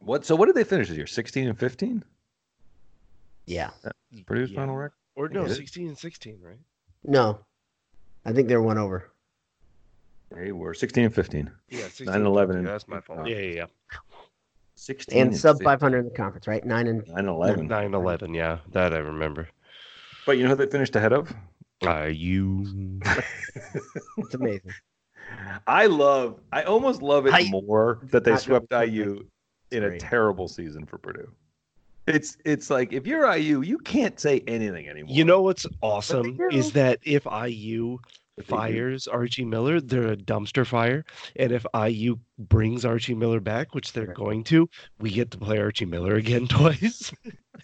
Speaker 1: What? So what did they finish this year? Sixteen and fifteen.
Speaker 3: Yeah.
Speaker 1: Purdue's
Speaker 2: Yeah.
Speaker 1: final record.
Speaker 2: Or no,
Speaker 1: Yeah.
Speaker 2: sixteen and sixteen, right?
Speaker 3: No, I think they're one over.
Speaker 1: They were sixteen and fifteen.
Speaker 2: Yeah, 16,
Speaker 1: 9-11 and-
Speaker 2: That's my fault.
Speaker 1: Yeah,
Speaker 2: Yeah, yeah,
Speaker 1: Sixteen
Speaker 3: And sub
Speaker 1: 15,
Speaker 3: 500 in the conference, right? Nine and
Speaker 1: Nine and
Speaker 2: yeah.
Speaker 1: eleven.
Speaker 2: Nine eleven. Yeah, that I remember.
Speaker 1: But you know who they finished ahead of?
Speaker 2: Uh, you.
Speaker 3: it's amazing.
Speaker 1: I love. I almost love it
Speaker 3: I-
Speaker 1: more that they
Speaker 3: Not gonna
Speaker 1: swept
Speaker 3: be perfect.
Speaker 1: IU in a
Speaker 3: Great.
Speaker 1: terrible season for Purdue. It's it's like if you're IU, you can't say anything anymore.
Speaker 2: You know what's awesome
Speaker 3: do.
Speaker 2: is that if IU
Speaker 1: But they do.
Speaker 2: fires Archie Miller, they're a dumpster fire, and if IU brings Archie Miller back, which they're
Speaker 3: Right.
Speaker 2: going to, we get to play Archie Miller again twice.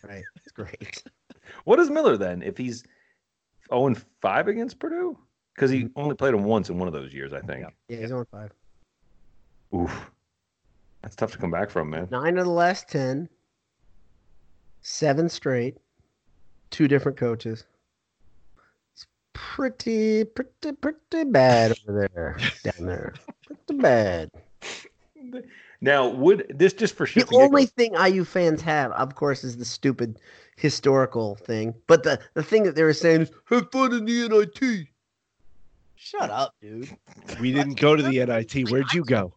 Speaker 3: Right. It's great.
Speaker 1: What is Miller then if he's zero and five against Purdue? Because he
Speaker 3: Mm-hmm.
Speaker 1: only played him once in one of those years, I think.
Speaker 3: Yeah, he's on five.
Speaker 1: Oof. That's tough to come back from, man.
Speaker 3: Nine of the last 10. Seven straight. Two different coaches. It's pretty, pretty, pretty bad over there. Down there. Pretty bad.
Speaker 1: Now, would this just for
Speaker 3: The
Speaker 1: shits and
Speaker 3: only
Speaker 1: giggles-
Speaker 3: thing IU fans have, of course, is the stupid historical thing. But the, the thing that they were saying is have fun in the NIT. Shut up, dude.
Speaker 2: we didn't go to the NIT. Where'd you go?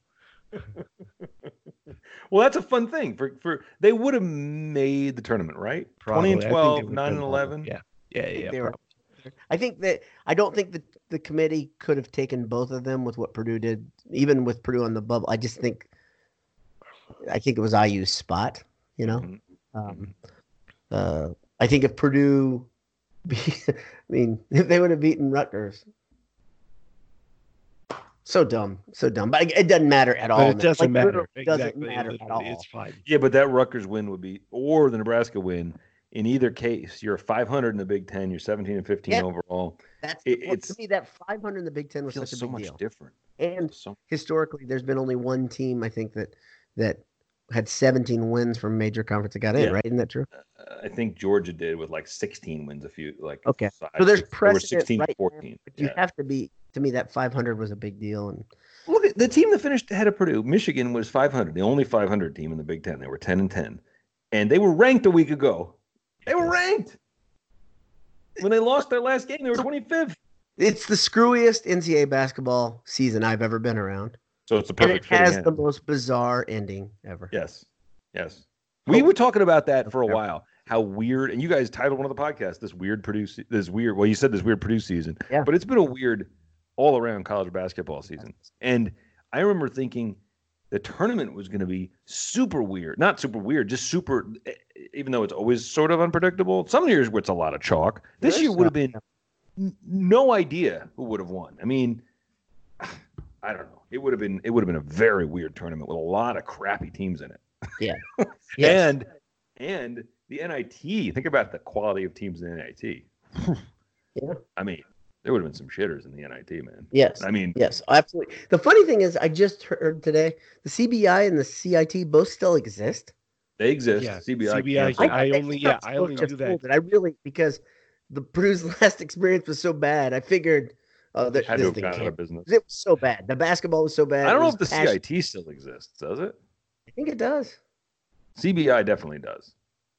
Speaker 1: Well, that's a fun thing for for they would have made the tournament, right?
Speaker 2: Probably.
Speaker 1: Twenty
Speaker 2: I
Speaker 1: and
Speaker 2: think they
Speaker 1: 12,
Speaker 2: would've
Speaker 1: 9 and
Speaker 2: been all-
Speaker 1: eleven.
Speaker 2: Yeah. Yeah.
Speaker 3: think
Speaker 2: Yeah.
Speaker 3: they
Speaker 2: yeah
Speaker 3: were- I think that I don't think that the committee could have taken both of them with what Purdue did, even with Purdue on the bubble. I just think, I think it was IU's spot. You know,
Speaker 1: Mhm.
Speaker 3: um, uh, I think if Purdue, be, I mean, if they would have beaten Rutgers. So dumb, so dumb. But it doesn't matter at all.
Speaker 2: But it
Speaker 3: man.
Speaker 2: doesn't
Speaker 3: Like,
Speaker 2: matter.
Speaker 3: literally doesn't
Speaker 2: Exactly.
Speaker 3: matter at
Speaker 2: Literally,
Speaker 3: all.
Speaker 2: It's fine.
Speaker 1: Yeah, but that Rutgers win would be, or the Nebraska win. In either case, you're 500 in the Big Ten. You're 17 and 15
Speaker 3: Yeah.
Speaker 1: overall.
Speaker 3: That's
Speaker 1: It-
Speaker 3: well, to
Speaker 1: it's-
Speaker 3: me that 500 in the Big Ten was
Speaker 1: feels
Speaker 3: such a
Speaker 1: so
Speaker 3: big
Speaker 1: much
Speaker 3: deal.
Speaker 1: different.
Speaker 3: And
Speaker 1: So
Speaker 3: historically there's been only one team I think that that had 17 wins from major conference that got in,
Speaker 1: Yeah.
Speaker 3: right? Isn't that true?
Speaker 1: uh, I think Georgia did with like 16 wins. A few like
Speaker 3: Okay.
Speaker 1: five,
Speaker 3: So there's
Speaker 1: six- they were
Speaker 3: precedent
Speaker 1: 16
Speaker 3: right
Speaker 1: to
Speaker 3: there,
Speaker 1: 14.
Speaker 3: But you
Speaker 1: Yeah.
Speaker 3: have to be to me that 500 was a big deal and
Speaker 1: Look at the team that finished ahead of Purdue. Michigan was 500, the only 500 team in the Big Ten. They were 10 and 10, and they were ranked a week ago. They were ranked when they lost their last game. They were 25th.
Speaker 3: it's the screwiest NCAA basketball season I've ever been around.
Speaker 1: So it's a
Speaker 3: And it
Speaker 1: perfect fitting
Speaker 3: has
Speaker 1: end.
Speaker 3: the most bizarre ending ever.
Speaker 1: Yes. Yes. We were talking about that for a
Speaker 3: Okay.
Speaker 1: while. How weird, and you guys titled one of the podcasts this weird produce, this weird. Well, you said this weird produce season,
Speaker 3: Yeah.
Speaker 1: but it's been a weird all around college basketball season. And I remember thinking the tournament was going to be super weird, not super weird, just super. eh, Even though it's always sort of unpredictable, some years where it's a lot of chalk. This
Speaker 3: There's
Speaker 1: year would have
Speaker 3: some-
Speaker 1: been n- no idea who would have won. I mean, I don't know. It would have been it would have been a very weird tournament with a lot of crappy teams in it.
Speaker 3: Yes.
Speaker 1: And and the NIT. Think about the quality of teams in the NIT.
Speaker 3: Yeah.
Speaker 1: I mean, there would have been some shitters in the NIT, man.
Speaker 3: yes.
Speaker 1: I mean,
Speaker 3: Yes, absolutely. The funny thing is I just heard today the CBI and the CIT both still exist.
Speaker 1: they exist.
Speaker 2: Yeah,
Speaker 1: CBI.
Speaker 2: CBI
Speaker 1: canceled.
Speaker 2: I only- yeah, I only
Speaker 3: just
Speaker 2: knew that.
Speaker 3: fooled it. I really because the Purdue's last experience was so bad. I figured, oh, th-
Speaker 1: had to
Speaker 3: this
Speaker 1: have
Speaker 3: thing
Speaker 1: gone out
Speaker 3: can't.
Speaker 1: of business.
Speaker 3: It was so bad. The basketball was so bad.
Speaker 1: I
Speaker 3: It
Speaker 1: don't know
Speaker 3: was
Speaker 1: if the
Speaker 3: passion-
Speaker 1: CIT still exists. Does it?
Speaker 3: I think it does.
Speaker 1: CBI definitely does.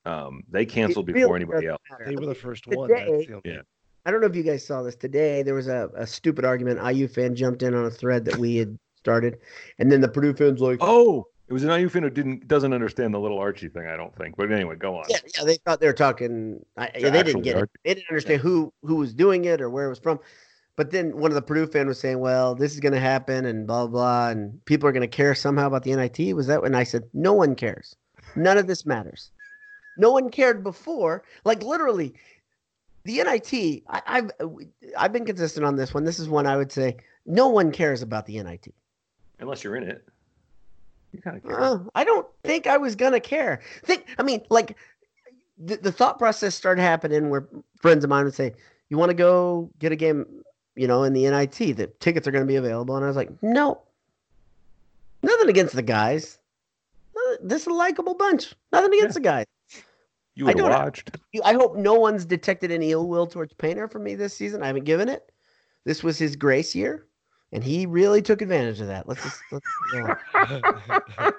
Speaker 1: Um, they canceled
Speaker 3: It
Speaker 1: before
Speaker 3: really
Speaker 1: anybody
Speaker 3: doesn't
Speaker 1: else.
Speaker 3: matter.
Speaker 2: They were the first
Speaker 3: Today-
Speaker 2: one. That's the only
Speaker 1: Yeah.
Speaker 3: I don't know if you guys saw this today. There was a, a stupid argument. IU fan jumped in on a thread that we had started, and then the Purdue fans like,
Speaker 1: Oh, it was an IU fan who didn't doesn't understand the little Archie thing. I don't think. But anyway, go on.
Speaker 3: yeah, yeah, they thought they were talking. I,
Speaker 1: Yeah,
Speaker 3: they
Speaker 1: actual
Speaker 3: didn't get
Speaker 1: art.
Speaker 3: it. They didn't understand who who was doing it or where it was from. But then one of the Purdue fan was saying, "Well, this is going to happen," and blah blah, and people are going to care somehow about the NIT. Was that when I said, "No one cares. None of this matters. No one cared before. Like literally, the NIT. I, I've uh, I've been consistent on this one. This is one I would say no one cares about the NIT.
Speaker 1: Unless you're in it, you kind of care.
Speaker 3: Uh, I don't think I was gonna care. Think, I mean, like the, the thought process started happening where friends of mine would say, "You want to go get a game, you know, in the NIT? The tickets are gonna be available." And I was like, "No, nothing against the guys. Nothing- This is a likable bunch. Nothing against the guys.
Speaker 1: you
Speaker 3: I
Speaker 1: would have
Speaker 3: don't-
Speaker 1: watched.
Speaker 3: You- I hope no one's detected any ill will towards Painter for me this season. I haven't given it. This was his grace year, and he really took advantage of that. Let's just let's." yeah.
Speaker 2: one.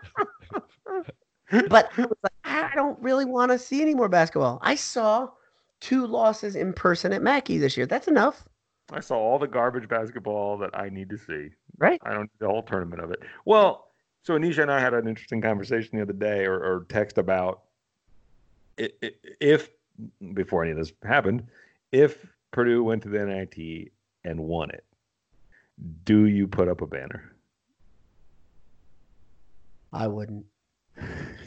Speaker 3: but I was like, I don't really want to see any more basketball. I saw two losses in person at Mackey this year. That's enough.
Speaker 1: I saw all the garbage basketball that I need to see.
Speaker 3: Right.
Speaker 1: I don't need the whole tournament of it. Well, so Anisha and I had an interesting conversation the other day or, or text about i- i- if, before any of this happened, if Purdue went to the NIT and won it, do you put up a banner?
Speaker 3: I wouldn't.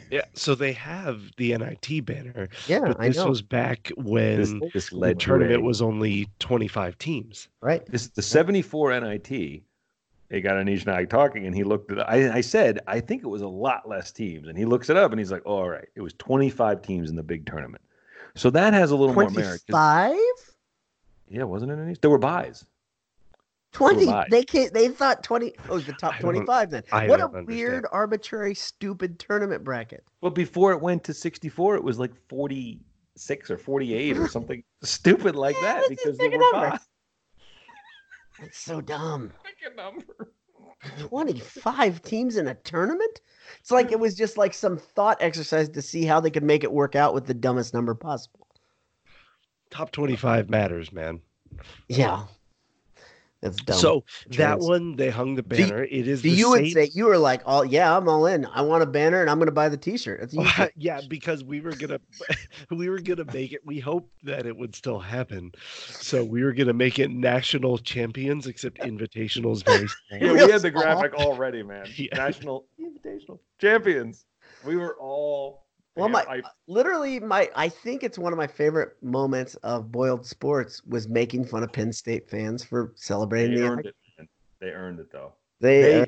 Speaker 2: yeah. So they have the NIT banner,
Speaker 3: Yeah,
Speaker 2: but
Speaker 3: I
Speaker 2: this
Speaker 3: know.
Speaker 2: was back when
Speaker 1: This, this
Speaker 2: the
Speaker 1: led
Speaker 2: tournament
Speaker 1: was.
Speaker 2: was only 25 teams.
Speaker 3: right.
Speaker 1: This the '74 NIT. It got Anish and I talking, and he looked at. I, I said, I think it was a lot less teams, and he looks it up, and he's like, oh, "All right, it was 25 teams in the big tournament." So that has a little more merit. 'cause-
Speaker 3: Twenty-five.
Speaker 1: Yeah, wasn't it Anish? There were buys.
Speaker 3: Twenty.
Speaker 1: Who am I?
Speaker 3: They can't, They thought twenty. Oh, it was the
Speaker 2: I
Speaker 3: top
Speaker 2: don't-
Speaker 3: twenty-five then.
Speaker 2: I
Speaker 3: what a
Speaker 2: don't understand.
Speaker 3: weird, arbitrary, stupid tournament bracket.
Speaker 1: But before it went to 64, it was like 46 or 48 or something stupid like
Speaker 3: Yeah,
Speaker 1: that
Speaker 3: let's just
Speaker 1: because there
Speaker 3: pick a
Speaker 1: were
Speaker 3: number.
Speaker 1: buys.
Speaker 3: That's so dumb.
Speaker 1: Pick a number.
Speaker 3: Twenty-five teams in a tournament. It's like it was just like some thought exercise to see how they could make it work out with the dumbest number possible.
Speaker 2: Top 25 matters, man.
Speaker 3: Yeah. That's dumb.
Speaker 2: So that
Speaker 3: Insurance.
Speaker 2: one, they hung the
Speaker 3: you-
Speaker 2: banner. it is.
Speaker 3: So
Speaker 2: the
Speaker 3: you would
Speaker 2: same-
Speaker 3: say you were like, "All yeah, I'm all in. I want a banner and I'm going to buy the T-shirt." That's you.
Speaker 2: Well, yeah, because we were gonna we were gonna make it. We hoped that it would still happen, so we were gonna make it national champions. Except invitational is very
Speaker 1: Yeah,
Speaker 2: small.
Speaker 1: we
Speaker 3: Real
Speaker 1: had the
Speaker 3: small.
Speaker 1: graphic already, man.
Speaker 2: Yeah.
Speaker 1: National Invitational champions. We were all.
Speaker 3: Well,
Speaker 1: Again,
Speaker 3: my-
Speaker 1: I-
Speaker 3: Literally, my I think it's one of my favorite moments of Boiled Sports was making fun of Penn State fans for
Speaker 1: they
Speaker 3: celebrating the.
Speaker 1: earned it. man. They earned it though.
Speaker 3: They,
Speaker 1: They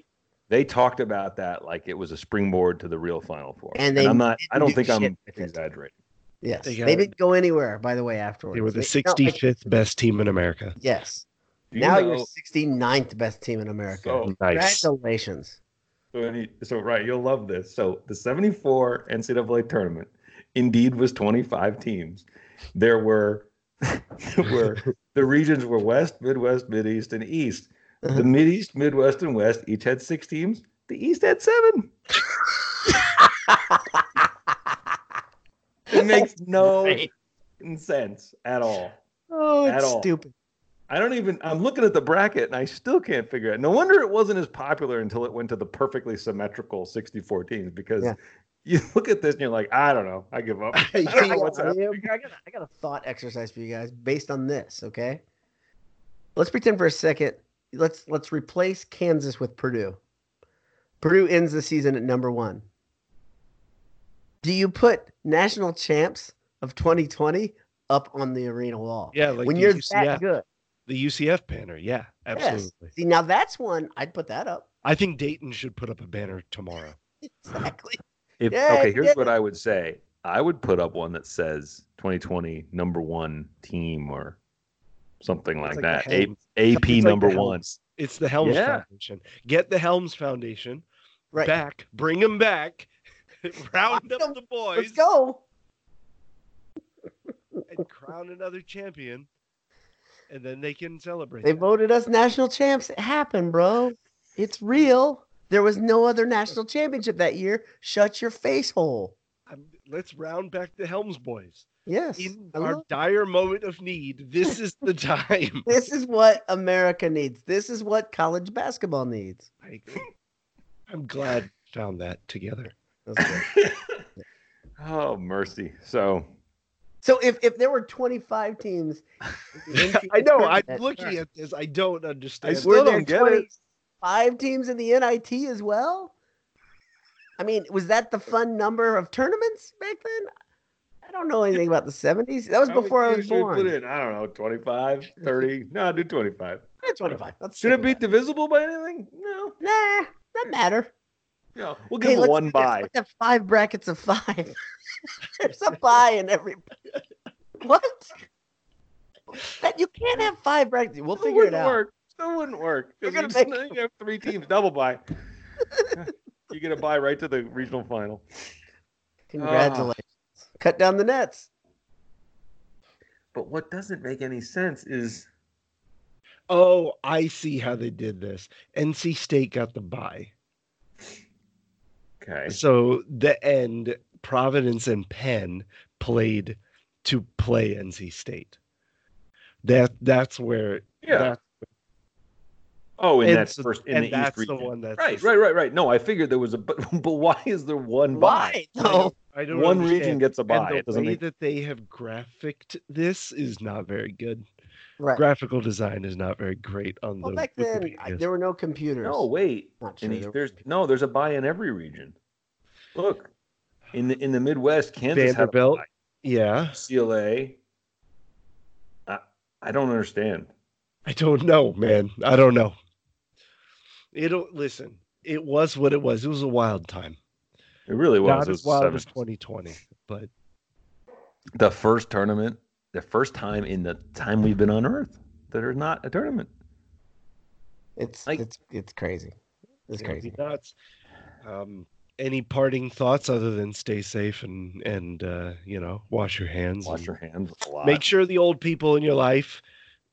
Speaker 1: they talked about that like it was a springboard to the real Final Four.
Speaker 3: And
Speaker 1: And,
Speaker 3: they
Speaker 1: I'm not. I
Speaker 3: didn't
Speaker 1: don't
Speaker 3: do
Speaker 1: think
Speaker 3: shit
Speaker 1: I'm
Speaker 3: with it.
Speaker 1: exaggerating.
Speaker 3: yes, they,
Speaker 2: they got-
Speaker 3: didn't go anywhere. By the way, afterwards
Speaker 2: They were the
Speaker 3: no, like,
Speaker 2: 65th best team in America.
Speaker 3: yes,
Speaker 1: Do you know-
Speaker 3: now
Speaker 1: Oh,
Speaker 3: you're 69th best team in America.
Speaker 1: So,
Speaker 2: Nice.
Speaker 3: Congratulations.
Speaker 1: So, any, so right, you'll love this. So the 74 NCAA tournament indeed was 25 teams. There were were the regions were West, Midwest, Mideast, and East.
Speaker 3: Uh-huh.
Speaker 1: The Mideast, Midwest, and West each had six teams. The East had seven. It makes no
Speaker 3: Great.
Speaker 1: sense at all.
Speaker 3: Oh,
Speaker 1: At
Speaker 3: it's
Speaker 1: all.
Speaker 3: stupid.
Speaker 1: I don't even. I'm looking at the bracket and I still can't figure out. No wonder it wasn't as popular until it went to the perfectly symmetrical 64 teams. Because
Speaker 3: Yeah.
Speaker 1: you look at this and you're like, I don't know. I give up. I
Speaker 3: Yeah,
Speaker 1: don't know what's
Speaker 3: I
Speaker 1: happening.
Speaker 3: am. I got, a- I got a thought exercise for you guys based on this. Okay, let's pretend for a second. Let's let's replace Kansas with Purdue. Purdue ends the season at number one. Do you put national champs of 2020 up on the arena wall?
Speaker 2: Yeah, like
Speaker 3: when
Speaker 2: the
Speaker 3: you're
Speaker 2: UCF,
Speaker 3: that good.
Speaker 2: the UCF banner. Yeah, absolutely.
Speaker 3: See, now that's one I'd put that up.
Speaker 2: I think Dayton should put up a banner tomorrow.
Speaker 3: Exactly.
Speaker 1: If,
Speaker 3: Yeah,
Speaker 1: okay, here's
Speaker 3: yeah.
Speaker 1: what I would say. I would put up one that says 2020 number one team or something like,
Speaker 2: It's like
Speaker 1: that.
Speaker 2: the
Speaker 1: A- AP
Speaker 2: Helms. It's like
Speaker 1: number
Speaker 2: the
Speaker 1: one.
Speaker 2: Helms. It's the Helms
Speaker 1: Yeah.
Speaker 2: Foundation. Get the Helms Foundation
Speaker 3: Right.
Speaker 2: back. Bring them back. Round up the
Speaker 3: Let's
Speaker 2: boys
Speaker 3: go.
Speaker 2: and crown another champion, and then they can celebrate.
Speaker 3: They
Speaker 2: that.
Speaker 3: voted us national champs. It happened, bro. It's real. There was no other national championship that year. Shut your face hole.
Speaker 2: I'm, let's round back the Helms boys.
Speaker 3: Yes.
Speaker 2: In
Speaker 3: I
Speaker 2: our
Speaker 3: love-
Speaker 2: dire moment of need, this is the time.
Speaker 3: this is what America needs. This is what college basketball needs.
Speaker 2: I agree. I'm glad we found that together.
Speaker 3: That's good.
Speaker 1: oh, mercy. So
Speaker 3: so if, if there were 25 teams, in the NCAA
Speaker 2: I know. I'm
Speaker 3: tournament that-
Speaker 2: looking at this. I don't understand.
Speaker 1: I
Speaker 2: this.
Speaker 1: still
Speaker 3: there
Speaker 1: don't get it.
Speaker 3: five teams in the NIT as well. I mean, was that the fun number of tournaments back then? I don't know anything about the 70s. That was
Speaker 1: How many
Speaker 3: before I
Speaker 1: teams
Speaker 3: was
Speaker 1: should we
Speaker 3: born.
Speaker 1: Put in, I don't know, 25, 30. no, do 25.
Speaker 3: Eh, 25. Let's
Speaker 1: Should it
Speaker 3: stick
Speaker 1: be
Speaker 3: with
Speaker 1: divisible by anything? No.
Speaker 3: that. Nah, that matter.
Speaker 1: No. We'll
Speaker 3: Hey,
Speaker 1: give
Speaker 3: let's do
Speaker 1: one
Speaker 3: this.
Speaker 1: bye.
Speaker 3: Let's have five brackets of five. There's a bye in every. What? That you can't have five brackets. We'll
Speaker 1: Still
Speaker 3: figure it
Speaker 1: wouldn't
Speaker 3: out.
Speaker 1: work. Still wouldn't work.
Speaker 3: We're
Speaker 1: 'cause
Speaker 3: gonna
Speaker 1: you,
Speaker 3: make-
Speaker 1: now you have three teams double buy. you get a buy right to the regional final.
Speaker 3: Congratulations. Cut down the nets.
Speaker 1: But what doesn't make any sense is
Speaker 2: Oh, I see how they did this. NC State got the bye.
Speaker 1: okay.
Speaker 2: So the end, Providence and Penn played to play NC State. That that's where
Speaker 1: Yeah.
Speaker 2: that-
Speaker 1: oh, in
Speaker 2: and
Speaker 1: that
Speaker 2: so-
Speaker 1: first in
Speaker 2: and
Speaker 1: the
Speaker 2: that's
Speaker 1: East
Speaker 2: the
Speaker 1: region.
Speaker 2: one that's
Speaker 1: Right, right, right, right. No, I figured there was a but, but why is there one buy?
Speaker 3: Why? No.
Speaker 2: I don't
Speaker 1: One
Speaker 2: understand.
Speaker 1: region gets a buy.
Speaker 2: And
Speaker 1: It
Speaker 2: the
Speaker 1: doesn't
Speaker 2: way
Speaker 1: make
Speaker 2: that they have graphicked this is not very good.
Speaker 3: Right.
Speaker 2: Graphical design is not very great on
Speaker 3: Well,
Speaker 2: the.
Speaker 3: back then, I-
Speaker 2: Wikipedia.
Speaker 3: there were no computers.
Speaker 1: No, wait.
Speaker 3: Not sure
Speaker 1: And
Speaker 3: there were
Speaker 1: there's no, there's a buy in every region. Look, in the in the Midwest, Kansas
Speaker 2: Vanderbilt.
Speaker 1: had
Speaker 2: yeah,
Speaker 1: a buy. CLA. I I don't understand.
Speaker 2: I don't know, man. I don't know. It'll listen. It was what it was. It was a wild time.
Speaker 1: It really was.
Speaker 2: Not
Speaker 1: It was
Speaker 2: as
Speaker 1: the
Speaker 2: wild
Speaker 1: 70s.
Speaker 2: as 2020, but
Speaker 1: the first tournament, the first time in the time we've been on Earth that are not a tournament.
Speaker 3: It's
Speaker 1: Like-
Speaker 3: it's it's crazy. It's
Speaker 2: it'll be
Speaker 3: crazy.
Speaker 2: nuts. Um, any parting thoughts other than stay safe and and uh, you know wash your hands.
Speaker 1: Wash
Speaker 2: and
Speaker 1: your hands a lot.
Speaker 2: Mm-hmm. Make sure the old people in your life,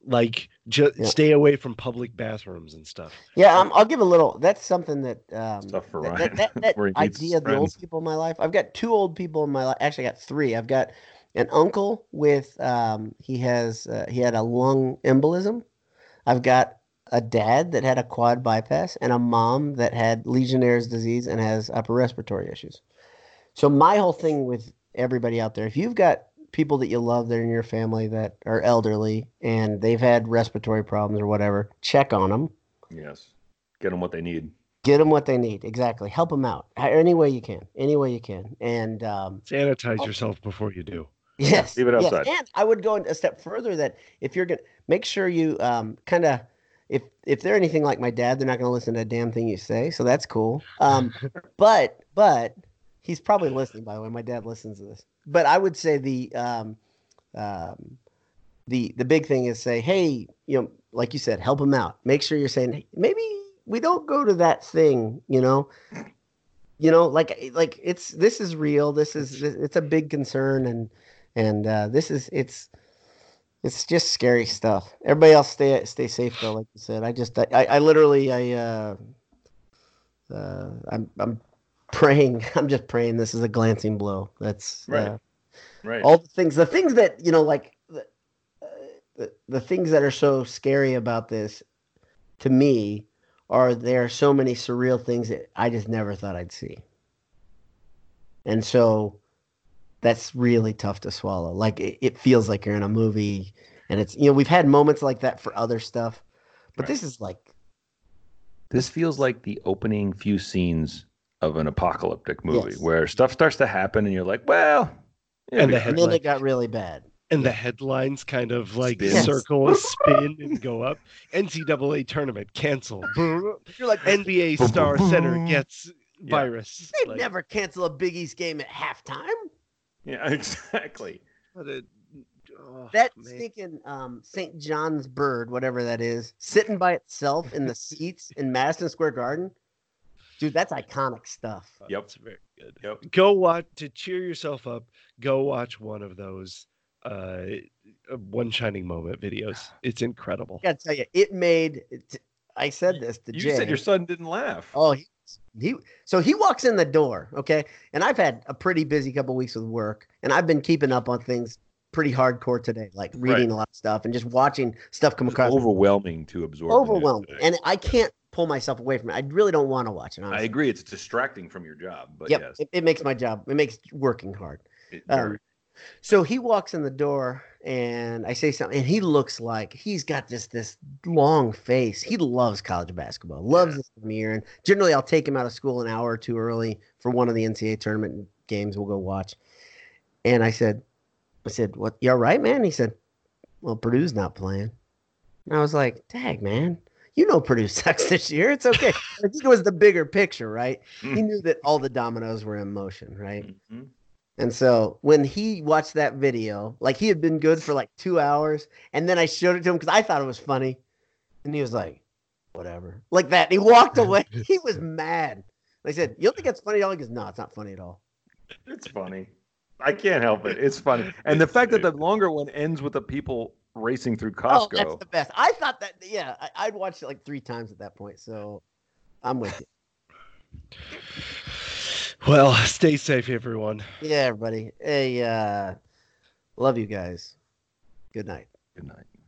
Speaker 2: like, just
Speaker 3: Yeah.
Speaker 2: stay away from public bathrooms and stuff.
Speaker 3: Yeah, um, I'll give a little. That's something that um,
Speaker 1: Stuff for
Speaker 3: that,
Speaker 1: Ryan,
Speaker 3: that, that, that
Speaker 1: where he meets
Speaker 3: idea of the old
Speaker 1: friends.
Speaker 3: people in my life. I've got two old people in my life. Actually, I got three. I've got an uncle with um, he has uh, he had a lung embolism. I've got a dad that had a quad bypass and a mom that had Legionnaire's disease and has upper respiratory issues. So my whole thing with everybody out there, if you've got people that you love that are in your family that are elderly and they've had respiratory problems or whatever, check on them.
Speaker 1: Yes. Get them what they need.
Speaker 3: Get them what they need. Exactly. Help them out How- any way you can. Any way you can. And um,
Speaker 2: Sanitize
Speaker 1: Oh.
Speaker 2: yourself before you do.
Speaker 3: yes,
Speaker 1: leave it
Speaker 3: yes.
Speaker 1: outside.
Speaker 3: And I would go a step further that if you're gonna make sure you um, kind of if if they're anything like my dad, they're not gonna listen to a damn thing you say. So that's cool. Um, but but he's probably listening. By the way, my dad listens to this. But I would say the um, um, the the big thing is say, hey, you know, like you said, help him out. Make sure you're saying "Hey, maybe we don't go to that thing, you know. You know, like eh, like it's this is real. This is it's a big concern, and and uh, this is it's it's just scary stuff. Everybody else stay stay safe though. Like you said, I just I, I literally I uh, uh I'm I'm praying. I'm just praying. This is a glancing blow. That's
Speaker 1: Right.
Speaker 3: uh,
Speaker 1: Right.
Speaker 3: all the things the things that you know like the, uh, the, the things that are so scary about this to me are there are so many surreal things that i just never thought i'd see and so that's really tough to swallow like it, it feels like you're in a movie and it's you know we've had moments like that for other stuff but
Speaker 1: Right.
Speaker 3: this is like
Speaker 1: this feels like the opening few scenes of an apocalyptic movie
Speaker 3: Yes.
Speaker 1: where stuff starts to happen and you're like, well, yeah,
Speaker 2: And
Speaker 1: we-
Speaker 2: the head-
Speaker 3: and then
Speaker 2: like-
Speaker 3: it got really bad
Speaker 2: And the headlines kind of like
Speaker 1: Spin.
Speaker 2: circle and spin and go up. NCAA tournament canceled.
Speaker 3: you're like
Speaker 2: NBA
Speaker 1: Boom,
Speaker 2: star
Speaker 1: boom,
Speaker 2: center
Speaker 1: boom.
Speaker 2: gets
Speaker 1: Yeah.
Speaker 2: virus.
Speaker 3: they'd
Speaker 2: Like,
Speaker 3: never cancel a big east game at halftime
Speaker 1: yeah, exactly.
Speaker 2: what a- oh,
Speaker 3: That
Speaker 2: man.
Speaker 3: stinking um, St. John's bird, whatever that is, sitting by itself in the seats in Madison Square Garden, dude, that's iconic stuff.
Speaker 2: Oh,
Speaker 1: Yep.
Speaker 2: that's very good.
Speaker 1: Yep.
Speaker 2: Go watch to cheer yourself up. Go watch one of those uh, one shining moment videos. It's incredible.
Speaker 3: I gotta tell you, it made. It, I said this to
Speaker 1: You
Speaker 3: Jay.
Speaker 1: said your son didn't laugh.
Speaker 3: Oh, he, he so he walks in the door, okay? And I've had a pretty busy couple weeks with work, and I've been keeping up on things pretty hardcore today, like reading a lot of stuff and just watching stuff come
Speaker 1: It's
Speaker 3: across.
Speaker 1: overwhelming to absorb. the news
Speaker 3: overwhelming,
Speaker 1: today.
Speaker 3: and I can't pull myself away from it. I really don't want to watch it.
Speaker 1: I
Speaker 3: Honestly.
Speaker 1: agree. It's distracting from your job, but
Speaker 3: yep,
Speaker 1: yes,
Speaker 3: it, it makes my job. It makes working hard.
Speaker 1: it-
Speaker 3: Um,
Speaker 1: very-
Speaker 3: So he walks in the door, and I say something, and he looks like he's got this this long face. He loves college basketball, loves
Speaker 1: Yeah.
Speaker 3: this time of year, and generally I'll take him out of school an hour or two early for one of the NCAA tournament games. We'll go watch. And I said, I said, "What? You all right, man?" He said, "Well, Purdue's not playing." And I was like, "Dag, man." You know Purdue sucks this year. It's okay. I think it was the bigger picture, right? He knew that all the dominoes were in motion, right?
Speaker 1: Mhm.
Speaker 3: And so when he watched that video, like he had been good for like two hours, and then I showed it to him because I thought it was funny, and he was like, "Whatever," like that. He walked away. he was mad. And I said, "You don't think that's funny at all?" He goes, "No, it's not funny at all."
Speaker 1: it's funny. I can't help it. It's funny, and the fact that the longer one ends with the people racing through
Speaker 3: Oh,
Speaker 1: Costco.
Speaker 3: that's the best. I thought that. Yeah, I, I'd watched it like three times at that point, so I'm with you.
Speaker 2: Well, stay safe, everyone.
Speaker 3: Yeah, everybody. Hey, uh, love you guys. Good night.
Speaker 1: Good night.